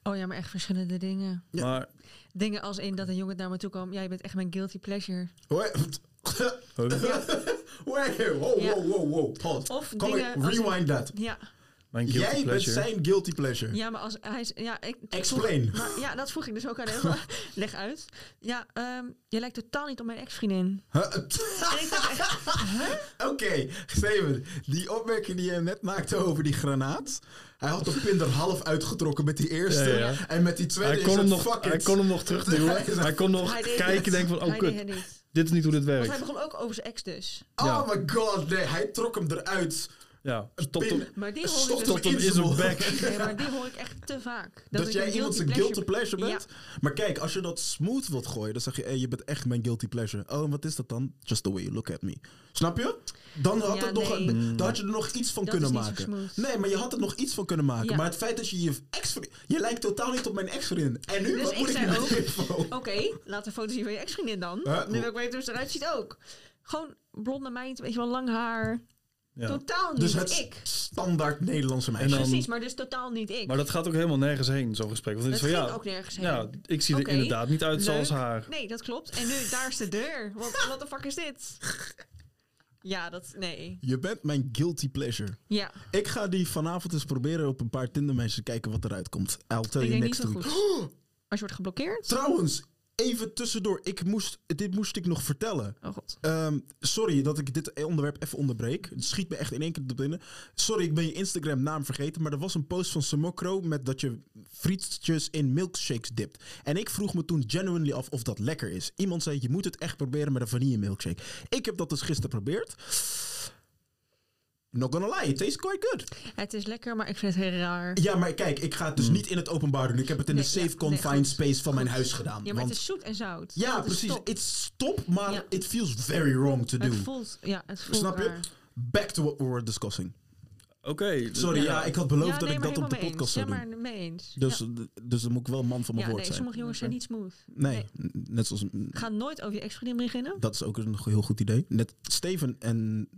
oh ja, maar echt verschillende dingen.
Ja.
Maar
Dingen als in dat een jongen naar me toe kwam. Jij bent echt mijn guilty pleasure.
Hoor-
huh?
[laughs] Wow, wow,
Ja.
wow, wow, wow. Pause.
Of
Kom
dingen
maar,
als in-
rewind that.
Ja,
mijn guilty
Jij bent
pleasure.
zijn guilty pleasure.
ja maar als hij... is- Ja, ik,
Explain.
Maar, ja, dat vroeg ik dus ook aan hem. [laughs] Leg uit. Ja, ehm, jij lijkt totaal niet op mijn
[laughs]
ex-vriendin.
Huh?
En ik dacht
[laughs]
echt,
Oké, Steven, die opmerking die je net maakte over die granaat. Hij had de pin er half uitgetrokken met die eerste.
Ja, ja.
En met die tweede
Hij
is
kon, hem
het
nog,
fuck
hij
it.
kon hem
[laughs]
nog terugduwen. Hij kon nog
Hij deed
kijken
het.
en denken van, oh
hij deed
kut,
het niet.
dit is niet hoe dit
Want hij
werkt.
begon ook over zijn ex dus.
Ja.
Oh my god, nee, hij trok hem eruit.
Ja,
Een
tot,
pin
tot,
Maar die hoor
stopte
ik dus...
tot
hem
hem
in
in
zijn
zijn
mond. [laughs]
bek.
Nee, maar die hoor ik echt te vaak.
Dat,
ik
jij
een
iemand zijn guilty pleasure
ben.
bent. Maar kijk, als je dat smooth wilt gooien, dan zeg je: hey, je bent echt mijn guilty pleasure. Oh, en wat is dat dan? Just the way you look at me. Snap je? Dan had,
Ja,
het nog,
nee.
Mm.
dan had je er nog iets van
Dat
kunnen
is niet zo
maken.
smooth.
nee, maar je had er nog iets van kunnen maken.
Ja.
Maar het feit dat je je ex Je lijkt totaal niet op mijn ex-vriendin. En nu?
Dus
wat
ik
moet ik
zei
met
ook- oh,
die info?
Oké, laat een foto zien van je ex-vriendin dan.
Huh?
oh.
Nu wil ik weten hoe ze eruit ziet ook. Gewoon blonde meid, weet je wel, lang haar.
ja.
Totaal niet
Dus het
ik.
standaard Nederlandse meisje.
En dan-
Precies, maar dus totaal niet ik.
Maar dat gaat ook helemaal nergens heen, zo'n gesprek. Want het
dat
is
ging
van, ja,
ook nergens heen.
ja, ik zie
Oké,
er inderdaad niet uit
leuk.
zoals haar.
Nee, dat klopt. En nu, daar is de deur. Wat what the fuck is dit? Ja, dat... Nee.
Je bent mijn guilty pleasure.
Ja,
Ik ga die vanavond eens proberen op een paar Tinder-mensen kijken wat eruit komt. I'll tell
ik
you
denk niet
next
zo
week.
goed.
[gasps]
Als je wordt geblokkeerd?
Trouwens, even tussendoor. Ik moest, dit moest ik nog vertellen.
Oh god.
Ehm, sorry dat ik dit onderwerp even onderbreek. Het schiet me echt in één keer te binnen. Sorry, ik ben je Instagram naam vergeten. Maar er was een post van Samokro met dat je frietjes in milkshakes dipt. En ik vroeg me toen genuinely af of dat lekker is. Iemand zei, je moet het echt proberen met een vanille milkshake. Ik heb dat dus gisteren geprobeerd. Not gonna lie, it tastes quite good.
Het is lekker, maar ik vind het heel raar.
Ja, maar kijk, ik ga het dus niet in het openbaar doen. Ik heb het in
Nee,
de
ja,
safe
nee,
confined
goed.
space van mijn
Goed.
huis gedaan.
Ja, maar
want,
het is zoet en zout.
ja
Dat is
precies.
top.
It's stop, maar
Ja.
it feels very wrong to do.
Het voelt... Ja, het voelt
Snap je?
raar.
Back to what we were discussing.
Oké. dus-
Sorry, ja.
[laughs]
ik had beloofd
ja,
dat
nee,
ik
maar
dat op de
helemaal mee
podcast
eens.
zou doen.
Ja, maar mee eens.
Dus,
ja,
dus dan moet ik wel man van mijn
Ja, nee,
woord zijn.
sommige jongens zijn niet smooth.
Nee, n- net zoals... m,
Ga nooit over je ex-vriendin beginnen.
Dat is ook een heel goed idee. Net Steven en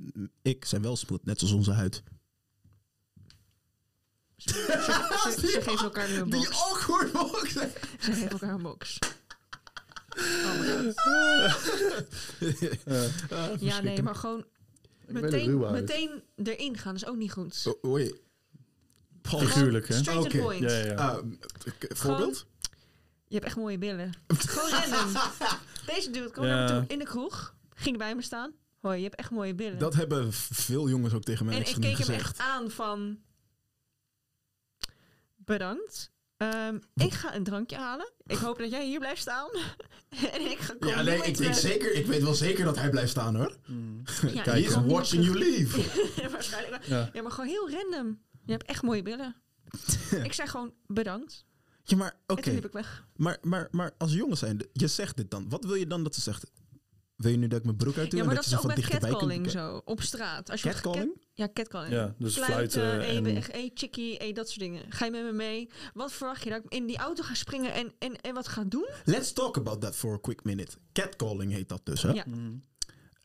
ik zijn wel spoed, net zoals onze huid.
Ze, ze-
[laughs]
ze geven elkaar nu een box.
awkward
[laughs]
box!
Ze geven elkaar een box. Oh my god.
Eh,
Ja, nee, maar gewoon
ben
meteen,
er ruw uit.
meteen erin gaan is ook niet goed.
Oei. Paul.
Echt? Figuurlijk, hè?
Straight to the
Oké.
point.
ja, ja, ja.
Ah, k- voorbeeld?
Je hebt echt mooie billen. Gewoon
[laughs]
random. Deze dude kwam
Ja.
naar me toe in de kroeg. Ging bij me staan. Hoi, je hebt echt mooie billen.
Dat hebben veel jongens ook tegen mij
en ik keek hem
gezegd.
echt aan van... Bedankt. Ehm, ik ga een drankje halen. Ik hoop dat jij hier blijft staan. [laughs] en ik ga komen.
Ja, nee, ik, ik, zeker, ik weet wel zeker dat hij blijft staan, hoor.
Mm.
Ja,
Kijk,
ik
he's
kom niet
watching you
terug.
leave.
[laughs] Waarschijnlijk wel.
Ja.
Ja, maar gewoon heel random. Je hebt echt mooie
[laughs]
billen. ik zei gewoon bedankt.
Ja, maar oké.
En toen liep ik weg.
Maar, maar, maar als jongen zijn, je zegt dit dan. Wat wil je dan dat ze zegt? Wil je nu dat ik mijn broek uit doe en
Ja, maar
dat
dat
je
is
ze van
ook met
dichterbij kunt
catcalling
bekijken?
zo. Op straat. Als je wordt
Catcalling?
gecat- Ja, catcalling.
Ja, dus fluiten
Fluiten,
en-
even echt, hey, chickie, hey, dat soort dingen. Ga je met me mee? Wat verwacht je? Dat ik in die auto ga springen en, en, en wat ga doen?
Let's talk about that for a quick minute. Catcalling heet dat dus, hè?
Ja.
Mm.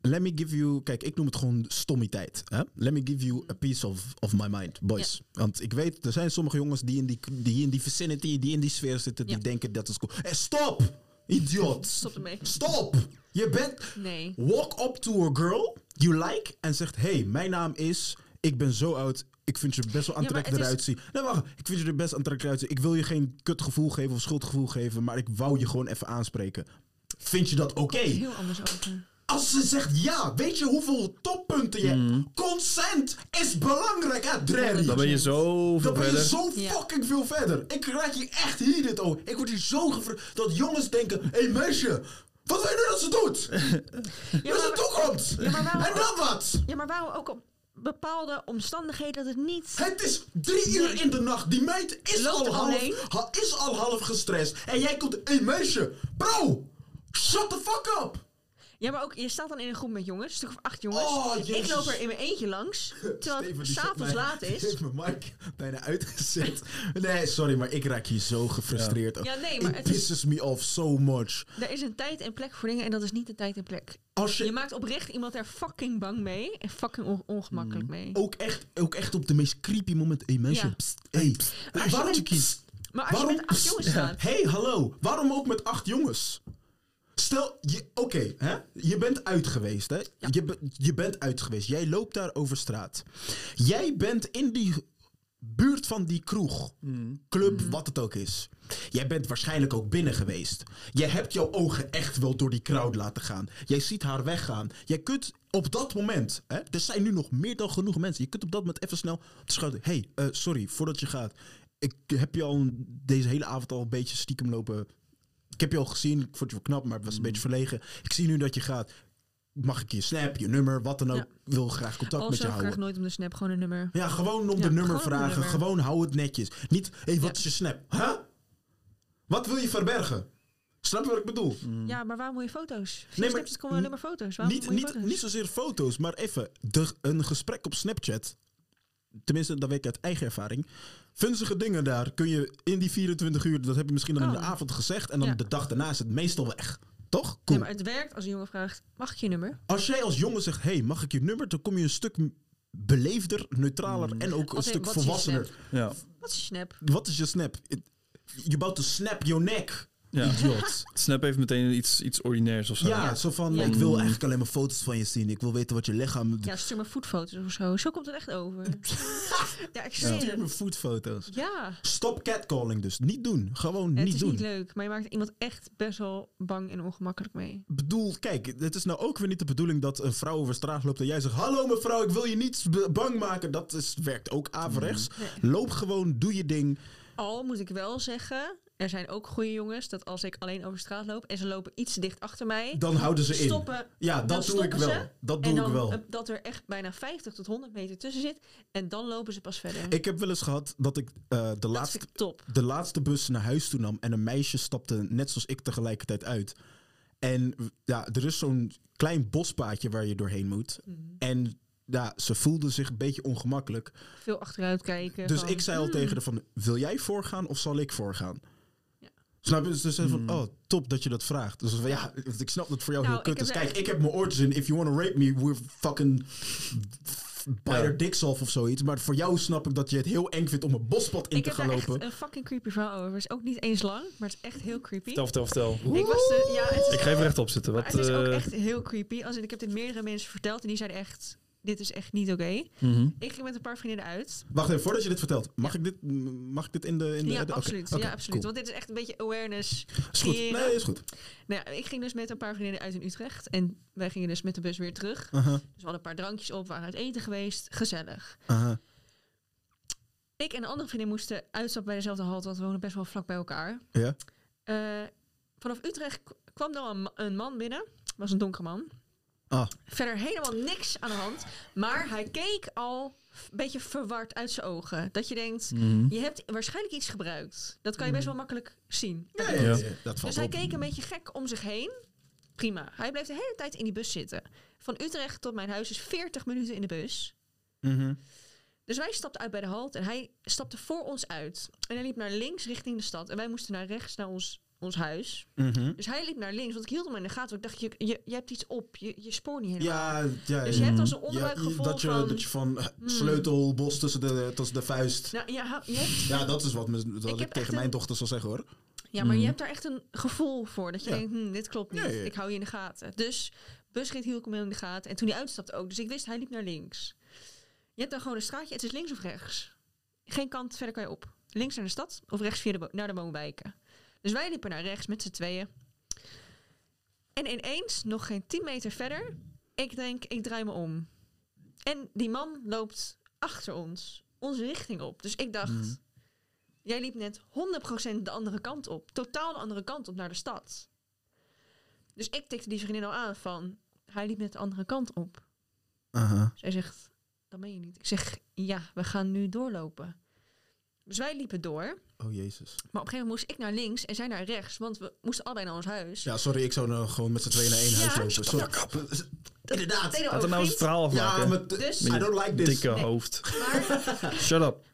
Let me give you... Kijk, ik noem het gewoon stommiteit. Hè? Let me give you a piece of, of my mind, boys. Want ik weet, er zijn sommige jongens die in die, die, in die vicinity, die in die sfeer zitten, die
Ja.
denken dat is cool. Hé, stop! Idioot!
Stop ermee.
Stop! Je bent...
Nee.
Walk up to a girl you like en zegt: Hey, mijn naam is. Ik ben zo oud. Ik vind je er best wel
maar
aantrekkelijk
het
eruit zien. Nee, wacht. Ik vind je er best aantrekkelijk uit zien. Ik wil je geen kutgevoel geven of schuldgevoel geven, maar ik wou je gewoon even aanspreken. Vind je dat oké?
Heel anders over.
Als ze zegt ja, weet je hoeveel toppunten je hebt? Consent is belangrijk, hè, Drerry?
Dan ben je zoveel
Dan ben je
verder.
zo
Ja.
fucking veel verder. Ik raak hier echt hier dit over. Ik word hier zo gevraagd dat jongens denken: hé hey, meisje, wat wil je nu dat ze doet?
Ja, maar,
toekomst!
Ja, maar waarom- En
dan wat?
ja, maar waarom ook op bepaalde omstandigheden dat het niet...
Het is drie uur in de nacht. Die meid is,
Loopt
al half,
alleen.
ha- is al half gestrest. En jij komt... Hé meisje, bro! Shut the fuck up!
Ja, maar ook, je staat dan in een groep met jongens, een stuk of acht jongens.
Oh,
ik
jezus.
loop er in mijn eentje
[laughs]
langs, terwijl
Eh, Steven, die
het
zet
s'avonds
mij-
laat
die [laughs]
is.
heeft mijn mic bijna uitgezet. Nee, sorry, maar ik raak hier zo gefrustreerd.
Ja, nee, maar
It
het is,
pisses me off so much.
er is een tijd en plek voor dingen en dat is niet de tijd en plek.
Als je
Je maakt oprecht iemand daar fucking bang mee en fucking on-
Mm.
ongemakkelijk mee.
ook echt, ook echt op de meest creepy moment... Hé, meisje,
Ja.
pst, hey, pst.
als je
waarom
met-
je kiest?
Maar als je
Waarom?
met acht jongens
[laughs]
staat,
Hé, hey, hallo. Waarom ook met acht jongens? Stel, je- oké, hè? je bent uit geweest, hè? Je, be- je bent uit geweest. Jij loopt daar over straat. Jij bent in die buurt van die kroeg,
Hmm.
club, wat het ook is. Jij bent waarschijnlijk ook binnen geweest. Jij hebt jouw ogen echt wel door die crowd laten gaan. Jij ziet haar weggaan. Jij kunt op dat moment, hè, er zijn nu nog meer dan genoeg mensen. Je kunt op dat moment even snel op de schouder. Hé, hey, eh, sorry, voordat je gaat. Ik heb je al een- deze hele avond al een beetje stiekem lopen. Ik heb je al gezien, ik vond je wel knap, maar ik was een beetje verlegen. Ik zie nu dat je gaat. Mag ik je snap, je nummer, wat dan ook.
Ja.
Ik wil graag contact met je
also
houden.
krijg nooit om de snap gewoon een nummer.
Ja, gewoon om de
Ja,
nummer
gewoon om de
vragen.
nummer.
Gewoon hou het netjes. Niet, hé, hey, wat
Ja.
is je snap? Huh? Wat wil je verbergen? Snap je wat ik bedoel?
Ja, maar waarom moet je foto's? Via
Hmm. maar-
Snapchat komen alleen maar foto's. Waarom
Niet,
moet je
niet,
foto's?
niet zozeer foto's, maar even de, een gesprek op Snapchat. Tenminste, dat weet ik uit eigen ervaring. Vunzige dingen daar kun je in die 24 uur, dat heb je misschien dan in de
Kan.
avond gezegd. En dan
Oh. Ja.
de dag daarna is het meestal weg. Toch?
Nee,
Cool.
maar het werkt als een jongen vraagt, mag ik je nummer?
Als jij als jongen zegt, hé, hey, mag ik je nummer? Dan kom je een stuk m- beleefder, neutraler en ook een
Mm. Als in,
stuk
wat is je
volwassener.
Ja.
Wat is je snap?
Wat is je snap? It- Je bouwt een snap your neck,
ja.
idiot.
Snap even meteen iets, iets ordinairs of zo.
ja, zo van,
Ja.
ik wil eigenlijk alleen maar foto's van je zien. Ik wil weten wat je lichaam doet.
Ja, stuur maar voetfoto's of zo. Zo komt het echt
[laughs]
over. ja, ik zweer
Stuur me
het.
foodfoto's.
Ja,
Stop catcalling dus. Niet doen. Gewoon
het
niet
is
doen.
niet leuk. Maar je maakt iemand echt best wel bang en ongemakkelijk mee.
bedoel, kijk, het is nou ook weer niet de bedoeling dat een vrouw over straat loopt en jij zegt: Hallo mevrouw, ik wil je niet b- bang maken. Dat is, werkt ook averechts.
Mm.
Loop gewoon, doe je ding.
Al moet ik wel zeggen, er zijn ook goede jongens... dat als ik alleen over straat loop en ze lopen iets te dicht achter mij...
Dan houden ze in.
dus stoppen
Ja, dat
dan
doe ik
stoppen ze
wel. Dat doe
en dan
ik wel.
eh, dat er echt bijna 50 tot 100 meter tussen zit. En dan lopen ze pas verder.
Ik heb wel eens gehad dat ik eh, de
dat
laatste
vind ik top.
de laatste bus naar huis toe nam en een meisje stapte net zoals ik tegelijkertijd uit. En ja, er is zo'n klein bospaadje waar je doorheen moet.
Mhm.
En ja, ze voelde zich een beetje ongemakkelijk.
Veel achteruit kijken.
Dus
van,
ik zei al
hmm,
tegen haar van, wil jij voorgaan of zal ik voorgaan?
Ja.
Snap je? Dus ze zei van, oh, top dat je dat vraagt. Dus van, ja, want ik snap dat het voor jou
Nou,
heel kut
ik heb
is.
er
Kijk,
echt-
ik heb mijn oortjes in. If you wanna rape me, we're fucking... By
Ja.
their dicks off of zoiets. Maar voor jou snap ik dat je het heel eng vindt om een bospad in
Ik
te
heb
gaan
daar echt
lopen.
een fucking creepy verhaal over. is ook niet eens lang, maar het is echt heel creepy.
Vertel, vertel, vertel.
Ik was de, ja, het is,
Ik ga even rechtop zitten. Wat,
maar het is ook
eh,
echt heel creepy. Als in, ik heb dit meerdere mensen verteld en die zeiden echt, dit is echt niet oké.
Oh,
mhm.
Ik ging met een paar vriendinnen uit.
Wacht even, voordat je dit vertelt, mag, ik, dit, m- mag ik dit in de. In de
ja,
de- oké,
absoluut.
oké,
ja, absoluut.
cool.
Want dit is echt een beetje awareness.
Is goed.
creëren.
Nee, is goed.
Nou ja, ik ging dus met een paar vriendinnen uit in Utrecht. En wij gingen dus met de bus weer terug. Dus
Aha,
we hadden een paar drankjes op, waren uit eten geweest. Gezellig.
aha.
Ik en een andere vriendin moesten uitstappen bij dezelfde halte, want we wonen best wel vlak bij elkaar.
Ja.
Eh, vanaf Utrecht k- kwam dan een, ma- een man binnen. Was een donkere man.
Ah.
Verder helemaal niks aan de hand. Maar hij keek al f- een beetje verward uit zijn ogen. Dat je denkt,
Mhm.
je hebt waarschijnlijk iets gebruikt. Dat kan je best wel makkelijk zien.
Mhm. Ja, ja,
Ja.
ja, dat valt
Dus hij
op.
keek een beetje gek om zich heen. Prima. Hij bleef de hele tijd in die bus zitten. Van Utrecht tot mijn huis is 40 minuten in de bus.
Mhm.
Dus wij stapten uit bij de halt en hij stapte voor ons uit. En hij liep naar links richting de stad. En wij moesten naar rechts naar ons, ons huis.
Mhm.
Dus hij liep naar links, want ik hield hem in de gaten. Want ik dacht, je, je, je hebt iets op, je, je spoor niet helemaal.
Ja, ja, ja. mm,
Dus je hebt als een
Ja,
onderbuikgevoel
dat je,
van... Hmm.
Dat je van eh, sleutelbos tussen de, tussen de vuist.
Nou, ja, hou- je hebt-
Ja, dat is wat, me- wat ik,
heb echt
tegen mijn
een-
dochter zal zeggen hoor.
ja, maar je hebt daar echt een gevoel voor. Dat je
Mm. Ja.
denkt, hm, dit klopt niet.
Ja, ja, ja.
Ik hou je in de gaten. Dus busrit hield ik hem in de gaten. En toen hij uitstapte ook. Dus ik wist, hij liep naar links. Je hebt dan gewoon een straatje. Het is links of rechts. Geen kant verder kan je op. Links naar de stad of rechts via de wo- naar de woonwijken. Dus wij liepen naar rechts met z'n tweeën. En ineens, nog geen 10 meter verder, ik denk, ik draai me om. En die man loopt achter ons, onze richting op. Dus ik dacht,
Mm.
jij liep net 100% de andere kant op. Totaal de andere kant op naar de stad. Dus ik tikte die vriendin al aan van, hij liep net de andere kant op.
Aha.
Zij zegt, dat meen je niet. Ik zeg, ja, we gaan nu doorlopen. Dus wij liepen door.
Oh jezus.
Maar op een gegeven moment moest ik naar links en zij naar rechts, want we moesten allebei naar ons huis.
Ja, sorry, ik zou nou gewoon met z'n tweeën naar één
Ja,
huis lopen.
stop
Sorry. Eh, Inderdaad.
Meteen
Laat er
over
nou eens
vriend.
het verhaal afmaken.
Ja, maar
Dus-
I don't like this.
Dikke hoofd. [laughs] Shut up.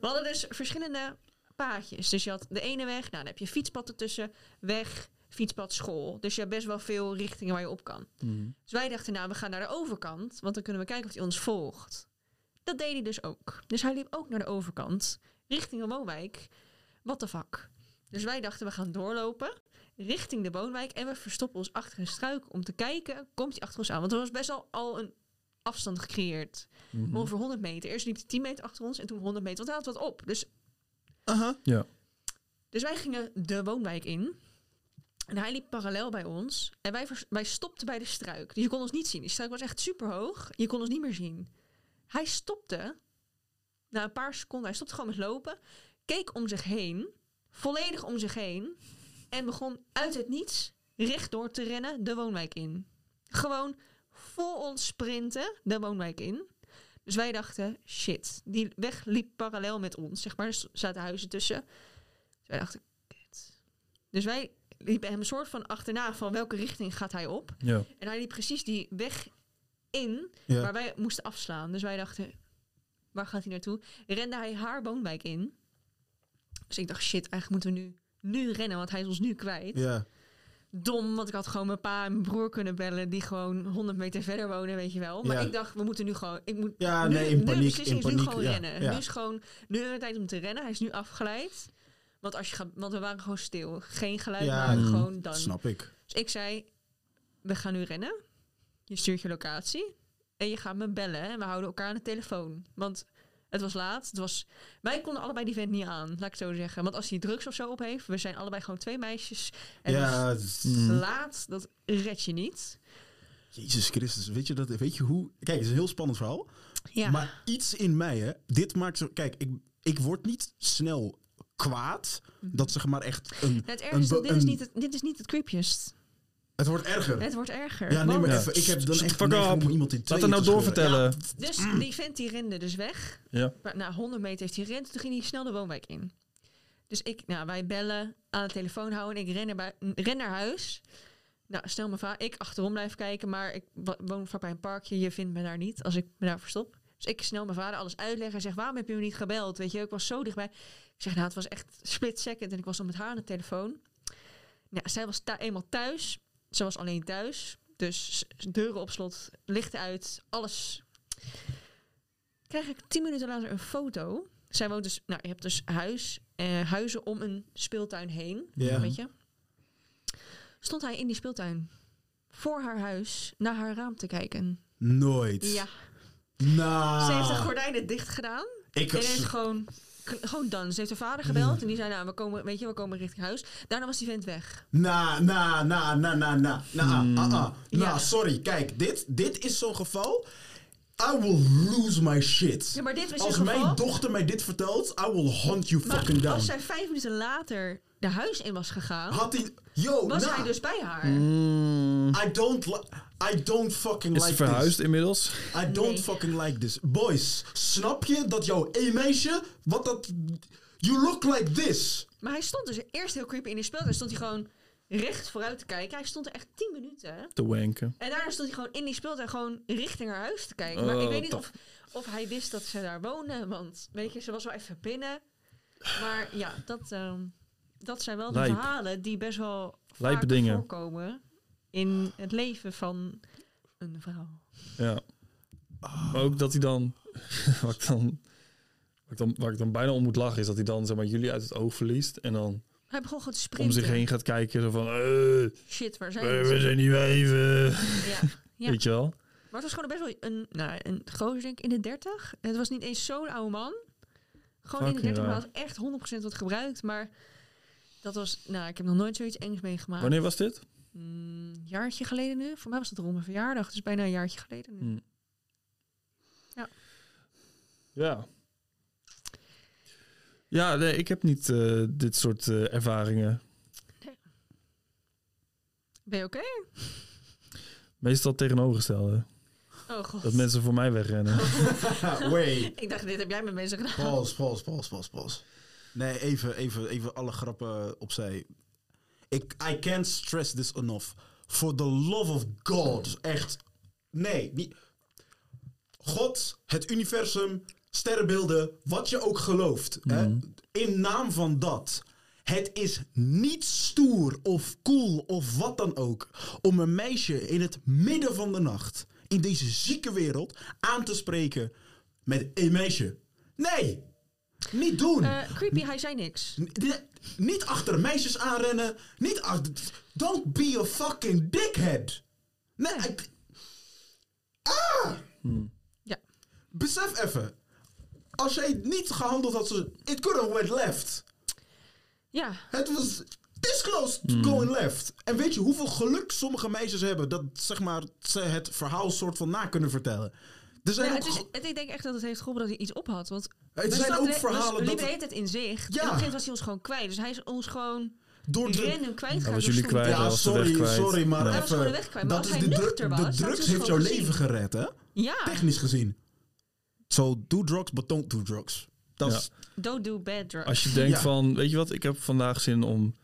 We hadden dus verschillende paadjes. Dus je had de ene weg, nou, dan heb je fietspad ertussen, weg, fietspad, school. Dus je hebt best wel veel richtingen waar je op kan. Dus wij dachten, nou, we gaan naar de overkant, want dan kunnen we kijken of hij ons volgt. Dat deed hij dus ook. Dus hij liep ook naar de overkant, richting de woonwijk. What the fuck? Dus wij dachten, we gaan doorlopen richting de woonwijk en we verstoppen ons achter een struik om te kijken, komt hij achter ons aan? Want er was best al, al een afstand gecreëerd.
Mhm.
Ongeveer 100 meter. Eerst liep hij 10 meter achter ons en toen 100 meter. Want hij had wat op. Dus,
Aha.
Ja.
dus wij gingen de woonwijk in. En hij liep parallel bij ons. En wij, vers- wij stopten bij de struik. Dus je kon ons niet zien. Die struik was echt super hoog. Je kon ons niet meer zien. Hij stopte. Na een paar seconden. Hij stopte gewoon met lopen. Keek om zich heen. Volledig om zich heen. En begon uit het niets rechtdoor te rennen de woonwijk in. Gewoon vol ons sprinten de woonwijk in. Dus wij dachten, shit, die weg liep parallel met ons, zeg maar. Er s- zaten huizen tussen. Dus wij dachten, kut. Dus wij liepen hem een soort van achterna van welke richting gaat hij op.
Ja. nou
En hij liep precies die weg in
Ja.
waar wij moesten afslaan. Dus wij dachten, waar gaat hij naartoe? Rende hij haar woonwijk in. Dus ik dacht, shit, eigenlijk moeten we nu, nu rennen, want hij is ons nu kwijt.
Ja.
Dom, want ik had gewoon mijn pa en mijn broer kunnen bellen... die gewoon 100 meter verder wonen, weet je wel. Maar
Ja.
ik dacht, we moeten nu gewoon... Ik moet,
Ja,
nu,
Ah, nee, in
nu de
paniek.
beslissing
In
is nu
paniek.
gewoon
ja.
rennen.
Ja.
Nu is gewoon nu de tijd om te rennen. Hij is nu afgeleid. Want, als je gaat, want we waren gewoon stil. Geen geluid
Ja,
maken,
mm.
gewoon dan.
Snap ik.
Dus ik zei, we gaan nu rennen. Je stuurt je locatie. En je gaat me bellen. En we houden elkaar aan de telefoon. Want het was laat. Het was, wij konden allebei die vent niet aan, laat ik het zo zeggen. Want als hij drugs of zo op heeft... We zijn allebei gewoon twee meisjes. En dus-
ja,
Mm.
het was laat, dat red je niet.
Jezus Christus, weet je, dat, weet je hoe... Kijk, het is een heel spannend verhaal.
Ja.
Maar iets in mij, hè. Dit maakt zo... Kijk, ik, ik word niet snel kwaad.
Mhm.
Dat zeg maar echt een...
het
een
ergste,
be-
dit, is
een-
niet het, dit is niet het creepiest.
Het wordt erger.
Het wordt erger.
Ja, nee, maar
Ja.
even. Ik heb dan
Shut
echt
the fuck
neiging
up.
om iemand in
Laat
tweeën
er nou
te scheuren.
doorvertellen.
Dus die vent die rende dus weg.
Ja.
Maar na 100 meter heeft hij gerend. Toen ging hij snel de woonwijk in. Dus ik, nou, wij bellen, aan de telefoon houden. Ik ren, erbij, ren naar huis. Nou, snel mijn vader. Ik achterom blijven kijken, maar ik wa- woon vlakbij een parkje. Je vindt me daar niet als ik me daar verstop. Dus ik snel mijn vader alles uitleggen. Hij zegt, waarom heb je me niet gebeld? Weet je, ik was zo dichtbij. Ik zeg, nou, het was echt split second. En ik was al met haar aan de telefoon. Nou, zij was daar eenmaal thuis. Ze was alleen thuis. Dus s- deuren op slot, lichten uit, alles. Krijg ik tien minuten later een foto. Zij woont dus, nou, je hebt dus huis, eh, huizen om een speeltuin heen.
Ja.
Weet je? Stond hij in die speeltuin voor haar huis naar haar raam te kijken.
Nooit.
Ja.
Nou.
Ze heeft de gordijnen dicht gedaan.
Ik
En is gewoon, k- gewoon dan. Ze heeft haar vader gebeld. En die zei, nou, we komen, weet je, we komen richting huis. Daarna was die vent weg.
Na, na, na, na, na, na, na, ah, ah, ah. Na,
Hmm. Ja.
sorry. Kijk, dit, dit is zo'n geval. I will lose my shit.
Ja, maar dit was
Als
in geval...
mijn dochter mij dit vertelt, I will hunt you
Maar
fucking down.
als zij vijf minuten later de huis in was gegaan,
Had hij... Yo,
was
na.
hij dus bij haar.
Mm. I don't li- I don't fucking
Is ze
like
verhuisd inmiddels?
this. I don't
Nee.
fucking like this. Boys, snap je dat jouw één meisje... Wat dat... You look like
[laughs]
this.
Maar hij stond dus eerst heel creepy in die speeltuin. Stond hij gewoon recht vooruit te kijken. Hij stond er echt tien minuten.
Te wanken.
En daarna stond hij gewoon in die speeltuin gewoon richting haar huis te kijken. Maar ik
Oh,
weet niet
tof.
of, of hij wist dat ze daar woonde. Want weet je, ze was wel even binnen. Maar ja, dat, ehm, dat zijn wel de
Lijp.
verhalen die best wel
Lijpe
vaak
dingen.
voorkomen in het leven van een vrouw.
Ja.
Ah.
Maar ook dat hij dan... [laughs] wat ik dan... Waar ik, dan, waar ik dan bijna om moet lachen is dat hij dan zeg maar, jullie uit het oog verliest en dan
Hij begon gewoon te sprinten.
om zich heen gaat kijken. Zo van, eh,
Shit, waar zijn
we
ze?
zijn niet wijven.
Ja. Ja.
Weet je wel?
Maar het was gewoon best wel een, nou, een gozer, denk ik, in de 30. Het was niet eens zo'n oude man. Gewoon in de
Fucking
30, maar
raar.
hij had echt 100% wat gebruikt. Maar dat was, nou, ik heb nog nooit zoiets engs meegemaakt.
Wanneer was dit?
Mm, een jaartje geleden nu. Voor mij was het rond mijn verjaardag, dus bijna een jaartje geleden nu.
Hm. Ja. Ja, nee, ik heb niet eh, dit soort eh, ervaringen.
Ben je oké?
Meestal tegenovergestelde.
Oh god.
Dat mensen voor
[laughs]
mij wegrennen.
Wait.
Ik dacht, dit heb jij met mensen gedaan.
Pause, pause, pause, pause, pause. Nee, even, even, even alle grappen opzij. Ik, I can't stress this enough. For the love of God. Echt. Nee. Niet. God, het universum, sterrenbeelden, wat je ook gelooft. Hè, in naam van dat. Het is niet stoer of cool of wat dan ook. Om een meisje in het midden van de nacht, in deze zieke wereld, aan te spreken met een meisje. Nee! Niet doen!
Eh, creepy, hij zei niks.
N- n- Niet achter meisjes aanrennen. Niet achter. Don't be a fucking dickhead. Nee, ik-
Ja.
besef even. Als jij niet gehandeld had, zo- it could have went left.
Ja,
Het was disclosed
Hmm.
going left. En weet je hoeveel geluk sommige meisjes hebben dat zeg maar, ze het verhaal soort van na kunnen vertellen? Er zijn
Nou,
ook
het is,
ge-
het- ik denk echt dat het heeft geholpen dat hij iets op had. Want
zijn ook verhalen
We
dat-
liepen de hele tijd in
Ja.
zicht. En op een gegeven moment was hij ons gewoon kwijt. Dus hij is ons gewoon
door de,
random kwijtgeraakt.
Dat was
door
jullie
stomme-
kwijt.
Ja,
hij was de
sorry,
weg kwijt.
sorry, maar
Ja. Hij
was
even.
gewoon de weg kwijt, maar
dat
als
is
hij
de,
nuchter was,
de
had ze
drugs
het
heeft jouw
gewoon
leven
gezien.
gered, hè?
Ja,
Technisch gezien. So, do drugs, but don't do drugs. Dat is
don't do bad drugs.
Als je denkt
Ja.
van, weet je wat, ik heb vandaag zin om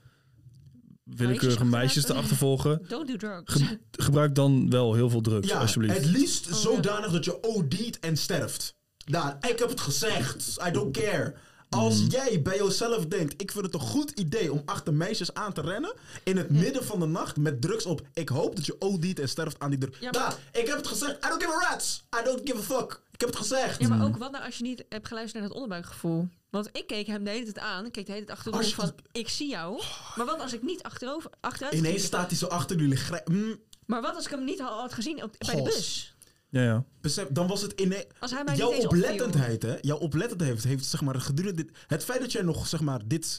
willekeurige
Meisjes
meisjes te achtervolgen.
Don't do drugs.
Ge- gebruik dan wel heel veel drugs,
ja, het
alsjeblieft.
liefst
Oh,
zodanig dat je OD't en sterft. Nou, ik heb het gezegd. I don't care. Als jij bij jezelf denkt, ik vind het een goed idee om achter meisjes aan te rennen in het midden van de nacht met drugs op. Ik hoop dat je OD't en sterft aan die drugs.
Ja, maar-
Daar, ik heb het gezegd. I don't give a rats. I don't give a fuck. Ik heb het gezegd.
Ja, maar
Mm.
ook wat nou als je niet hebt geluisterd naar dat onderbuikgevoel? Want ik keek hem de hele tijd aan. Ik keek de hele tijd achterom
Als je-
van, ik zie jou. Maar wat als ik niet achterover, achteruit
Ineens
keek?
staat hij zo achter jullie. grij- Mm,
Maar wat als ik hem niet al had gezien op, bij de
Gos.
bus?
Ja, ja.
Besef, dan was het in
Als hij mij niet
jouw
eens
oplettendheid, hè? Jouw oplettendheid heeft, heeft zeg maar gedurende dit, het feit dat jij nog zeg maar dit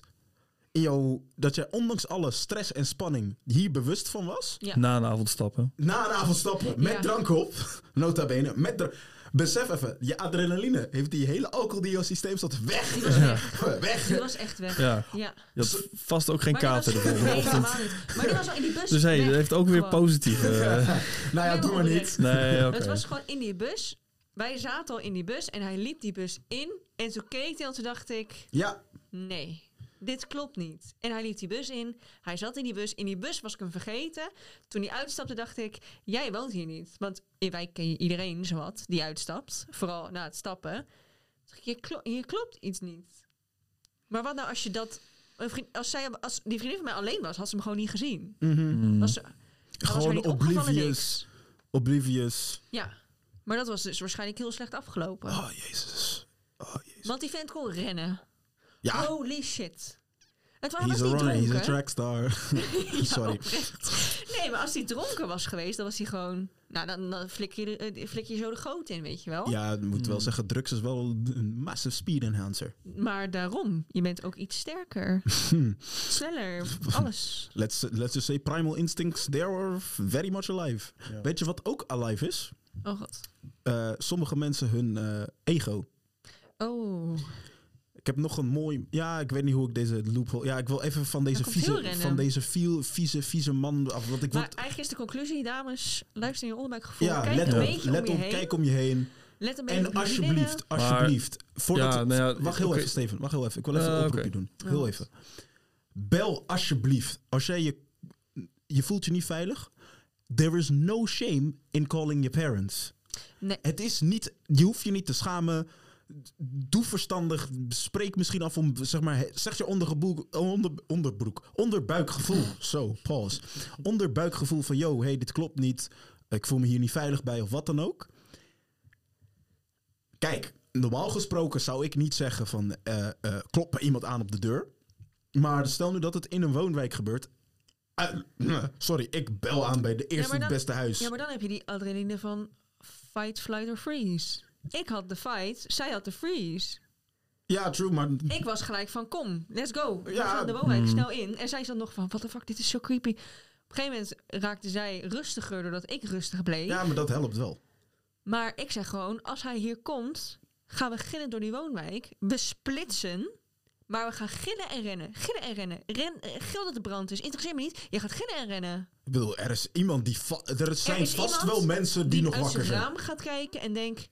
in jouw dat jij ondanks alle stress en spanning hier bewust van was.
Ja.
Na een avond stappen.
Na een avond stappen met
Ja.
drank op, [laughs] nota bene, met dra- Besef even, je adrenaline heeft die hele alcohol die in jouw systeem zat weg. [laughs] weg. Nou
Die was echt weg.
Ja.
ja.
Je had vast ook geen
Maar die was-
kater de volgende
Nee,
ochtend.
helemaal niet. Maar die was al in die bus.
Dus hé,
weg.
dat heeft ook weer
Gewoon.
positief.
[laughs]
Nou ja,
Nee,
doe maar
maar
niet.
nee, oké.
Het was gewoon in die bus. Wij zaten al in die bus en hij liep die bus in. En toen keek hij en toen dacht ik,
Ja,
nee, dit klopt niet. En hij liep die bus in. Hij zat in die bus. In die bus was ik hem vergeten. Toen hij uitstapte dacht ik, jij woont hier niet. Want in wijk ken je iedereen zowat die uitstapt. Vooral na het stappen. Toen dacht ik, hier, klo- hier klopt iets niet. Maar wat nou als je dat... een vriend- Als, zij, als die vriendin van mij alleen was, had ze hem gewoon niet gezien. Was, ze- dan was haar
Mhm. Gewoon
niet opgevallen,
oblivious.
niks.
oblivious.
Ja, maar dat was dus waarschijnlijk heel slecht afgelopen.
Oh jezus. Oh jezus.
Want die vent kon rennen.
Ja,
Holy shit. Het waren
he's a
Oh, was niet
runner, he's a
dronken.
trackstar.
Ja,
[laughs] Sorry.
oprecht. Oh, Nee, maar als hij dronken was geweest, dan was hij gewoon... Nou, dan, dan flik, je, de- eh, flik je zo de goot in, weet je wel.
Ja, ik moet wel zeggen, drugs is wel een massive speed enhancer.
Maar daarom, je bent ook iets
[laughs]
sterker. Sneller, alles.
Let's, let's just say primal instincts, they are very much alive.
Ja.
Weet je wat ook alive is?
Oh god.
Eh, sommige mensen hun eh, ego.
Oh,
Ik heb nog een mooi... Ja, ik weet niet hoe ik deze loophole... Ja, ik wil even van deze
komt heel
vieze,
random.
van deze viel, vieze, vieze man af. Want ik
maar
word-
eigenlijk is de conclusie, dames. Luister in je onderbuikgevoel.
ja,
kijk
let
een
op,
beetje
let
om je
op,
heen.
kijk om je heen.
Let een beetje
En
op je
alsjeblieft, alsjeblieft. Voordat
Ja, nou ja,
wacht heel
oké.
even, Steven. Wacht heel even. Ik wil even
Eh,
een
oké.
oproepje doen. Heel
Oh.
even. Bel alsjeblieft. Als jij je... Je voelt je niet veilig. There is no shame in calling your parents.
Nee.
Het is niet... Je hoeft je niet te schamen. Doe verstandig. Spreek misschien af om... Zeg maar... Zeg je onderbroek... Onder, onderbroek. Onderbuikgevoel. Zo, pause. Onderbuikgevoel van... Yo, hey, dit klopt niet. Ik voel me hier niet veilig bij of wat dan ook. Kijk, normaal gesproken zou ik niet zeggen van eh eh, klop bij iemand aan op de deur. Maar stel nu dat het in een woonwijk gebeurt. Eh, sorry, ik bel aan bij de
Ja,
eerste
maar dan-
beste huis.
Ja, maar dan heb je die adrenaline van fight, flight or freeze. Ik had de fight, zij had de freeze.
Ja, true, maar
Ik was gelijk van kom, let's go. We
Ja.
gaan de woonwijk snel in. En zij zat nog van, what the fuck, dit is zo creepy. Op een gegeven moment raakte zij rustiger doordat ik rustig bleef.
ja, maar dat helpt wel.
Maar ik zei gewoon, als hij hier komt, gaan we gillen door die woonwijk. We splitsen, maar we gaan gillen en rennen. Gillen en rennen. Ren, eh, gil dat de brand is. Interesseert me niet. Je gaat gillen en rennen.
Ik bedoel, er is iemand die va- er zijn
is
vast
iemand
wel mensen die, nog
uit
wakker
zijn
zijn.
raam gaat kijken en denkt...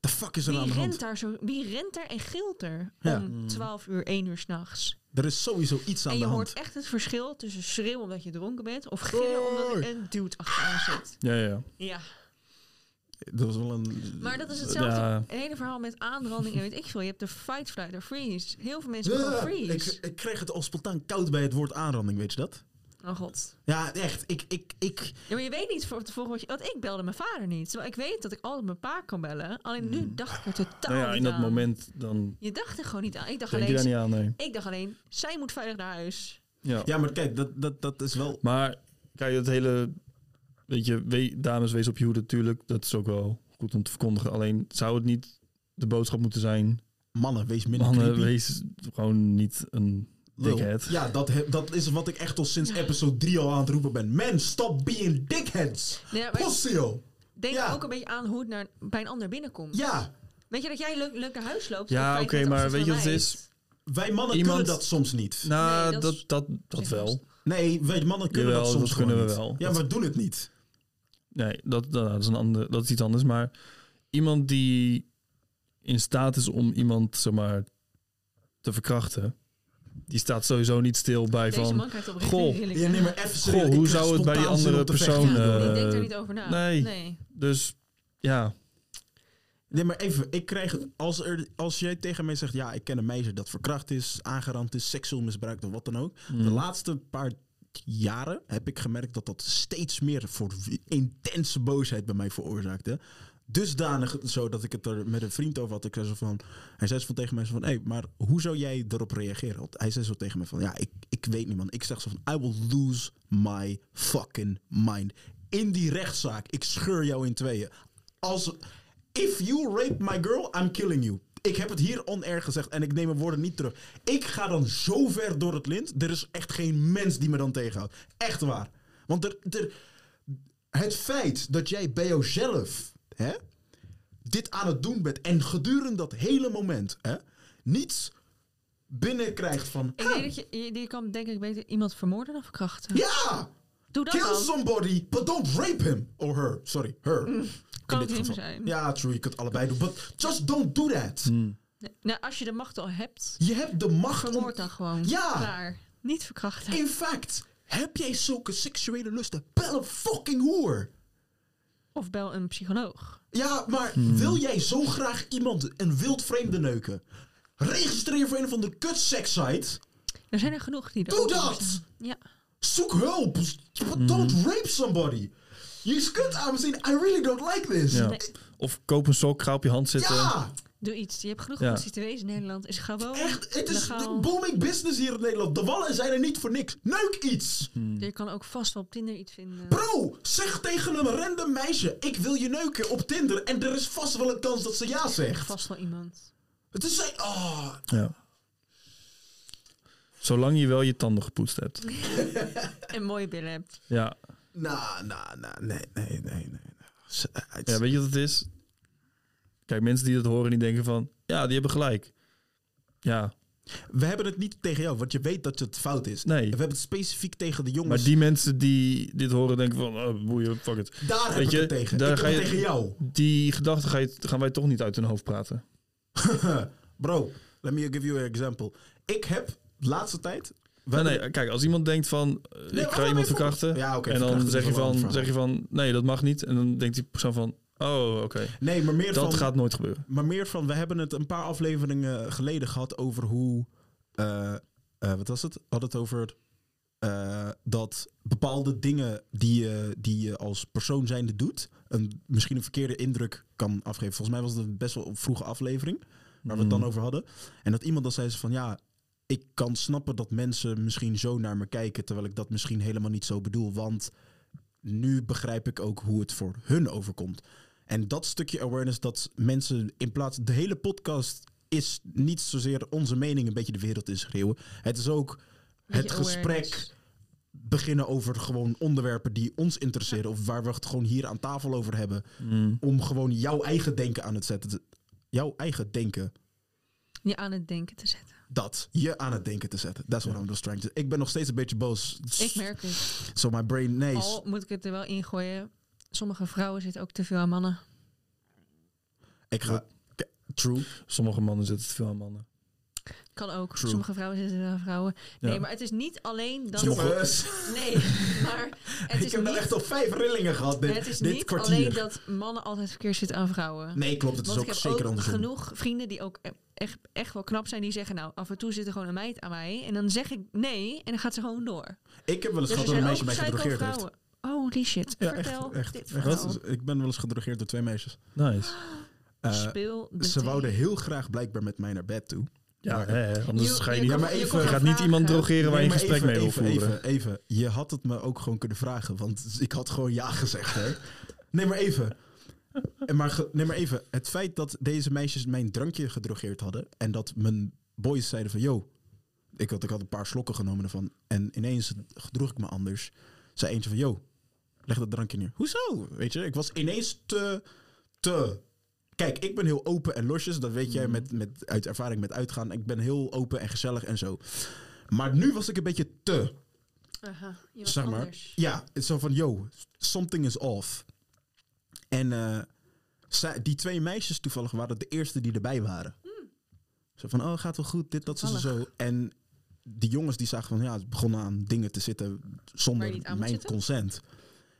the fuck is er aan
Wie
de hand?
rent, daar zo, wie rent daar en gilt er
Ja.
Mm.
om 12 uur, 1 uur s'nachts?
Er is sowieso iets aan
En
de
je
hand.
hoort echt het verschil tussen schreeuwen omdat je dronken bent of gillen omdat er
Hoi.
een dude achteraan zit.
Ja, ja.
Ja.
Dat was wel een...
Maar dat is hetzelfde.
Ja.
Het hele verhaal met aanranding en weet ik veel. Je hebt de fight, flight of freeze. Heel veel mensen
Ja,
gewoon
Ah, ik,
freeze.
ik kreeg het al spontaan koud bij het woord aanranding, weet je dat?
Oh god.
Ja, echt. Ik, ik, ik,
Ja, maar je weet niet voor tevoren wat je... Want ik belde mijn vader niet. Terwijl ik weet dat ik altijd mijn pa kan bellen. Alleen nu dacht ik er totaal
Nou ja,
niet
in dat
aan.
moment dan
Je dacht er gewoon niet aan. Ik dacht,
denk je daar
alleen,
niet aan, nee.
ik dacht alleen, zij moet veilig naar huis.
Ja.
ja, maar kijk, dat, dat, dat is wel...
Maar kijk, dat hele... Weet je, we- dames, wees op je hoede natuurlijk. Dat is ook wel goed om te verkondigen. Alleen zou het niet de boodschap moeten zijn...
Mannen, wees minder
Mannen,
creepy.
wees gewoon niet een...
Lul.
dickhead.
Ja, dat, he- dat is wat ik echt al sinds episode 3 al aan het roepen ben. Men, stop being dickheads.
Nee, maar
Possio.
denk
Ja.
ook een beetje aan hoe het naar, bij een ander binnenkomt.
Ja,
Weet je dat jij leuk, leuk naar huis loopt?
Ja,
op vijf
oké,
meter
maar
afstand
weet je
van
wat het
mij?
is?
wij mannen
Iemand-
kunnen dat soms niet.
Nou,
Nee, dat
dat,
is-
dat, dat, wel.
Nee, wij mannen kunnen
Jawel,
dat soms
dat kunnen
gewoon
we
niet.
wel.
Ja, maar we doen het niet.
Nee, dat, nou, dat, dat is een ander, dat is iets anders. Maar iemand die in staat is om iemand, zeg maar, te verkrachten... Die staat sowieso niet stil bij
Deze
van...
man krijgt oprecht
Goh,
geen rilling.
Ja, nee, maar even serieus,
Goh,
ik
hoe
krijg
zou het bij die
spontaan zin
andere
om te vechten.
persoon,
Ja,
eh,
Ik denk daar niet over na.
nee. Dus ja,
Nee, maar even, ik krijg, als, er, als jij tegen mij zegt, ja, ik ken een meisje dat verkracht is, aangerand is, seksueel misbruikt of wat dan ook. De laatste paar jaren heb ik gemerkt dat dat steeds meer voor intense boosheid bij mij veroorzaakte. Dusdanig zo dat ik het er met een vriend over had. Ik zei zo van, hij zei zo van tegen mij zo van, hé, hey, maar hoe zou jij erop reageren? Want hij zei zo tegen mij van, ja, ik, ik weet niet man. Ik zeg zo van, I will lose my fucking mind. In die rechtszaak, ik scheur jou in tweeën. Als, if you rape my girl, I'm killing you. Ik heb het hier on air gezegd en ik neem mijn woorden niet terug. Ik ga dan zo ver door het lint. Er is echt geen mens die me dan tegenhoudt. Echt waar. Want er, er, het feit dat jij bij jouzelf hè, dit aan het doen bent en gedurende dat hele moment hè, niets binnenkrijgt van.
Ik denk dat je, je, je kan denk ik beter iemand vermoorden dan verkrachten.
Ja!
Doe dat
Kill
dan.
somebody, but don't rape him. Or her. Sorry, her.
Mm, kan
In dit
ook him
geval.
zijn.
Ja, true. Je kunt allebei doen. But just don't do that.
Hmm.
Nee, Nou, als je de macht al hebt,
Je hebt de macht om
vermoord dan gewoon.
Ja.
Klaar. Niet verkrachten.
In fact, heb jij zulke seksuele lusten? Bel een fucking hoer.
Of bel een psycholoog.
Ja, maar
Hmm.
wil jij zo graag iemand een wild vreemde neuken? Registreer voor een van de kutsexsites.
Er zijn er genoeg die er
Doe
ook over
dat!
zijn. Ja.
Zoek hulp.
Hmm.
But Don't rape somebody. Je kunt aan me zien, I really don't like this.
ja.
Ja,
Nee.
Of koop een sok, ga op je hand zitten.
Doe iets. Je hebt genoeg
Ja.
ja. te wezen in Nederland. Is gewoon
echt. Het is
legaal.
booming business hier in Nederland. De wallen zijn er niet voor niks. Neuk iets.
Hm.
Je kan ook vast wel op Tinder iets vinden.
Bro, zeg tegen een random meisje, ik wil je neuken op Tinder. En er is vast wel een kans dat ze ja zegt.
Vast wel iemand.
Het is zij. Oh,
Ja. Zolang je wel je tanden gepoetst hebt.
En mooie billen hebt.
Ja.
nou, nou, nou, nee, nee, nee, nee. eh, nee. Z- uit.
ja, weet je wat het is? Kijk, mensen die dat horen, die denken van... Ja, die hebben gelijk. Ja,
We hebben het niet tegen jou, want je weet dat het fout is.
Nee.
We hebben het specifiek tegen de jongens.
maar die mensen die dit horen, denken van... Oh, boeien, fuck it.
daar heb
weet
ik
je,
het tegen.
daar
ik
ga
heb
je-
het tegen jou.
Die gedachten ga je- gaan wij toch niet uit hun hoofd praten.
Bro, let me give you an example. Ik heb de laatste tijd...
Nee, nee, kijk, als iemand denkt van... eh,
maar
ik
laat
ga
me
iemand
even-
verkrachten.
Ja, oké,
en dan
verkrachten
zeg
is
je,
wel een
van,
verhaal.
zeg je van... Nee, dat mag niet. En dan denkt die persoon van... Oh, oké.
Nee, maar meer
Dat
van...
gaat nooit gebeuren.
Maar meer van, we hebben het een paar afleveringen geleden gehad over hoe. eh, eh, wat was het? We hadden het over eh, dat bepaalde dingen die je, die je als persoon zijnde doet, een, misschien een verkeerde indruk kan afgeven. Volgens mij was het een best wel vroege aflevering waar we het dan over hadden. En dat iemand dan zei ze van ja, ik kan snappen dat mensen misschien zo naar me kijken, terwijl ik dat misschien helemaal niet zo bedoel. Want nu begrijp ik ook hoe het voor hun overkomt. En dat stukje awareness dat mensen in plaats... De hele podcast is niet zozeer onze mening een beetje de wereld in schreeuwen. Het is ook
Beetje
het gesprek
awareness.
beginnen over gewoon onderwerpen die ons interesseren. Of waar we het gewoon hier aan tafel over hebben. Om gewoon jouw eigen denken aan het zetten. te- Jouw eigen denken
Je aan het denken te zetten.
dat je aan het denken te zetten. That's what I'm just trying to... Ik ben nog steeds een beetje boos.
Ik Oh. merk het.
So my brain, nee.
Al moet ik het er wel ingooien. Sommige vrouwen zitten ook te veel aan mannen.
Ik ga... True.
Sommige mannen zetten het veel aan mannen.
Kan ook.
True.
Sommige vrouwen zitten aan vrouwen.
Ja.
Nee, maar het is niet alleen dat...
Jongens,
Nee, maar het
[laughs] ik
is
heb nou
niet,
echt al vijf rillingen gehad dit,
het is
dit
niet
kwartier.
alleen dat mannen altijd verkeerd zitten aan vrouwen.
Nee, klopt. Het is
Want ik
ook
heb
zeker
ook
andersom.
genoeg vrienden die ook e- echt, echt wel knap zijn. Die zeggen nou, af en toe zit er gewoon een meid aan mij. En dan zeg ik nee en dan gaat ze gewoon door.
Ik heb wel eens
Dus er
gehad dat een meisje
zijn ook
mij gedrogeerd heeft.
psycho-vrouwen. Holy shit,
Ja,
vertel
echt. echt,
dit
echt.
verhaal.
Dat is- ik ben wel eens gedrogeerd door twee meisjes.
Nice.
Eh,
Speel de
ze
thee.
wouden heel graag blijkbaar met mij naar bed toe.
Ja,
Maar-
hè, hè, anders
Je-
ga je
je
niet...
kan-
Ja, maar
je
even-
kan
je gaat
gaan
niet
vragen.
iemand drogeren waar je een
Nee, maar
gesprek mee wil
even, Even,
voeren.
even, je had het me ook gewoon kunnen vragen, want ik had gewoon ja gezegd. Hè. Nee, maar even. En Maar, ge- nee, maar even. Het feit dat deze meisjes mijn drankje gedrogeerd hadden en dat mijn boys zeiden van, yo, ik had, ik had een paar slokken genomen ervan en ineens gedroeg ik me anders. Zei eentje van, yo, leg dat drankje neer. Hoezo? Weet je, ik was ineens te, te... Kijk, ik ben heel open en losjes, dat weet jij met, met, uit ervaring met uitgaan. Ik ben heel open en gezellig en zo. Maar nu was ik een beetje te.
Aha, je was
Zeg maar.
anders.
Ja, het is zo van, yo, something is off. En eh, zij- die twee meisjes toevallig waren de eerste die erbij waren.
Hmm.
Zo van, oh, gaat wel goed, dit, dat, zo, zo. En die jongens die zagen van, ja, het begonnen aan dingen te zitten
Waar
zonder
je niet aan
mijn
moet zitten?
consent.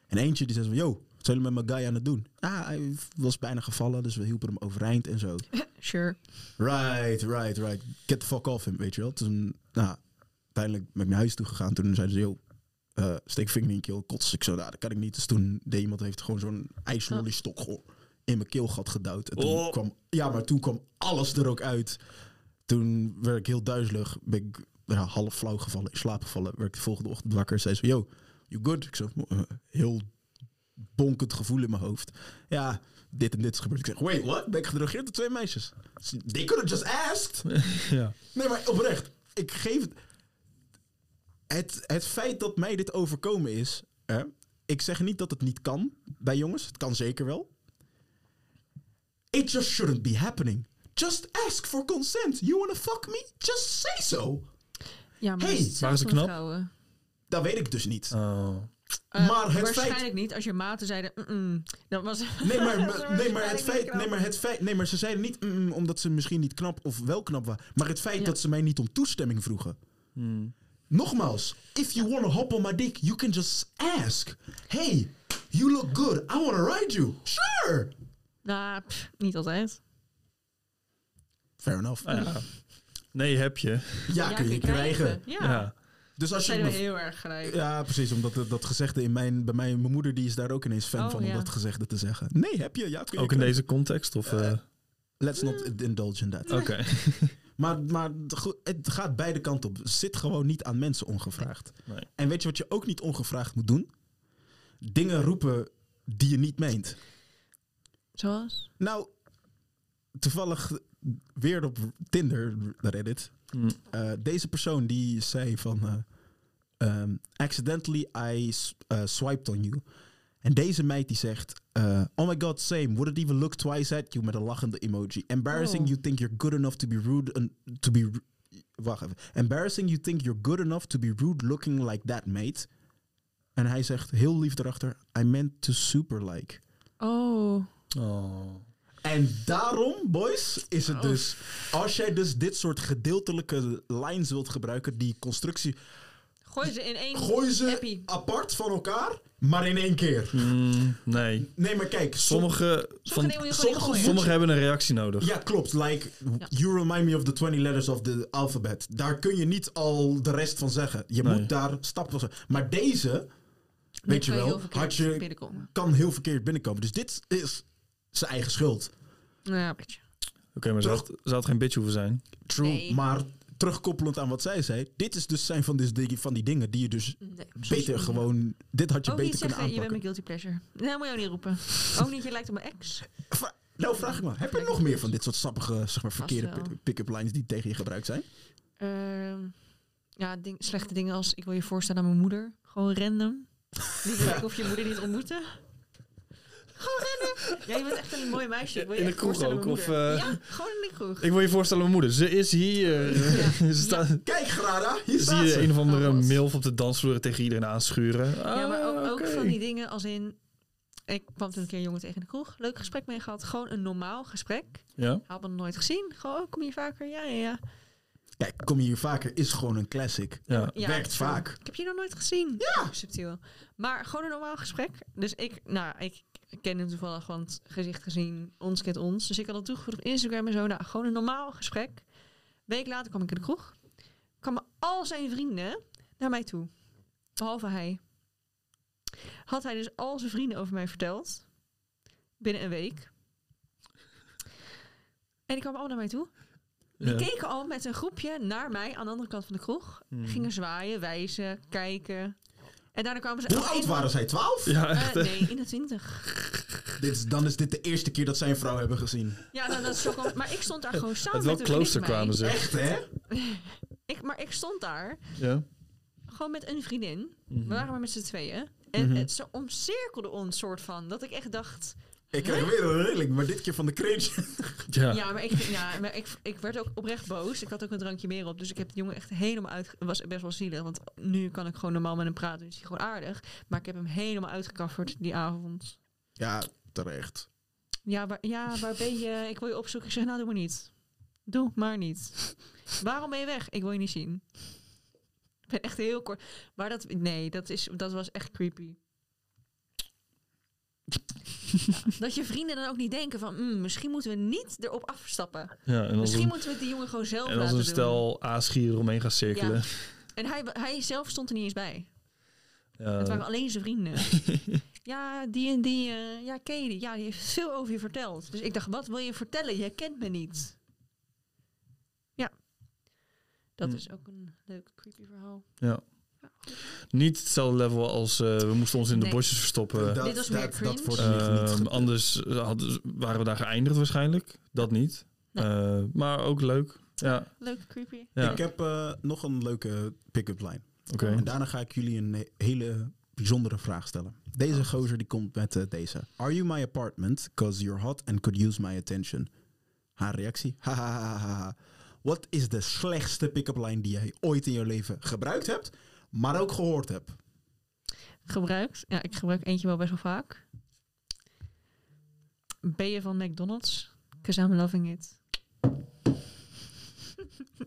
En eentje die zei van, yo, wat zijn jullie met mijn guy aan het doen? Ah, hij was bijna gevallen, dus we hielpen hem overeind en zo.
Sure.
Right, right, right. Get the fuck off him, weet je wel. Toen, nou, uiteindelijk ben ik naar huis toe gegaan. Toen zeiden ze, joh, eh, steek vinger in je keel, kots. Ik zo, nou, dat kan ik niet. Dus toen deed iemand, heeft gewoon zo'n ijslollystok gewoon in mijn keelgat geduwd. En toen
Oh.
kwam, ja, maar toen kwam alles er ook uit. Toen werd ik heel duizelig. Ben ik ja, half flauw gevallen, in slaap gevallen. Werd ik de volgende ochtend wakker. Zei ze, yo, you good? Ik zo, eh, heel bonkend gevoel in mijn hoofd. Ja, dit en dit is gebeurd. Ik zeg, wait, what? Ben ik gedrogeerd door twee meisjes? They could have just asked.
[laughs] Ja.
Nee, maar oprecht. Ik geef het... Het, het feit dat mij dit overkomen is... Hè, ik zeg niet dat het niet kan bij jongens. Het kan zeker wel. It just shouldn't be happening. Just ask for consent. You wanna fuck me? Just say so.
Ja, maar
Hey,
het is
waren ze
zelfs met
knap?
vrouwen.
Dat weet ik dus niet.
Oh.
Eh,
Maar het feit-
waarschijnlijk niet. Als je maten zeiden, mm-mm, dan was [laughs]
Nee
Dat is
maar, nee, maar
waarschijnlijk
het
niet
feit,
knap.
nee, maar het feit. Nee, maar ze zeiden niet mm, omdat ze misschien niet knap of wel knap waren. Maar het feit
Ja.
dat ze mij niet om toestemming vroegen.
Hmm.
Nogmaals, if you wanna hop on my dick, you can just ask. Hey, you look good. I wanna ride you. Sure.
nou, pff, niet altijd.
Fair enough.
Nou ja. Nee, heb je.
Ja, kun je krijgen.
Ja,
Ja.
Dus
dat
als je.
zijn we
me-
heel erg gelijk.
Ja, precies. Omdat dat, dat gezegde in mijn, bij mij, mijn moeder die is daar ook ineens fan
Oh,
van om
ja.
dat gezegde te zeggen. Nee, heb je? Ja, kun je
Ook in
krijgen.
deze context? Of, eh,
Let's not indulge in that.
Oké.
Maar, maar het go- het gaat beide kanten op. Zit gewoon niet aan mensen ongevraagd.
Nee.
En weet je wat je ook niet ongevraagd moet doen? Dingen roepen die je niet meent.
Zoals?
Nou, toevallig weer op Tinder, Reddit.
Hmm.
Eh, deze persoon die zei van... eh, ehm, accidentally I s- eh, swiped on you. En deze meid die zegt... eh, oh my god, same. Wouldn't even look twice at you met een lachende emoji. Embarrassing
Oh.
you think you're good enough to be rude... and to be, ru- wacht even. Embarrassing you think you're good enough to be rude looking like that, mate. En hij zegt heel lief erachter... I meant to super like.
Oh,
Oh.
En daarom, boys, is het
Oh.
dus... Als jij dus dit soort gedeeltelijke lines wilt gebruiken... die constructie...
gooi ze in één.
gooi ze
Happy.
apart van elkaar, maar in één keer.
Hmm, nee.
Nee, maar kijk, sommige...
Sommige,
Sommige
van,
dingen moet
sommige
je gewoon niet gooien.
sommige hebben een reactie nodig.
Ja, klopt. Like,
Ja.
you remind me of the 20 letters of the alphabet. Daar kun je niet al de rest van zeggen. Je
Nee.
moet daar stappen van zeggen. Maar deze, weet je
Dan
wel,
kan heel verkeerd
had je,
binnenkomen.
kan heel verkeerd binnenkomen. Dus dit is zijn eigen schuld.
Nou Ja, weet je.
Oké, maar ze
Toch?
had, ze had geen bitch hoeven zijn.
True,
Nee.
maar terugkoppelend aan wat zij zei. Dit is dus zijn van, dis- die- van die dingen die je dus
Nee,
beter gewoon... Dit had je
Ook Oh, niet
beter kunnen
zeggen, je bent
aanpakken.
mijn guilty pleasure. Nee, moet je ook niet
[laughs]
roepen. Ook niet, je lijkt op mijn ex.
Vra- nou, vraag ik me. Heb je nog meer van dit soort sappige, zeg maar, verkeerde
wel.
pick- pick-up lines die tegen je gebruikt zijn?
Ehm, ja, ding- slechte dingen als ik wil je voorstellen aan mijn moeder. Gewoon random. Niet kijken of je moeder niet ontmoette. Gewoon random. Ja, je bent echt een mooi meisje. Ik wil je
In de
echt
kroeg
voorstellen aan
ook,
mijn moeder.
of, eh,
Ja, gewoon in de kroeg.
Ik wil je voorstellen, mijn moeder. Ze is hier.
Ja.
[laughs] ze staat,
Kijk, Grada, hier
Zie
staat
je
ze.
een of andere
Oh, wat.
milf op de dansvloer tegen iedereen aanschuren.
Ja, maar ook,
Ah,
ook
oké.
van die dingen als in... Ik kwam toen een keer een jongen tegen in de kroeg. Leuk gesprek mee gehad. Gewoon een normaal gesprek.
Ja?
Had me nog nooit gezien. Gewoon, oh, kom je vaker? Ja, ja, ja.
Kijk, kom je hier vaker is gewoon een classic.
Ja.
ja
Werkt
true.
vaak.
Ik heb je nog nooit gezien. Ja. Subtiel. Maar gewoon een normaal gesprek. Dus ik, nou, ik ken hem toevallig, want gezicht gezien, ons kent ons. Dus ik had al toegevoegd op Instagram en zo. Nou, gewoon een normaal gesprek. week later kwam ik in de kroeg. Kwamen al zijn vrienden naar mij toe. Behalve hij. Had hij dus al zijn vrienden over mij verteld. Binnen een week. En die kwamen allemaal naar mij toe. Die
Ja.
keken al met een groepje naar mij aan de andere kant van de kroeg
Hmm.
gingen zwaaien, wijzen, kijken. En daarna kwamen ze...
Hoe
oh,
oud
een-
waren zij? 12?
Ja,
Eh,
[laughs] echt. hè?
nee, in de twintig.
Dit is, dan is dit de eerste keer dat zij een vrouw hebben gezien.
Ja, nou, dat is ook al- Maar ik stond daar gewoon samen
Uit welk
met een vriendin van
klooster kwamen
mij.
ze?
Echt, hè?
Ik, maar ik stond daar
Ja.
gewoon met een vriendin.
Mhm.
We waren maar met z'n tweeën. En
Mhm.
het, ze omcirkelde ons soort van. Dat ik echt dacht...
Ik krijg weer een rilling, maar dit keer van de cringe. [laughs]
Ja.
Ja, maar, ik, ja, maar ik, ik werd ook oprecht boos. Ik had ook een drankje meer op. Dus ik heb de jongen echt helemaal uit... Het was best wel zielig. Want nu kan ik gewoon normaal met hem praten. Dus hij is gewoon aardig. Maar ik heb hem helemaal uitgekafferd die avond.
Ja, terecht.
Ja waar, ja, waar ben je? Ik wil je opzoeken. Ik zeg, nou, doe maar niet. Doe maar niet. Waarom ben je weg? Ik wil je niet zien. Ik ben echt heel kort. Maar dat, nee, dat, is, dat was echt
[laughs]
creepy. Ja, dat je vrienden dan ook niet denken van, "Mm, misschien moeten we niet erop afstappen.
ja. En als
Misschien
een,
moeten we het die jongen gewoon zelf
en als
laten
een
doen.
stel aasgier omheen gaat cirkelen.
En hij, hij zelf stond er niet eens bij.
[laughs] Ja.
Het waren alleen zijn
[laughs]
vrienden. ja, die en die. eh, ja, Katie. Ja, die heeft veel over je verteld. Dus ik dacht, wat wil je vertellen? Je kent me niet. Ja. Dat
Hm.
is ook een leuk creepy verhaal.
Ja.
Ja, goed.
Niet hetzelfde level als eh, we moesten ons in de
Nee.
bosjes verstoppen.
dat,
Dit was meer
dat,
cringe.
dat wordt niet- niet
Eh, Ehm,
ge-
anders hadden, waren we daar geëindigd waarschijnlijk. Dat niet.
Nee.
Eh, maar ook leuk. Ja,
Leuk creepy.
ja.
Ik
oké.
heb eh, nog een leuke pick-up line. En daarna ga ik jullie een he- hele bijzondere vraag stellen. Deze gozer die komt met eh, deze. Are you my apartment? Cause you're hot and could use my attention. Haar reactie? Hahaha. Wat is de slechtste pick-up line die jij ooit in je leven gebruikt hebt, maar ook gehoord hebt?
Gebruikt. Ja, ik gebruik eentje wel best wel vaak. Ben je van McDonald's? Cause I'm loving it. [laughs]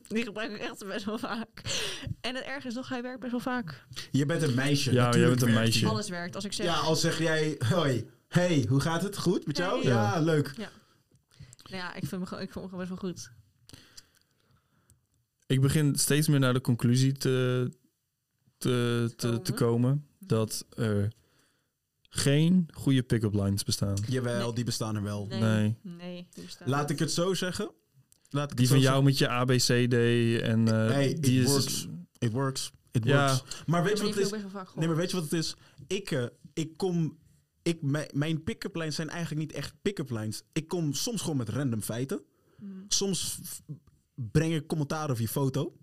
Die gebruik ik echt best wel vaak. En het erg is nog, hij werkt best wel vaak.
Je bent een meisje.
Ja,
natuurlijk
jij bent een
werkt
meisje.
die.
Alles werkt. Als ik zeg,
Ja, al zeg jij, hoi, hey, hoe gaat het? Goed met jou?
Hey.
Ja, leuk.
Nou ja, ik vind hem, gewoon- ik vond hem gewoon best wel goed.
Ik begin steeds meer naar de conclusie te, te, te,
Komen. Hm.
te komen dat er geen goede pick-up lines bestaan.
Jawel,
Nee.
die bestaan er wel.
Nee. Nee.
Nee. die bestaat
Laat
niet.
ik het zo zeggen. Laat ik
Die
het
van
zo
jou met je ABCD en eh,
Hey, it
die
works. zeggen. It works. It
Ja.
works. Maar weet je
Maar
wat
die
het is?
heb ik ook best wel
Nee,
vaak
maar
gehoord.
weet je wat het is? Ik, eh, ik kom. Ik, mijn mijn pick-up lines zijn eigenlijk niet echt pick-up lines. Ik kom soms gewoon met random feiten.
Mm.
Soms f- breng ik commentaar op je foto.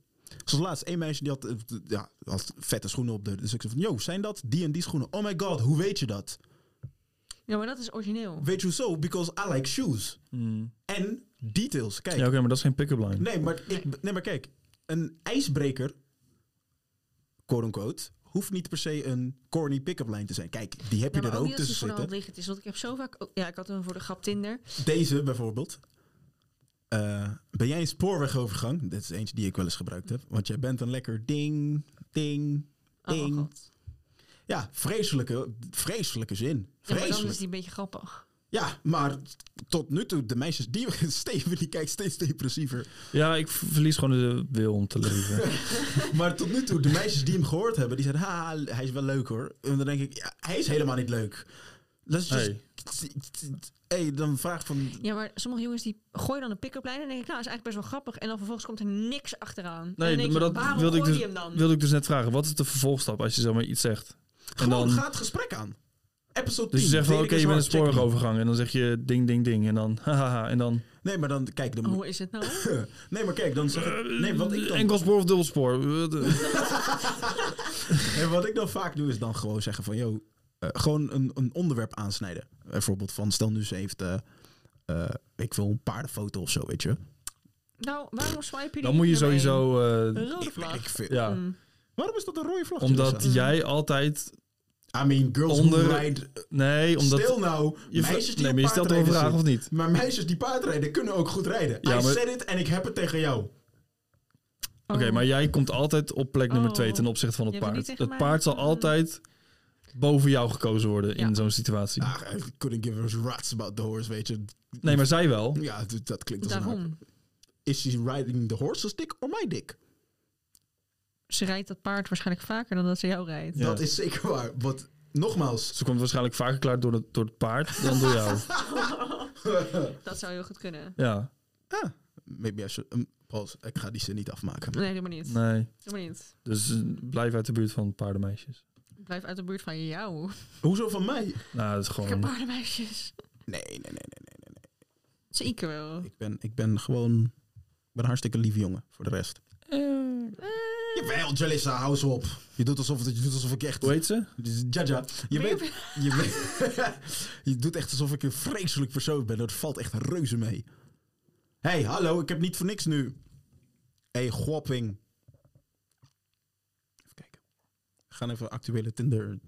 Zoals laatst, één meisje die had, eh, d- ja, had vette schoenen op de. Dus ik zei van, yo, zijn dat die en die schoenen? Oh my god, hoe weet je dat?
Ja, maar dat is origineel.
Weet je hoe zo? Because I like shoes.
Mm.
En details. Kijk,
Ja, oké, maar dat is geen pick-up line.
Nee, maar, ik, nee, maar kijk. Een ijsbreker, quote-unquote, hoeft niet per se een corny pick-up line te zijn. Kijk, die heb
Ja,
je
maar
er ook
niet dat die
tussen
voor de
zitten.
hand liggend is. Want ik heb zo vaak... ook- Ja, ik had hem voor de grap Tinder. Oh,
Deze bijvoorbeeld. Eh, ben jij een spoorwegovergang? Dit is eentje die ik wel eens gebruikt heb. Want jij bent een lekker ding, ding.
Oh,
Ding.
god.
Ja, vreselijke, vreselijke zin.
Ja, maar dan
Vreselijk.
is die een beetje grappig.
Ja, maar tot nu toe, de meisjes die... [laughs] Steven, die kijkt steeds depressiever.
Ja, ik v- verlies gewoon de wil om te
[laughs]
leven.
Maar tot nu toe, de meisjes die hem gehoord hebben, die zeiden, ha, hij is wel leuk hoor. En dan denk ik, ja, hij is helemaal niet leuk. Dat is just-
Hey.
Hey, dan vraag ik van...
Ja, maar sommige jongens die gooien dan een pick-up lijn en denk ik, nou, is eigenlijk best wel grappig. En dan vervolgens komt er niks achteraan. En dan
Nee,
denk
maar
je,
dat
waarom
wilde ik
gooi
dus-
je hem dan?
Wilde ik dus net vragen, wat is de vervolgstap als je zomaar iets zegt?
Gewoon,
dan-
ga het gesprek aan. Episode 10.
Dus je zegt van, oké,
Dating is
je bent een
hard, check me.
spoorwegovergang. En dan zeg je ding, ding, ding. En dan, [laughs] hahaha. En dan,
Nee, maar dan, kijk, dan...
Hoe is het nou?
Nee, maar kijk, dan zeg ik... Nee, wat ik dan,
enkel spoor of dubbelspoor.
en wat ik dan vaak doe, is dan gewoon zeggen van, yo, eh, gewoon een, een onderwerp aansnijden. Bijvoorbeeld van, stel nu ze heeft, eh eh, ik wil een paardenfoto of zo, weet je.
nou, waarom swipe je
dan
die
moet je
nummer één?
sowieso... eh,
Een rode
Ik,
vlag.
ik vind-
ja,
Mm.
Waarom is dat een rode vlag?
omdat
Julissa?
jij altijd...
I mean, girls
Onder-
who ride...
Nee, omdat...
Stil nou,
je, vra-
meisjes die
nee,
op
maar je stelt toch een
paardrijden
vraag
zitten.
of niet?
Maar meisjes die paardrijden kunnen ook goed rijden.
Ja,
I
maar-
said it en ik heb het tegen jou.
Oh.
Oké, maar jij komt altijd op plek nummer
Oh.
twee ten opzichte van het
Je hebt het
paard.
niet tegen
Het
mij
paard zal
gezegd.
altijd boven jou gekozen worden
Ja.
in zo'n situatie.
Ah, I couldn't give a rats about the horse, weet je.
Nee, maar zij wel.
Ja, d- dat klinkt als een hap.
Daarom.
Is she riding the horse's dick or my dick?
Ze rijdt dat paard waarschijnlijk vaker dan dat ze jou rijdt.
Ja.
Dat is zeker waar. Want, [laughs] nogmaals...
Ze komt waarschijnlijk vaker klaar door het, door het paard dan door [laughs] jou.
Dat zou heel goed kunnen.
Ja,
Ah, Maybe I should... um, pause. Ik ga die zin niet afmaken.
Nee, doe maar niet.
nee.
Doe maar niet.
Dus eh, blijf uit de buurt van paardenmeisjes.
Blijf uit de buurt van jou.
Hoezo van mij?
Nou, dat is
Ik heb
gewoon...
paardenmeisjes.
Nee, nee, nee, nee. nee.
Zeker wel.
Ik ben, ik ben gewoon... Ik ben een hartstikke lieve jongen, voor de rest.
Eh,
Jawel, Jalissa, hou ze op. Je doet alsof, het- je doet alsof ik echt...
Hoe heet ze?
Dus Jaja, je
ben je
weet, je weet, [laughs] je doet echt alsof ik een vreselijk persoon ben. Dat valt echt reuze mee. Hé, hey, hallo, ik heb niet voor niks nu. Hé, hey, Gwapping. Even kijken. We gaan even actuele Tinder.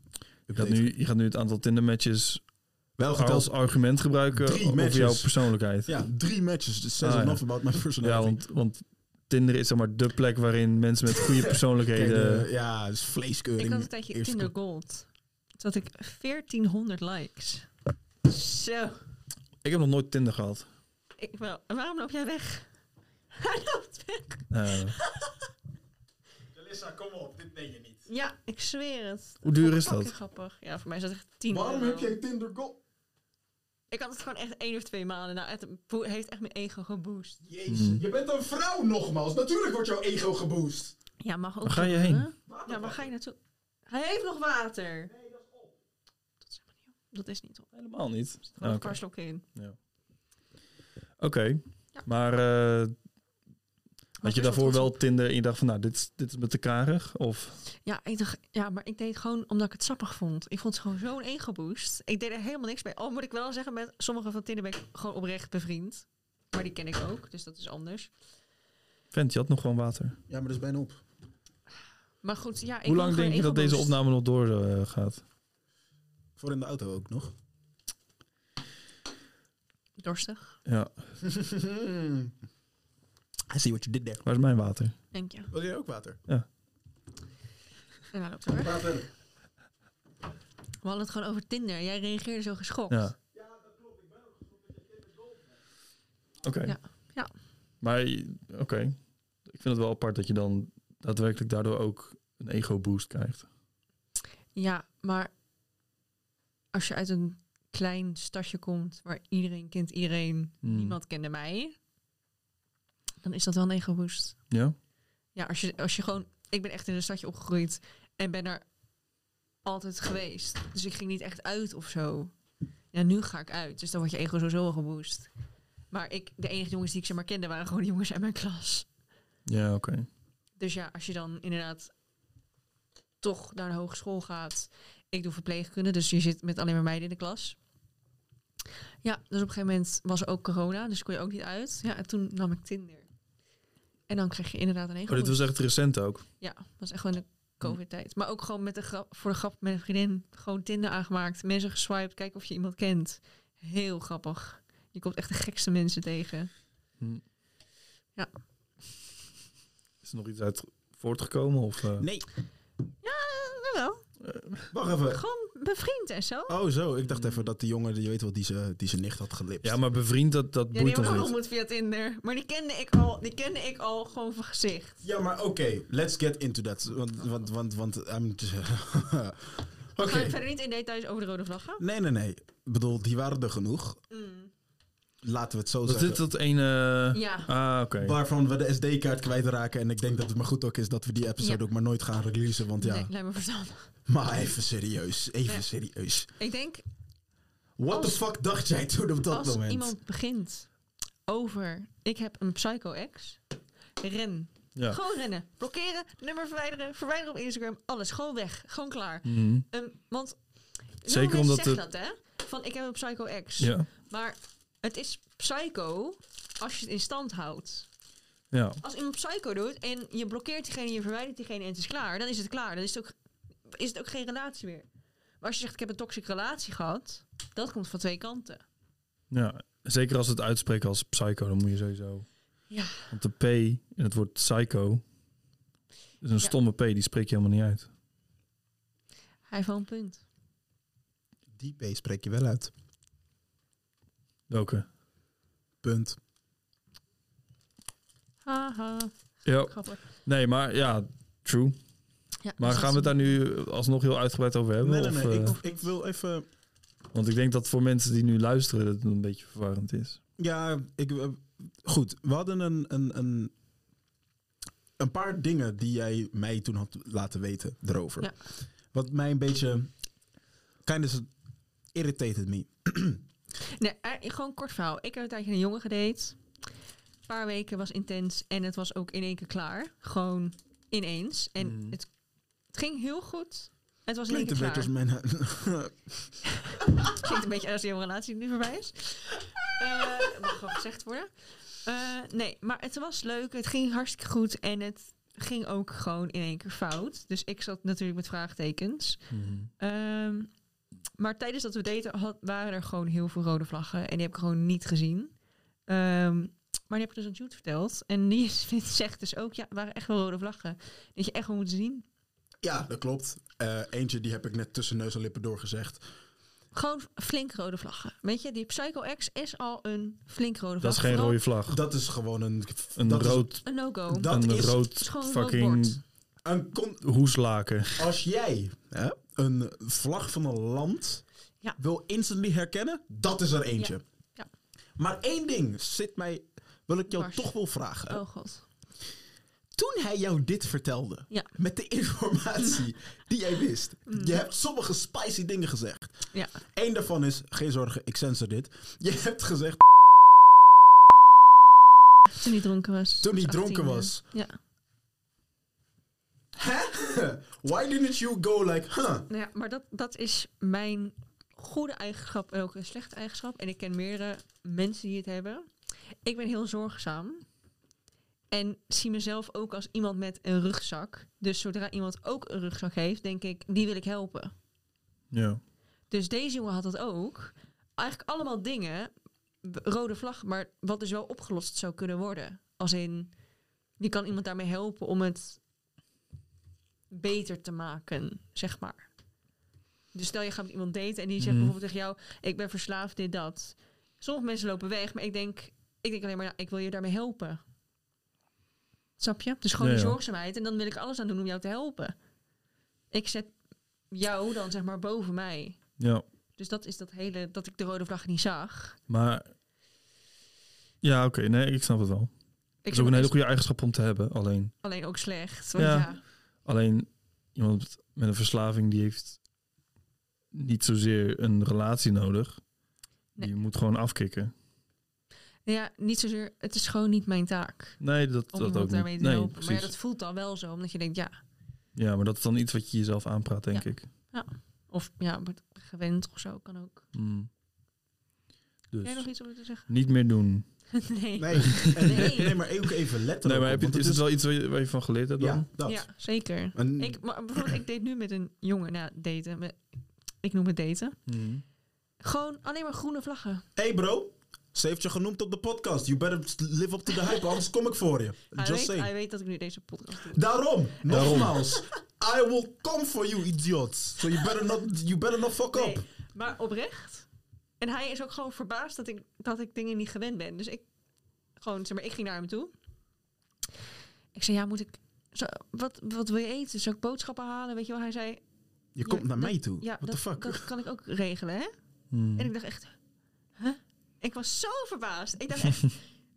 Je gaat, nu, je gaat nu het aantal Tinder-matches
Wel
als
geteld.
argument gebruiken
Oh, Drie
over
matches.
jouw persoonlijkheid.
Ja, drie matches. Dus says
Ah, ja.
enough about my
Ja,
personality.
want, want Tinder is zeg maar de plek waarin mensen met [laughs] goede
Kijk,
persoonlijkheden...
de- ja, dus vleeskeuring.
Ik had een tijdje
eerste
Tinder Gold. Toen had ik 1400 likes. Zo.
Ik heb nog nooit Tinder gehad.
Ik wel. En Waarom loop jij weg? [laughs] Hij loopt weg. [laughs]
Eh,
Jalissa, kom op. Dit meen je niet.
Ja, ik zweer het.
hoe duur is
Fucking
dat?
grappig. Ja, voor mij is dat echt 10
Waarom
euro.
heb jij Tinder Gold?
Ik had het gewoon echt één of twee maanden. Nou, het bo- heeft echt mijn ego geboost.
Jezus,
Hmm.
je bent een vrouw nogmaals. Natuurlijk wordt jouw ego geboost.
Ja, mag ook.
Waar ga je
gebeuren.
heen?
Ja, waar ga je naartoe? Hij heeft nog water. Nee, dat is helemaal niet op. Dat is niet op. Er
Helemaal niet.
zit gewoon een
Oké.
karslok in.
Oké, maar eh had je daarvoor wel Tinder en je dacht van nou, dit, is- dit is met te karig? Of
Ja, ik dacht, ja, maar ik deed het gewoon omdat ik het sappig vond. Ik vond het gewoon zo'n ego-boost. Ik deed er helemaal niks mee. Al moet ik wel zeggen, met sommige van Tinder ben ik gewoon oprecht bevriend. Maar die ken ik ook, dus dat is anders.
vent, je had nog gewoon water.
Ja, maar dat is bijna op.
Maar goed, ja, ik
Hoe
wil
lang
gewoon
denk je dat deze
ego-boost.
opname nog door eh, gaat?
Voor in de auto ook nog.
Dorstig,
Ja,
I see what you did there.
waar is mijn water?
denk je.
Wil jij ook water?
En hij loopt er weg.
Water.
We hadden het gewoon over Tinder. Jij reageerde zo geschokt.
Ja. Oké.
Ja, ja.
Maar, oké. Ik vind het wel apart dat je dan daadwerkelijk daardoor ook een ego-boost krijgt.
Ja, maar als je uit een klein stadje komt waar iedereen kent iedereen,
Hmm.
niemand kende mij, dan is dat wel een ego-boost.
Ja?
Ja, als je, als je gewoon, ik ben echt in een stadje opgegroeid en ben er altijd geweest. Dus ik ging niet echt uit of zo. Ja, nu ga ik uit, dus dan wordt je ego sowieso wel geboost. Maar ik, de enige jongens die ik zeg maar kende waren gewoon de jongens uit mijn klas.
Ja, oké.
Dus ja, als je dan inderdaad toch naar de hogeschool gaat. Ik doe verpleegkunde, dus je zit met alleen maar meiden in de klas. Ja, dus op een gegeven moment was er ook corona, dus kon je ook niet uit. Ja, en toen nam ik Tinder. En dan kreeg je inderdaad een
Oh, dit was
echt...
echt recent ook.
Ja, dat was echt gewoon de
Hm.
covid-tijd. Maar ook gewoon met de grap, voor de grap met een vriendin, gewoon Tinder aangemaakt. Mensen geswiped, kijken of je iemand kent. Heel grappig. Je komt echt de gekste mensen tegen.
Is er nog iets uit voortgekomen? Of, eh?
Nee,
Ja, eh, nou wel.
wacht even.
Gewoon bevriend en zo.
Oh zo, ik dacht even dat die jongen, je weet wel, die ze, die zijn nicht had gelipt.
Ja, maar bevriend, dat, dat
Ja, die
boeit
heb ik
toch
ook
niet?
ontmoet via Tinder. Maar die kende ik al, die kende ik al gewoon van gezicht.
oké, let's get into that. Want, want, want, want, I'm just- [laughs] oké.
Ga ik verder niet in details over de rode vlaggen?
Nee, nee, nee. Ik bedoel, die waren er genoeg.
Mm.
Laten we het zo
Was dit
zeggen.
dat ene...
Ja.
Ah, oké.
Waarvan we de SD-kaart kwijtraken. En ik denk dat het maar goed ook is dat we die episode
Ja.
ook maar nooit gaan releasen. Want ja,
Nee, lijkt me verstandig.
maar even serieus. Even
Nee.
serieus.
Ik denk,
What
Als-
the fuck dacht jij toen op dat
als
moment?
iemand begint over... Ik heb een psycho-ex. Ren.
Ja.
Gewoon rennen. Blokkeren, nummer verwijderen, verwijderen op Instagram. Alles, gewoon weg. Gewoon klaar.
Mhm.
Ehm, want...
Zeker
Zeker
omdat
omdat zeggen
het-
dat, hè? Van, ik heb een psycho-ex.
Ja,
Maar het is psycho als je het in stand houdt.
ja.
als iemand psycho doet en je blokkeert diegene, je verwijdert diegene en het is klaar, dan is het klaar. Dan is het ook, is het ook geen relatie meer. Maar als je zegt, ik heb een toxische relatie gehad, dat komt van twee kanten.
Ja, zeker als we het uitspreken als psycho, dan moet je sowieso.
Ja.
Want de P in het woord psycho is een
Ja.
stomme P, die spreek je helemaal niet uit.
Hij heeft wel een punt.
Die P spreek je wel uit.
Welke?
Punt.
Haha,
Ja.
grappig.
Nee, maar ja, true.
Ja,
Maar
dus
gaan we
dat
het
is-
daar nu alsnog heel uitgebreid over hebben?
Nee, nee, nee.
Of, eh,
Ik, ik wil even...
Want ik denk dat voor mensen die nu luisteren dat het een beetje verwarrend is.
Ja, ik, eh, goed. We hadden een, een, een, een paar dingen die jij mij toen had laten weten erover.
Ja.
Wat mij een beetje... Kind of irritated me.
Nee, eh, gewoon een kort verhaal. Ik heb een tijdje een jongen gedate. Een paar weken was intens en het was ook in één keer klaar. Gewoon ineens. En
Mhm.
het, het ging heel goed. Het was in één
Mm. Klinkt
keer
een [laughs]
klaar.
beetje als mijn...
Het [laughs] klinkt een beetje als die relatie die nu voorbij is. Eh, dat mag wel gezegd worden. Eh, nee, maar het was leuk. Het ging hartstikke goed. En het ging ook gewoon in één keer fout. Dus ik zat natuurlijk met vraagtekens.
Mhm.
Ehm, maar tijdens dat we daten had, waren er gewoon heel veel rode vlaggen. En die heb ik gewoon niet gezien. Ehm, maar die heb ik dus aan Jude verteld. En die [laughs] zegt dus ook, ja, er waren echt wel rode vlaggen. Dat je echt wel moet zien.
ja, dat klopt. Eh, eentje die heb ik net tussen neus en lippen doorgezegd.
Gewoon flink rode vlaggen. Weet je, die Psycho X is al een flink rode vlag.
Dat is geen
Vooral
rode vlag.
Dat is gewoon een...
Een
dat is-
rood,
Een no-go.
Dat
een
is-
rood
Het is gewoon een rood
fucking
bord.
een con-
hoeslaken.
Als jij hè, een vlag van een land
Ja.
wil instantly herkennen, dat is er eentje.
Ja.
Maar één ding zit mij, wil ik jou
Dwars.
toch wel vragen.
Oh god.
Toen hij jou dit vertelde,
Ja. Mm.
met de
[laughs]
informatie die jij wist, je hebt sommige spicy dingen gezegd.
Ja.
Eén daarvan is, geen zorgen, ik censor dit. Je hebt gezegd [laughs]
Toen hij dronken was.
toen hij
Dus 18,
dronken
ja.
was.
Ja.
Hè? Why didn't you go like, huh?
Nou ja, maar dat, dat is mijn goede eigenschap en ook een slechte eigenschap. En ik ken meerdere mensen die het hebben. Ik ben heel zorgzaam. En zie mezelf ook als iemand met een rugzak. Dus zodra iemand ook een rugzak heeft, denk ik, die wil ik helpen.
Ja.
Dus deze jongen had dat ook. Eigenlijk allemaal dingen, w- rode vlag, maar wat dus wel opgelost zou kunnen worden. Als in, je kan iemand daarmee helpen om het beter te maken, zeg maar. Dus stel je gaat met iemand daten en die zegt
Mhm.
bijvoorbeeld tegen jou, ik ben verslaafd, dit, dat. Sommige mensen lopen weg, maar ik denk, ik denk alleen maar, nou, ik wil je daarmee helpen. Snap je? Dus gewoon
Ja,
die
ja.
zorgzaamheid en dan wil ik alles aan doen om jou te helpen. Ik zet jou dan zeg maar boven mij.
ja.
Dus dat is dat hele, dat ik de rode vlag niet zag.
Maar ja, oké. nee, ik snap het wel.
Ik dus
Het is ook een hele
eens-
goede eigenschap om te hebben. Alleen,
Alleen ook slecht. want
Ja.
ja.
alleen iemand met- met een verslaving die heeft niet zozeer een relatie nodig.
Nee.
Die moet gewoon afkicken.
Nou ja, niet zozeer, het is gewoon niet mijn taak.
Nee, dat,
Om
dat
iemand
ook
daarmee
niet.
te
Nee,
helpen.
precies.
Maar ja, dat voelt dan wel zo, omdat je denkt, ja,
Ja, maar dat is dan iets wat je jezelf aanpraat, denk
Ja.
ik.
of ja, wordt gewend of zo kan ook.
Hmm. Dus
Jij nog iets over te zeggen? [laughs]
niet meer doen.
nee. [laughs]
Nee, en-
Nee.
nee, maar ook even letterlijk.
Nee, maar
op,
heb je,
want
is het wel iets waar je, waar je van geleerd hebt dan?
Ja, dat. Hmm.
Ja, zeker.
En-
Ik, maar bijvoorbeeld, ik date nu met een jongen, nou, daten. met- Ik noem het daten.
Hmm.
Gewoon alleen maar groene vlaggen.
Hey bro, ze heeft je genoemd op de podcast. You better live up to the hype, anders kom ik voor
[laughs]
je.
Hij
Just
weet,
saying.
hij weet dat ik nu deze podcast doe.
Daarom,
Daarom.
nogmaals. I will come for you, idioot. So you better not, you better not fuck
Nee,
up.
maar oprecht. En hij is ook gewoon verbaasd dat ik, dat ik dingen niet gewend ben. Dus ik, gewoon, zeg maar, ik ging naar hem toe. Ik zei, ja, moet ik... Zo, wat, wat wil je eten? Zal ik boodschappen halen? Weet je wel, hij zei...
Je komt naar
dat-
mij toe.
Ja,
What
dat,
the fuck? Hm.
dat kan ik ook regelen, hè?
Hmm.
En ik dacht echt... Huh? Ik was zo verbaasd. Ik dacht
[laughs]
echt,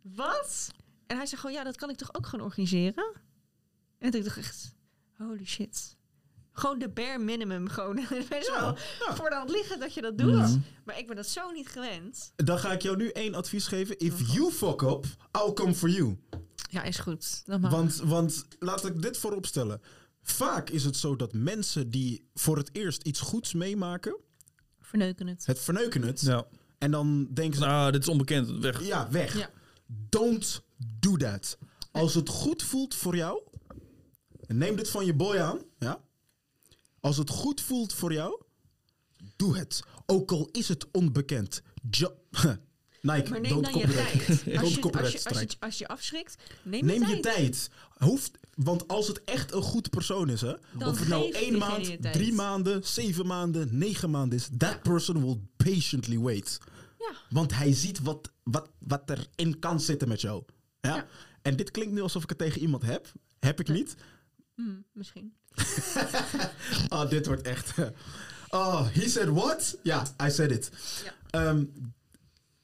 wat? En hij zei gewoon, ja, dat kan ik toch ook gewoon organiseren? En toen dacht ik echt, holy shit. Gewoon de bare minimum, gewoon. [laughs] Best wel
Ja.
voor de hand liggen dat je dat doet.
Mm.
Mhm.
Maar ik ben dat zo niet gewend.
Dan ga ik jou nu één advies geven.
Oh.
If you fuck up, I'll come for you.
Ja, is goed. Dat mag.
Want, want laat ik dit voorop stellen. Vaak is het zo dat mensen die voor het eerst iets goeds meemaken,
Verneuken het.
het verneuken het.
Ja.
En dan denken ze,
Nou, dit is onbekend. Weg.
Ja, weg.
Ja.
Don't do that. Als het goed voelt voor jou, neem dit van je boy aan. Ja? Als het goed voelt voor jou, Doe het. Ook al is het onbekend. Jo- [laughs] Nike,
Maar neem
don't
dan je
copyright.
tijd. Als je,
[laughs] Don't
als, je, als,
copyright
je, als,
strike.
je, als je afschrikt, neem,
Neem
je
je
tijd.
tijd. Hoeft, want als het echt een goed persoon is, hè,
Dan
of het nou
geeft
één
diegene
maand,
je tijd.
drie maanden, zeven maanden, negen maanden is, that person will patiently wait.
Ja.
Want hij ziet wat, wat, wat erin kan zitten met jou. Ja?
Ja.
En dit klinkt nu alsof ik het tegen iemand heb. Heb ik
Nee.
niet.
Hm, misschien.
Oh, dit wordt echt. [laughs] Oh, he said what? Ja, I said it.
Ja.
Ehm,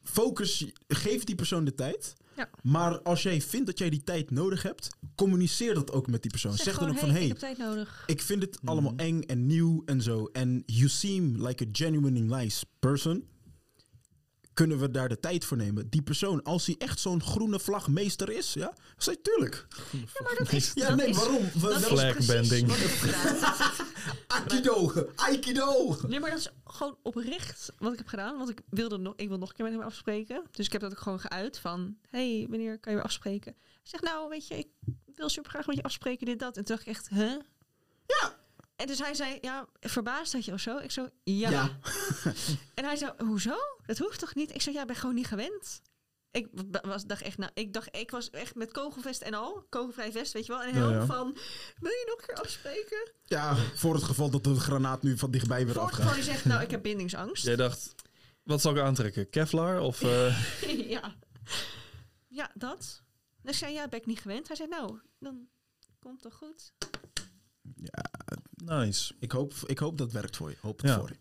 focus, geef die persoon de tijd.
Ja.
Maar als jij vindt dat jij die tijd nodig hebt, communiceer dat ook met die persoon. Zeg, dan ook
gewoon,
van,
hey,
hey,
ik heb tijd nodig.
ik vind
Mhm.
het allemaal eng en nieuw en zo. En you seem like a genuinely nice person. Kunnen we daar de tijd voor nemen? Die persoon, als hij echt zo'n groene vlagmeester is, ja, zei tuurlijk.
Ja, maar dat is...
Ja,
dat
nee,
is-
waarom? We-
dat is
we-
Flag
precies
bending.
wat ik heb gedaan.
Aikido! Aikido!
Nee, maar dat is gewoon oprecht wat ik heb gedaan. Want ik wilde nog, ik wil nog een keer met hem afspreken. Dus ik heb dat ook gewoon geuit van... Hé, hey, wanneer kan je weer afspreken? Hij zegt, nou, weet je, ik wil super graag met je afspreken, dit, dat. En toen dacht ik echt, hè?
Ja.
En dus hij zei, ja, verbaasd dat je of zo? Ik zo, ja.
Ja.
[laughs] En hij zei, hoezo? Dat hoeft toch niet? Ik zei, ja, ik ben gewoon niet gewend. Ik wa- was, dacht echt, nou, ik dacht, ik was echt met kogelvest en al, kogelvrij vest, weet je wel. En
Ja,
heel
ja.
van, wil je nog een keer afspreken?
Ja, voor het geval dat de granaat nu van dichtbij weer
Voor het
afgaat.
geval je zegt, nou, ik heb bindingsangst.
Jij dacht, wat zal ik aantrekken? Kevlar
[laughs]
of... eh,
ja. Ja, dat. En ik zei, ja, ben ik niet gewend. Hij zei, nou, dan komt toch goed.
nice.
Ik hoop, ik hoop dat het werkt voor je. Hoop het
Ja.
voor je.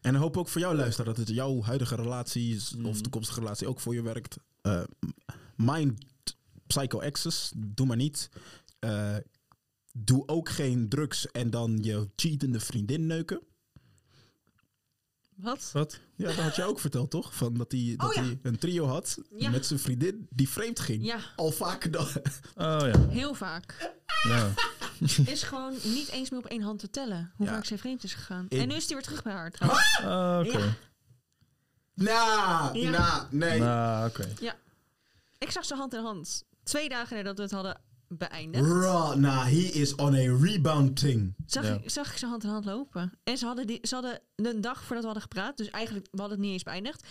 En ik hoop ook voor jou, luisteren dat het jouw huidige relatie is, of
Mhm.
toekomstige relatie ook voor je werkt. Eh, mind psycho access, doe maar niet. Eh, doe ook geen drugs en dan je cheatende vriendin neuken.
Wat?
Wat?
Ja, dat had jij ook [laughs] verteld, toch? Van dat hij dat
Oh ja.
hij een trio had
Ja.
met zijn vriendin die vreemd ging.
Ja,
Al vaker dan. [laughs]
Oh ja.
heel vaak.
Nou,
Is gewoon niet eens meer op één hand te tellen hoe
Ja.
vaak zij vreemd is gegaan.
Ik-
En nu is hij weer terug bij haar trouwens.
ah, oké.
Ja.
Na,
Ja.
na, nee.
Nou, oké.
Ik zag ze hand in hand. Twee dagen nadat we het hadden beëindigd,
Raw, nah, he is on a rebounding.
zag,
Ja.
ik, zag ik ze hand in hand lopen. En ze hadden, die, ze hadden een dag voordat we hadden gepraat, dus eigenlijk we hadden het niet eens beëindigd,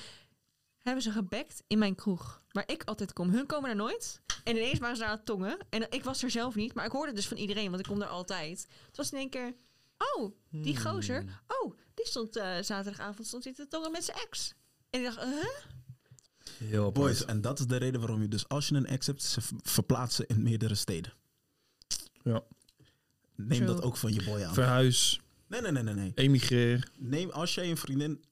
hebben ze gebekt in mijn kroeg. Waar ik altijd kom. Hun komen er nooit. En ineens waren ze daar aan het tongen. En ik was er zelf niet, maar ik hoorde het dus van iedereen, want ik kom daar altijd. Het was in één keer, oh,
Hmm.
die gozer, oh, die stond eh, zaterdagavond stond hij te tongen met zijn ex. En ik dacht, huh?
Heel apart.
Boys, en dat is de reden waarom je dus als je een ex hebt, ze v- verplaatsen in meerdere steden.
Ja.
Neem
True.
dat ook van je boy aan.
Verhuis,
Nee, nee, nee, nee, nee.
emigreer.
Neem als jij een vriendin...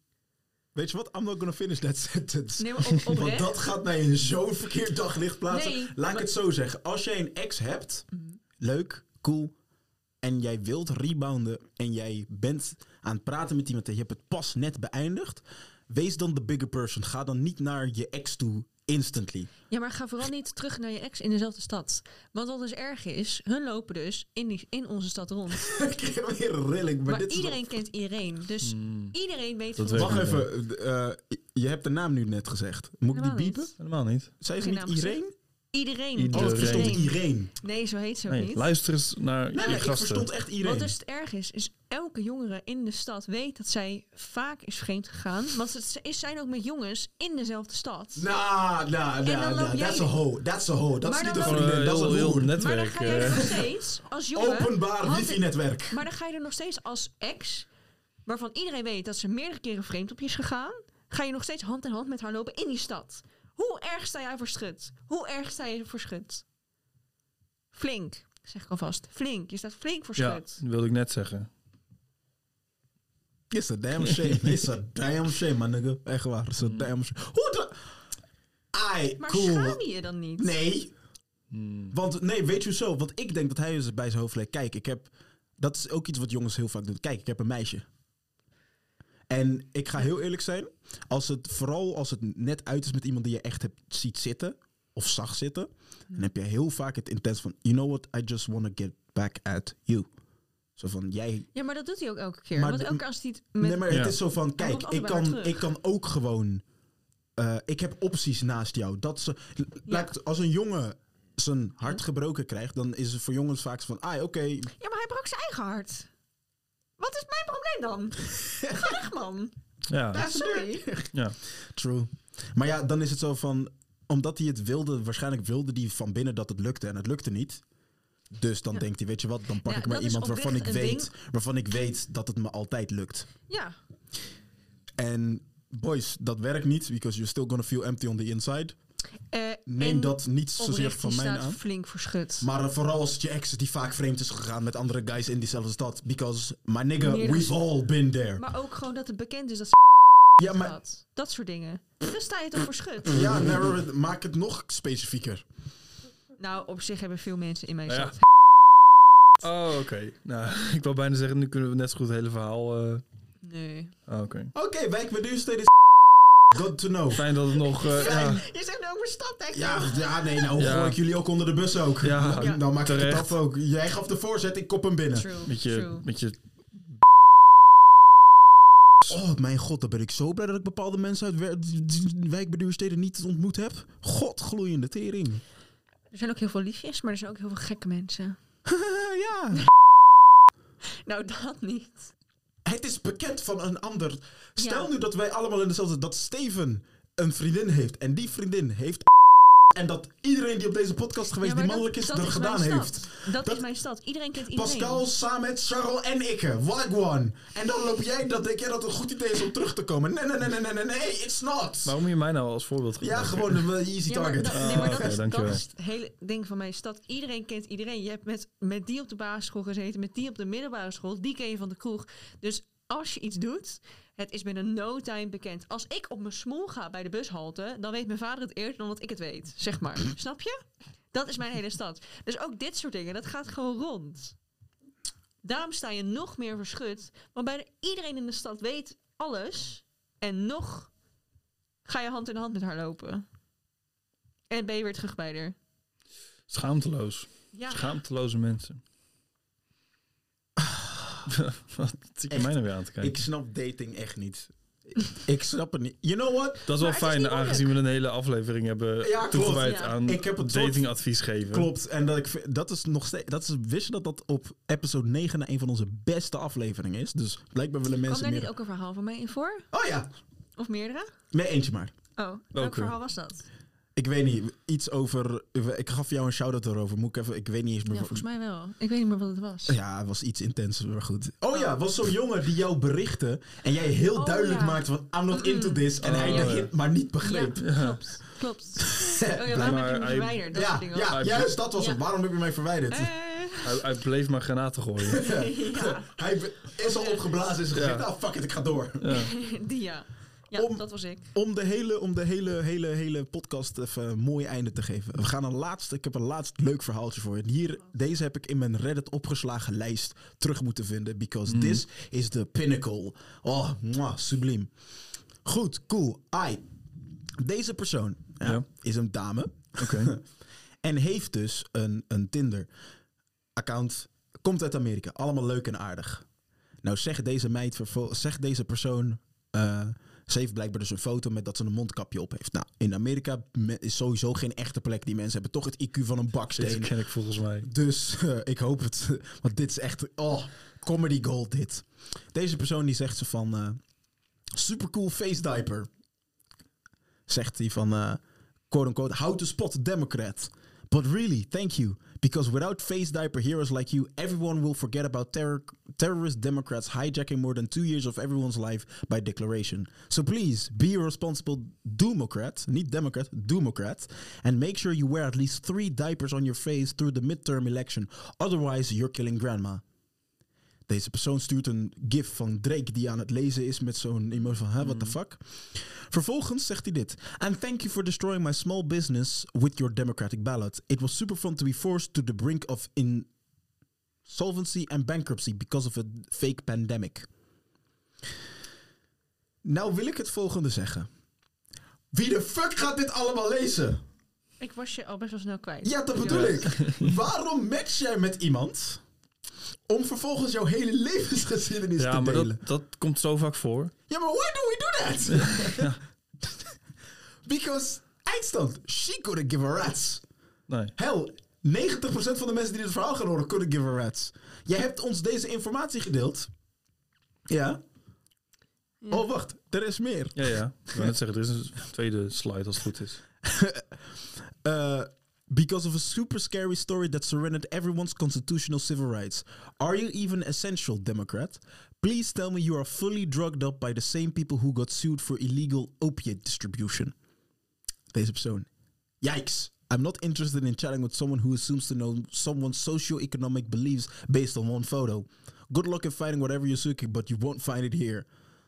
Weet je wat? I'm not gonna finish that [laughs] sentence.
Nee, [laughs] maar op,
Want
oprecht.
dat gaat mij in zo'n verkeerd daglicht plaatsen.
Nee. Mhm.
Laat ik het zo zeggen. Als jij een ex hebt, leuk, cool, en jij wilt rebounden en jij bent aan het praten met iemand en je hebt het pas net beëindigd, wees dan de bigger person. Ga dan niet naar je ex toe instantly.
Ja, maar ga vooral niet terug naar je ex in dezelfde stad. Want wat dus erg is, hun lopen dus in, die, in onze stad rond.
[laughs] ik heb weer een rilling, maar,
Maar,
dit is...
iedereen kent iedereen. Dus
Hmm,
iedereen weet
Dat
van
weet
Wacht
ik
elkaar.
niet.
even, eh, je hebt de naam nu net gezegd. Moet ik die
Helemaal niet.
piepen?
Helemaal niet.
Zij is
Geen
niet
naam gezegd.
Irene?
Iedereen.
Iedereen.
Oh, het verstond
Iedereen.
Irene.
Nee, zo heet ze ook
Nee,
niet.
luister eens naar
Nee,
je
nee, ik
gasten.
verstond echt Irene.
Wat dus het erg is, is elke jongere in de stad weet dat zij vaak is vreemd gegaan. Want ze ze zijn ook met jongens in dezelfde stad.
Nou, nou,
dan
nou,
loop
nou,
jij-
that's a hoe. That's a hoe. Dat is
Maar
niet
dan
een
loop-
Gewoon
vriendin,
een
dat is
heel,
een
heel
hoer.
maar dan
netwerk.
ga jij er
eh.
nog steeds als jongen...
Openbaar
Hand in-
wifi-netwerk.
Maar dan ga je er nog steeds als ex, waarvan iedereen weet dat ze meerdere keren vreemd op je is gegaan, ga je nog steeds hand in hand met haar lopen in die stad. Hoe erg sta jij voor schut? Hoe erg sta je voor schut? Flink, zeg ik alvast. Flink, je staat flink voor
Ja,
schut.
dat wilde ik net zeggen.
It's a damn shame. It's a damn shame, man. Nigga. Echt waar. It's a damn shame. Hoe de... Ai,
Mm. Maar
cool.
schaam je je dan niet?
Nee.
Hmm.
Want, nee, weet je zo? Want ik denk dat hij dus bij zijn hoofd legt. Kijk, ik heb... Dat is ook iets wat jongens heel vaak doen. Kijk, ik heb een meisje. En ik ga heel eerlijk zijn. Als het, vooral als het net uit is met iemand die je echt hebt, ziet zitten. Of zag zitten. Dan heb je heel vaak het intens van... You know what? I just wanna get back at you. Zo van, jij
Ja, maar dat doet hij ook elke keer.
Maar
Want
de-
elke keer als hij het met...
nee, maar het
Ja.
is zo van, kijk,
komt altijd
ik
bij haar
kan,
terug.
ik kan ook gewoon... eh, ik heb opties naast jou. Dat ze, laat- als een jongen zijn
Hm?
hart gebroken krijgt, dan is het voor jongens vaak zo van... Ah, oké,
Ja, maar hij brak zijn eigen hart. Wat is mijn probleem
[laughs]
dan? Ga weg, man.
Ja,
Ja, sorry.
ja.
True. Maar ja, dan is het zo van... Omdat hij het wilde, waarschijnlijk wilde hij van binnen dat het lukte. En het lukte niet. Dus dan
Ja.
denkt hij, weet je wat, dan pak
Ja,
ik maar
dat is
iemand waarvan ik,
oprecht een
weet, waarvan ik weet dat het me altijd lukt.
Ja,
En boys, dat werkt niet, because you're still gonna feel empty on the inside.
eh,
Neem
en
dat niet zozeer
oprecht,
van
die
mij
staat
aan.
flink verschut.
Maar eh, vooral als het je ex is die vaak vreemd is gegaan met andere guys in diezelfde stad. Because, my nigga,
Meer dan-
we've all been there.
Maar ook gewoon dat het bekend is dat ze
ja, maar
had. Dat soort dingen. Dan sta je toch verschut.
ja, narrow it- maak het nog specifieker.
Nou, op zich hebben veel mensen in mijn
Ja.
stad.
Oh, oké. Nou, [laughs] ik wou bijna zeggen, nu kunnen we net zo goed het hele verhaal... eh,
Nee.
oh, oké.
Oké, wijk met duursteden is good to know.
Fijn dat het
[laughs]
nog... eh, ja.
Je zegt nu over stad, denk ik.
Ja, ja, nee, nou
Ja.
gooi ik jullie ook onder de bus ook.
Ja,
nou, nou
Ja.
maak ik het
terecht.
af ook. Jij gaf de voorzet, ik kop hem binnen.
True,
Met je,
true.
met je...
Oh mijn god, dan ben ik zo blij dat ik bepaalde mensen uit wer- wijkbeduursteden niet ontmoet heb. God, gloeiende tering. [laughs]
Er zijn ook heel veel liefjes, maar er zijn ook heel veel gekke mensen.
ja.
Nou, dat niet.
Het is bekend van een ander. Stel
Ja.
nu dat wij allemaal in dezelfde... Dat Steven een vriendin heeft en die vriendin heeft... En dat iedereen die op deze podcast geweest
Ja, maar
die mannelijk
dat-
is,
dat
er gedaan
mijn
heeft.
stad. Dat,
Dat-
is mijn stad. Iedereen kent iedereen.
Pascal, Samet, Charles en ikke. Wagwan. En dan loop jij dat denk jij dat het een goed idee is om terug te komen. Nee, nee, nee, nee, nee, nee, nee, it's not.
Waarom je mij nou als voorbeeld
ja,
gebruiken?
gewoon een eh, easy
Ja, maar,
target.
dat, nee, maar
Ah,
dat,
oké,
is, dat
dankjewel.
is het hele ding van mijn stad. Iedereen kent iedereen. Je hebt met, met die op de basisschool gezeten, met die op de middelbare school, die ken je van de kroeg. Dus als je iets doet, het is binnen no time bekend. Als ik op mijn smoel ga bij de bushalte, dan weet mijn vader het eerder dan dat ik het weet, zeg
[clears throat]
maar. Snap je? Dat is mijn hele stad. Dus ook dit soort dingen, dat gaat gewoon rond. Daarom sta je nog meer verschut, want bijna iedereen in de stad weet alles en nog ga je hand in hand met haar lopen. En ben je weer terug bij haar.
Schaamteloos.
Ja.
Schaamteloze mensen. [laughs] Wat zit je
Echt.
mij nou weer aan te kijken?
Ik snap dating echt niet. Ik snap het niet. You know what?
dat
Maar
is wel
het is
fijn,
niet
aangezien we een hele aflevering hebben
Ja, klopt.
toegewijd
Ja.
aan
Ik heb het soort-
datingadvies geven.
Klopt. En dat, ik, vind- dat is nog steeds. Dat is, wist je dat dat op episode 9 na een van onze beste afleveringen is? Dus blijkbaar willen
Kwam
mensen
daar
meer.
niet ook een verhaal van mij in voor?
Oh ja,
Of meerdere?
nee, eentje maar.
Oh, welk
Welke?
verhaal was dat?
Ik weet niet. Iets over. Ik gaf jou een shout-out erover. Moet ik even. Ik weet niet eens
Ja,
meer.
volgens mij wel. Ik weet niet meer wat het was.
Ja, het was iets intenser, maar goed. Oh ja, was zo'n jongen die jou berichtte en jij heel
Oh
duidelijk
ja.
maakte van I'm not into this en
Oh,
hij
ja.
de hint maar niet begreep. [laughs]
Ja, klopt. Klopt. Oh ja, waarom heb je
Maar
me
hij-
verwijderd?
Ja,
Dat
ja,
soort dingen. wel.
juist dat was
Ja.
het. Waarom heb je mij verwijderd?
Eh,
Hij, hij bleef maar granaten [laughs] gooien.
ja,
[laughs] Hij be- is al opgeblazen, is gezegd,
Ja.
nou fuck it, ik ga door.
ja.
die ja. [laughs] Ja,
Om-
dat was ik.
Om de hele, om de hele, hele, hele podcast even een mooi einde te geven. We gaan een laatste, ik heb een laatst leuk verhaaltje voor je. Hier, deze heb ik in mijn Reddit opgeslagen lijst terug moeten vinden. Because this is the pinnacle. Oh, mwah, subliem. Goed, cool. Ai. Deze persoon ja,
Ja.
is een dame
Oké.
[laughs] en heeft dus een, een Tinder-account. Komt uit Amerika. Allemaal leuk en aardig. Nou, zegt deze meid, vervol- zegt deze persoon. eh, ze heeft blijkbaar dus een foto met dat ze een mondkapje op heeft. Nou, in Amerika me- is sowieso geen echte plek. Die mensen hebben toch het IQ van een
[laughs] Dit
baksteen.
ken ik volgens mij.
Dus eh, ik hoop het. [laughs] Want dit is echt. Oh, comedy gold dit. Deze persoon die zegt ze van. eh supercool face diaper. Zegt hij van. eh, quote unquote. How to spot Democrat. But really, thank you. Because without face diaper heroes like you, everyone will forget about terror terrorist Democrats hijacking more than two years of everyone's life by declaration. So please be a responsible Democrat, niet Democrat, Democrat, and make sure you wear at least three diapers on your face through the midterm election. Otherwise, you're killing grandma. Deze persoon stuurt een gif van Drake die aan het lezen is met zo'n emotie van, huh, what the fuck? Vervolgens zegt hij dit. And thank you for destroying my small business with your democratic ballot. It was super fun to be forced to the brink of insolvency and bankruptcy because of a fake pandemic. Nou wil ik het volgende zeggen. Wie de fuck gaat dit allemaal lezen?
Ik was je al best wel snel kwijt.
Ja, dat bedoel ik. Waarom match jij met iemand om vervolgens jouw hele levensgeschiedenis
Ja,
te
maar
delen?
dat, dat komt zo vaak voor.
Ja, maar why do we do that?
[laughs]
Because, eindstand, she couldn't give a rats.
Nee.
Hell, 90% van de mensen die dit verhaal gaan horen, couldn't give a rats. Jij hebt ons deze informatie gedeeld. Ja.
Ja.
Oh, wacht. Er is meer.
Ja, ja. Ik wou net zeggen, er is een tweede slide als het goed is.
Uh, because of a super scary story that surrendered everyone's constitutional civil rights. Are you even essential, Democrat? Please tell me you are fully drugged up by the same people who got sued for illegal opiate distribution. Deze persoon. Yikes. I'm not interested in chatting with someone who assumes to know someone's socio-economic beliefs based on one photo. Good luck in finding whatever you're seeking, but you won't find it here.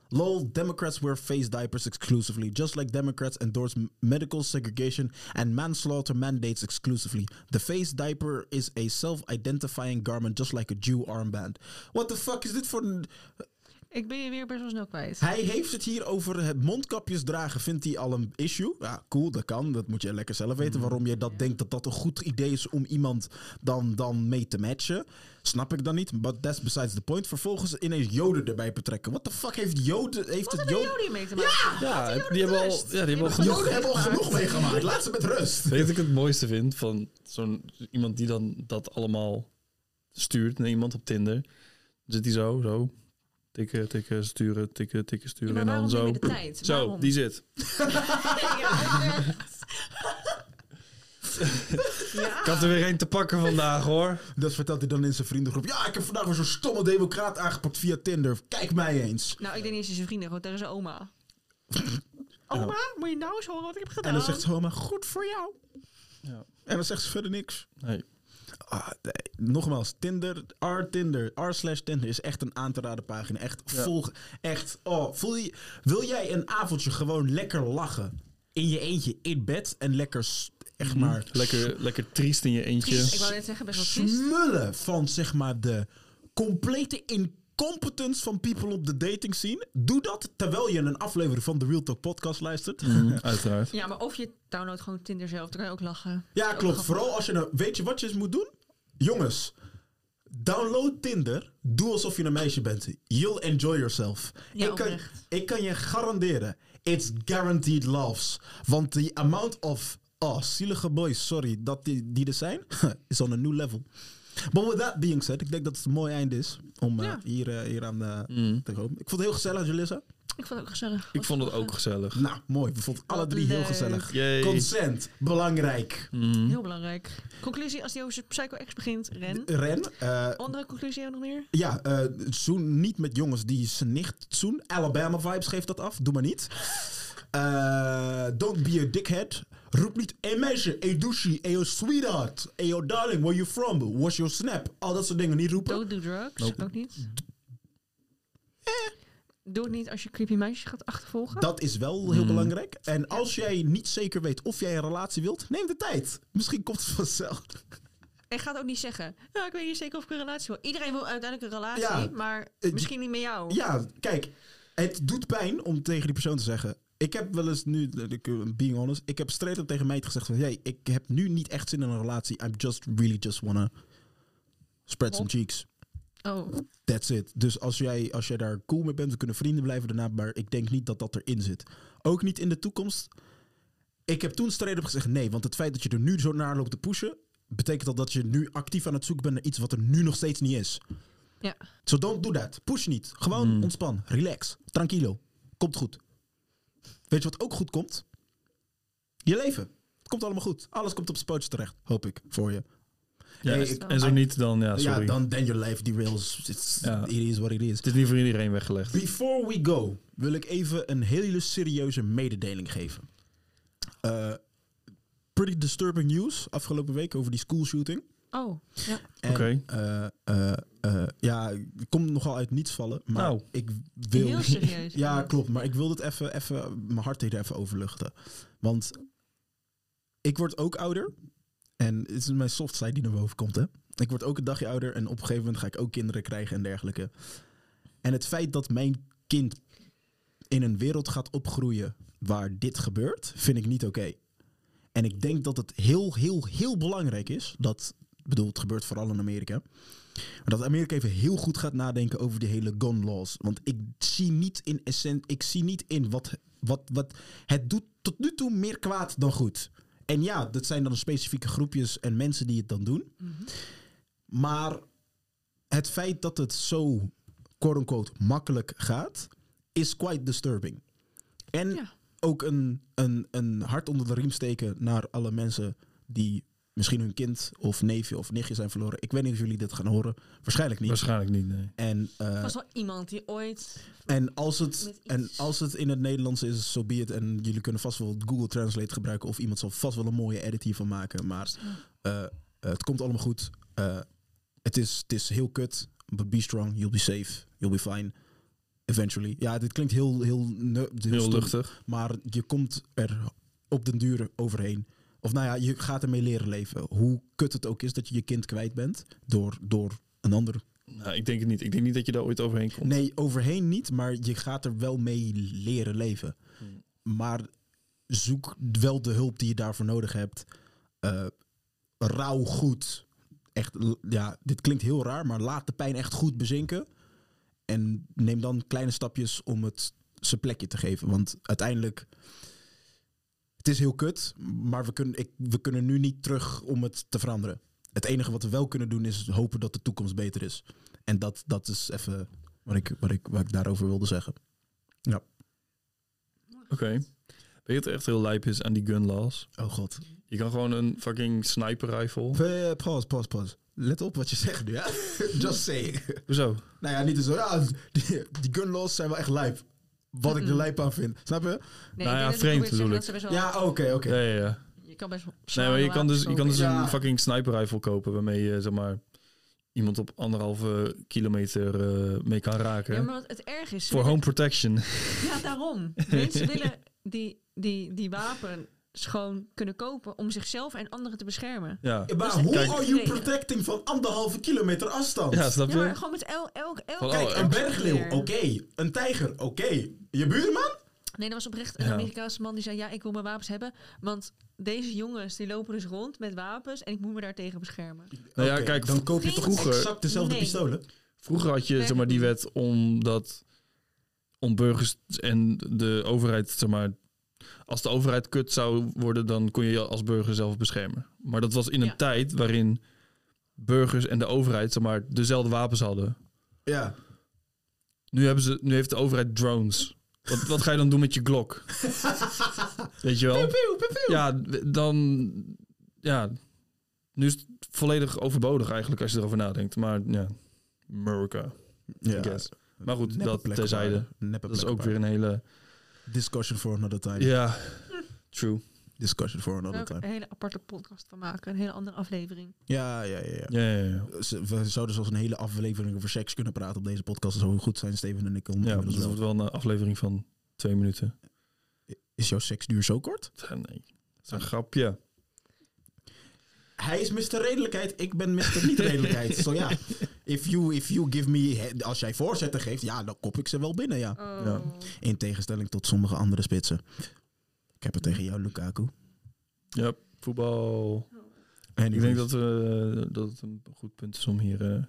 Lol, Democrats wear face diapers exclusively, just like Democrats endorse m- medical segregation and manslaughter mandates exclusively. The face diaper is a self-identifying garment, just like a Jew armband. What the fuck is dit voor een...
Ik ben je weer best wel snel kwijt.
Hij heeft het hier over het mondkapjes dragen. Vindt hij al een issue? Ja, cool, dat kan. Dat moet je lekker zelf weten. Waarom je dat
Ja.
denkt dat dat een goed idee is om iemand dan, dan mee te matchen. Snap ik dan niet. But that's besides the point. Vervolgens ineens Joden erbij betrekken. What the fuck heeft Joden... Heeft
Wat
het
hebben
Joden...
jullie mee te maken?
Ja,
Laat
die hebben
met
al-
rust.
ja, die hebben al genoeg-
Joden hebben al genoeg meegemaakt. Laat ze met rust.
Weet je wat ik het mooiste vind van zo'n iemand die dan dat allemaal stuurt naar iemand op Tinder? Dan zit hij zo, zo. Tikken, tikken, sturen, tikken, tikken,
Ja,
sturen.
maar
en dan
waarom neem
zo.
je de tijd?
Zo,
Waarom?
die zit.
[laughs] Ja, echt. Ja.
Ik had er weer een te pakken vandaag hoor.
Dat vertelt hij dan in zijn vriendengroep. Ja, ik heb vandaag weer zo'n stomme democraat aangepakt via Tinder. Kijk mij eens.
Nou, ik denk niet eens aan zijn vrienden, gewoon tegen zijn oma. Oma, moet je nou eens horen wat ik heb gedaan?
En dan zegt ze oma, goed voor jou.
Ja.
En dan zegt ze verder niks.
Nee.
Ah, nee. Nogmaals, Tinder, r Tinder, r slash Tinder is echt een aan te raden pagina. Echt
Ja.
volg, echt. Oh, voel je, wil jij een avondje gewoon lekker lachen in je eentje in bed en lekker, s- echt maar
Mhm. Lekker, lekker triest in je
Triest. Ik
eentje.
wou net zeggen, best wel triest.
smullen van zeg maar de complete incompetence van people op de dating scene? Doe dat terwijl je een aflevering van de Real Talk podcast luistert.
Mhm, uiteraard.
Ja, maar of je downloadt gewoon Tinder zelf, dan kan je ook lachen.
Ja, klopt.
grappig.
Vooral als je nou. Weet je wat je eens moet doen? Jongens, download Tinder. Doe alsof je een meisje bent. You'll enjoy yourself.
Ja,
ik, kan,
oprecht.
ik kan je garanderen. It's guaranteed loves. Want the amount of. Oh, zielige boys, sorry, dat die, die er zijn, [laughs] is on a new level. But with that being said, ik denk dat het een mooi einde is om eh,
Ja.
hier, eh, hier aan eh,
Mhm.
te komen. Ik vond het heel gezellig, Julissa.
Ik vond het ook gezellig.
Ik vond het ook gezellig.
Nou, mooi. We vonden alle
Wat
drie heel
leuk.
gezellig.
Jee.
Consent, belangrijk.
Mhm.
Heel belangrijk. Conclusie, als die over Psycho X begint, ren.
Ren, eh,
Andere conclusie hebben we nog meer?
Ja, eh zoen niet met jongens die zijn nicht zoen. Alabama vibes geeft dat af. Doe maar niet. Eh, don't be a dickhead. Roep niet, hey meisje, hey douche, hey your sweetheart, hey your darling, where you from, what's your snap? Al dat soort dingen niet roepen.
Don't do drugs,
Nope.
ook niet. Eh. Doe het niet als je creepy meisjes gaat achtervolgen.
Dat is wel heel
Mm.
belangrijk. En als jij niet zeker weet of jij een relatie wilt, neem de tijd. Misschien komt het vanzelf.
En gaat ook niet zeggen, nou, ik weet niet zeker of ik een relatie wil. Iedereen wil uiteindelijk een relatie,
Ja.
maar
Eh,
misschien niet met jou.
Ja, kijk, het doet pijn om tegen die persoon te zeggen. Ik heb wel eens nu, eh, ik, eh, being honest, ik heb straight up tegen mij gezegd van, hey, ik heb nu niet echt zin in een relatie. I'm just really just wanna spread some
Hop.
cheeks.
Oh,
That's it. Dus als jij, als jij daar cool mee bent, we kunnen vrienden blijven daarna, maar ik denk niet dat dat erin zit. Ook niet in de toekomst. Ik heb toen straight up gezegd nee, want het feit dat je er nu zo naar loopt te pushen, betekent dat dat je nu actief aan het zoeken bent naar iets wat er nu nog steeds niet is.
ja.
So don't do that. Push niet. Gewoon
Hmm.
ontspan. Relax. Tranquilo. Komt goed. Weet je wat ook goed komt? Je leven. Het komt allemaal goed. Alles komt op zijn pootjes terecht. Hoop ik. Voor je.
Ja,
Hey, ik-
en zo niet, dan ja,
ja,
sorry.
dan then your life derails. It's,
Ja.
It is what it is.
Het is niet voor iedereen weggelegd.
Before we go, wil ik even een hele serieuze mededeling geven. Eh, pretty disturbing news afgelopen week over die schoolshooting.
Oh, ja.
En,
Oké.
eh, eh, eh, ja, ik kom nogal uit niets vallen, maar
Nou.
ik wil...
Heel
[laughs]
serieus.
Ja, klopt. Maar ik wil dit even, even mijn hart hier even overluchten. Want ik word ook ouder. En het is mijn soft side die naar boven komt, hè. Ik word ook een dagje ouder en op een gegeven moment ga ik ook kinderen krijgen en dergelijke. En het feit dat mijn kind in een wereld gaat opgroeien waar dit gebeurt, vind ik niet oké. En ik denk dat het heel, heel, heel belangrijk is dat, ik bedoel, het gebeurt vooral in Amerika, maar dat Amerika even heel goed gaat nadenken over die hele gun laws. Want ik zie niet in essent, ik zie niet in wat, wat, wat het doet tot nu toe meer kwaad dan goed. En ja, dat zijn dan specifieke groepjes en mensen
Mm-hmm.
die het dan doen. Maar het feit dat het zo quote-unquote makkelijk gaat, is quite disturbing. En
Ja.
ook een, een, een hart onder de riem steken naar alle mensen die misschien hun kind of neefje of nichtje zijn verloren. Ik weet niet of jullie dit gaan horen. Waarschijnlijk niet.
Waarschijnlijk niet, nee.
En, eh,
Er was wel iemand die ooit...
en, als het,
Met iets.
en als het in het Nederlands is, zo be it. En jullie kunnen vast wel Google Translate gebruiken. Of iemand zal vast wel een mooie edit hiervan maken. Maar eh, eh, het komt allemaal goed. Eh, het, is, het is heel kut. But be strong. You'll be safe. You'll be fine. Eventually. Ja, dit klinkt heel, heel, nu- heel,
Heel
stom.
luchtig.
Maar je komt er op den duur overheen. Of nou ja, je gaat ermee leren leven. Hoe kut het ook is dat je je kind kwijt bent door, door een ander.
Nou, ik denk het niet. Ik denk niet dat je daar ooit overheen komt.
Nee, overheen niet, maar je gaat er wel mee leren leven. Maar zoek wel de hulp die je daarvoor nodig hebt. Eh rauw goed. Echt, l- ja, dit klinkt heel raar, maar laat de pijn echt goed bezinken. En neem dan kleine stapjes om het zijn plekje te geven. Want uiteindelijk, het is heel kut, maar we kunnen, ik, we kunnen nu niet terug om het te veranderen. Het enige wat we wel kunnen doen is hopen dat de toekomst beter is. En dat, dat is even wat ik, wat, ik, wat ik daarover wilde zeggen.
Oké. Weet je wat echt heel lijp is aan die gun laws?
Oh god.
Je kan gewoon een fucking sniper rifle.
Eh, Pause, pause, pause. Let op wat je zegt nu, hè? [laughs] Just saying.
Hoezo?
Nou ja, niet zo. Ja, die, die gun laws zijn wel echt lijp. Wat ik er
Mhm.
lijp aan vind. Snap je?
Nee,
Nou
ik
ja,
denk dat ze
vreemd
probeert te zeggen
bedoel
dat ze best wel-
Ja, oké, oké.
Ja, ja, ja.
Je kan best wel
Nee, maar je kan dus, je kan dus
Ja.
een fucking sniper rifle kopen waarmee je zeg maar iemand op anderhalve kilometer eh, mee kan raken.
Ja, maar wat het erg is... ze
Voor
willen-
home protection.
Ja,
[laughs]
daarom. Mensen willen die, die, die wapens gewoon kunnen kopen om zichzelf en anderen te beschermen.
ja.
Maar
Dat is
hoe
echt
are you
reden.
protecting van anderhalve kilometer afstand?
ja, snap
Ja,
je?
maar gewoon met elk... elk, elk
Van, oh,
Kijk, een bergleeuw, oké. Een tijger, oké. Je buurman?
Nee, er was oprecht een
Ja.
Amerikaanse man die zei... Ja, ik wil mijn wapens hebben, want deze jongens die lopen dus rond met wapens... en ik moet me daartegen beschermen.
Nou ja,
Oké,
kijk,
dan koop je toch
vroeger-
exact dezelfde
Nee.
pistolen?
Vroeger had je zeg maar, die wet omdat om burgers en de overheid, zeg maar, als de overheid kut zou worden, dan kon je je als burger zelf beschermen. Maar dat was in een
Ja.
tijd waarin burgers en de overheid zeg maar, dezelfde wapens hadden.
Ja.
[laughs] Nu, hebben ze, nu heeft de overheid drones. Wat, wat ga je dan doen met je Glock? Weet je wel? Ja, dan... Ja, nu is het volledig overbodig eigenlijk als je erover nadenkt. Maar ja, America.
ja.
guess. Maar goed,
Neppe
dat
plekken
terzijde.
waren. Neppe
Dat is
plekken
ook weer een hele...
waren. Discussion for another time.
Ja, true.
Discussion for
Daar
another
wil ik
time.
een hele aparte podcast van maken. Een hele andere aflevering.
Ja, ja, ja. ja.
Ja, ja, ja.
Ze- We zouden zelfs een hele aflevering over seks kunnen praten op deze podcast. Zo goed zijn Steven en ik. on-
ja dus
inmiddels
dat
wel.
wordt wel een aflevering van twee minuten.
Is jouw seksduur zo kort?
Ja, Nee, dat is een grapje.
Hij is Mr. Redelijkheid. Ik ben Mr. [laughs] Niet-Redelijkheid. Zo Dus ja, if you, if you give me... Als jij voorzetten geeft, ja, dan kop ik ze wel binnen, ja.
Oh.
Ja. In tegenstelling tot sommige andere spitsen. Ik heb het tegen jou, Lukaku.
Ja, voetbal.
En
Ik denk dat, we, dat het een goed punt is om hier eh, een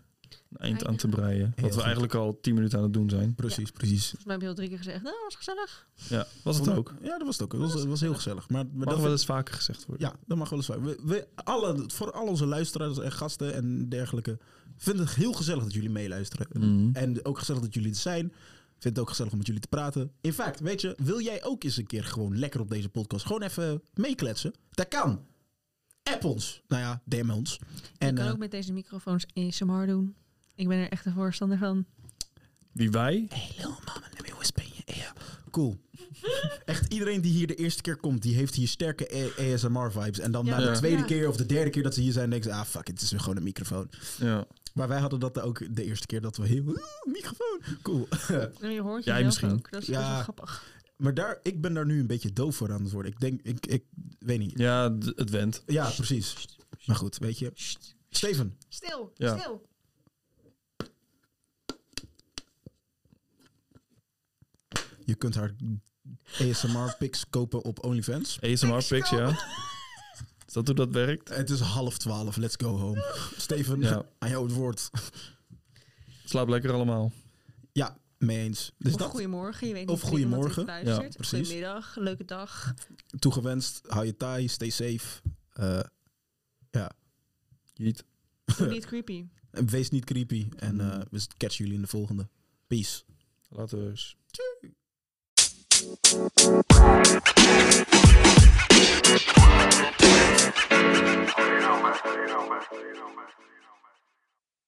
eind aan te breien.
Heel
Wat we
goed.
eigenlijk al tien minuten aan het doen zijn.
Precies, precies.
Volgens mij heb je al drie keer gezegd, nou, was gezellig.
Ja, was het ook.
Ja, dat was het ook. Het was, het was heel gezellig. Maar, maar
Mag
dat
wel eens vaker gezegd worden.
Ja, dat mag wel eens. waar. We, we, alle, voor al onze luisteraars en gasten en dergelijke. Vind het heel gezellig dat jullie meeluisteren.
Mhm.
En ook gezellig dat jullie er zijn. Vind het ook gezellig om met jullie te praten. In fact, weet je, wil jij ook eens een keer gewoon lekker op deze podcast gewoon even meekletsen? Dat kan. App ons. Nou ja, DM ons.
En, je
En
kan
eh,
ook met deze microfoons ASMR doen. Ik ben er echt een voorstander van.
Wie wij?
Hey lil mama, let me whisper in your ear. Cool. [laughs] Echt iedereen die hier de eerste keer komt, die heeft hier sterke ASMR-vibes. En dan
Ja.
na de
Ja.
tweede
Ja.
keer of de derde keer dat ze hier zijn, denken ze... Ah, fuck, it, het is weer gewoon een microfoon.
Ja.
Maar wij hadden dat ook de eerste keer dat we heel... "Oeh, microfoon, cool.
En je hoort
Jij
jezelf
misschien.
ook. Dat is best wel
Ja.
grappig.
maar daar, ik ben daar nu een beetje doof voor aan het worden. Ik denk, ik, ik weet niet.
Ja, d- het went.
Ja, precies. Maar goed, weet je.
Sst,
Steven,
Stil,
Ja.
stil.
je kunt haar ASMR-pics kopen op OnlyFans.
ASMR
Pics
pics, ja. Is dat hoe dat werkt?
Het is half twaalf, let's go home. Steven,
Ja.
aan jou het woord.
Slaap lekker allemaal.
Ja, mee eens. Dus
of
dat...
goedemorgen, je weet niet
Of
wanneer iemand
goedemorgen.
dit luistert.
Ja, precies.
Goedemiddag, leuke
[laughs]
dag.
toegewenst. Hou je taai, stay safe. Eh,
Jeet.
Doe niet creepy.
wees niet creepy. En eh, we catchen jullie in de volgende. Peace.
Laten we eens.
You know, man. You know, man. You know, man.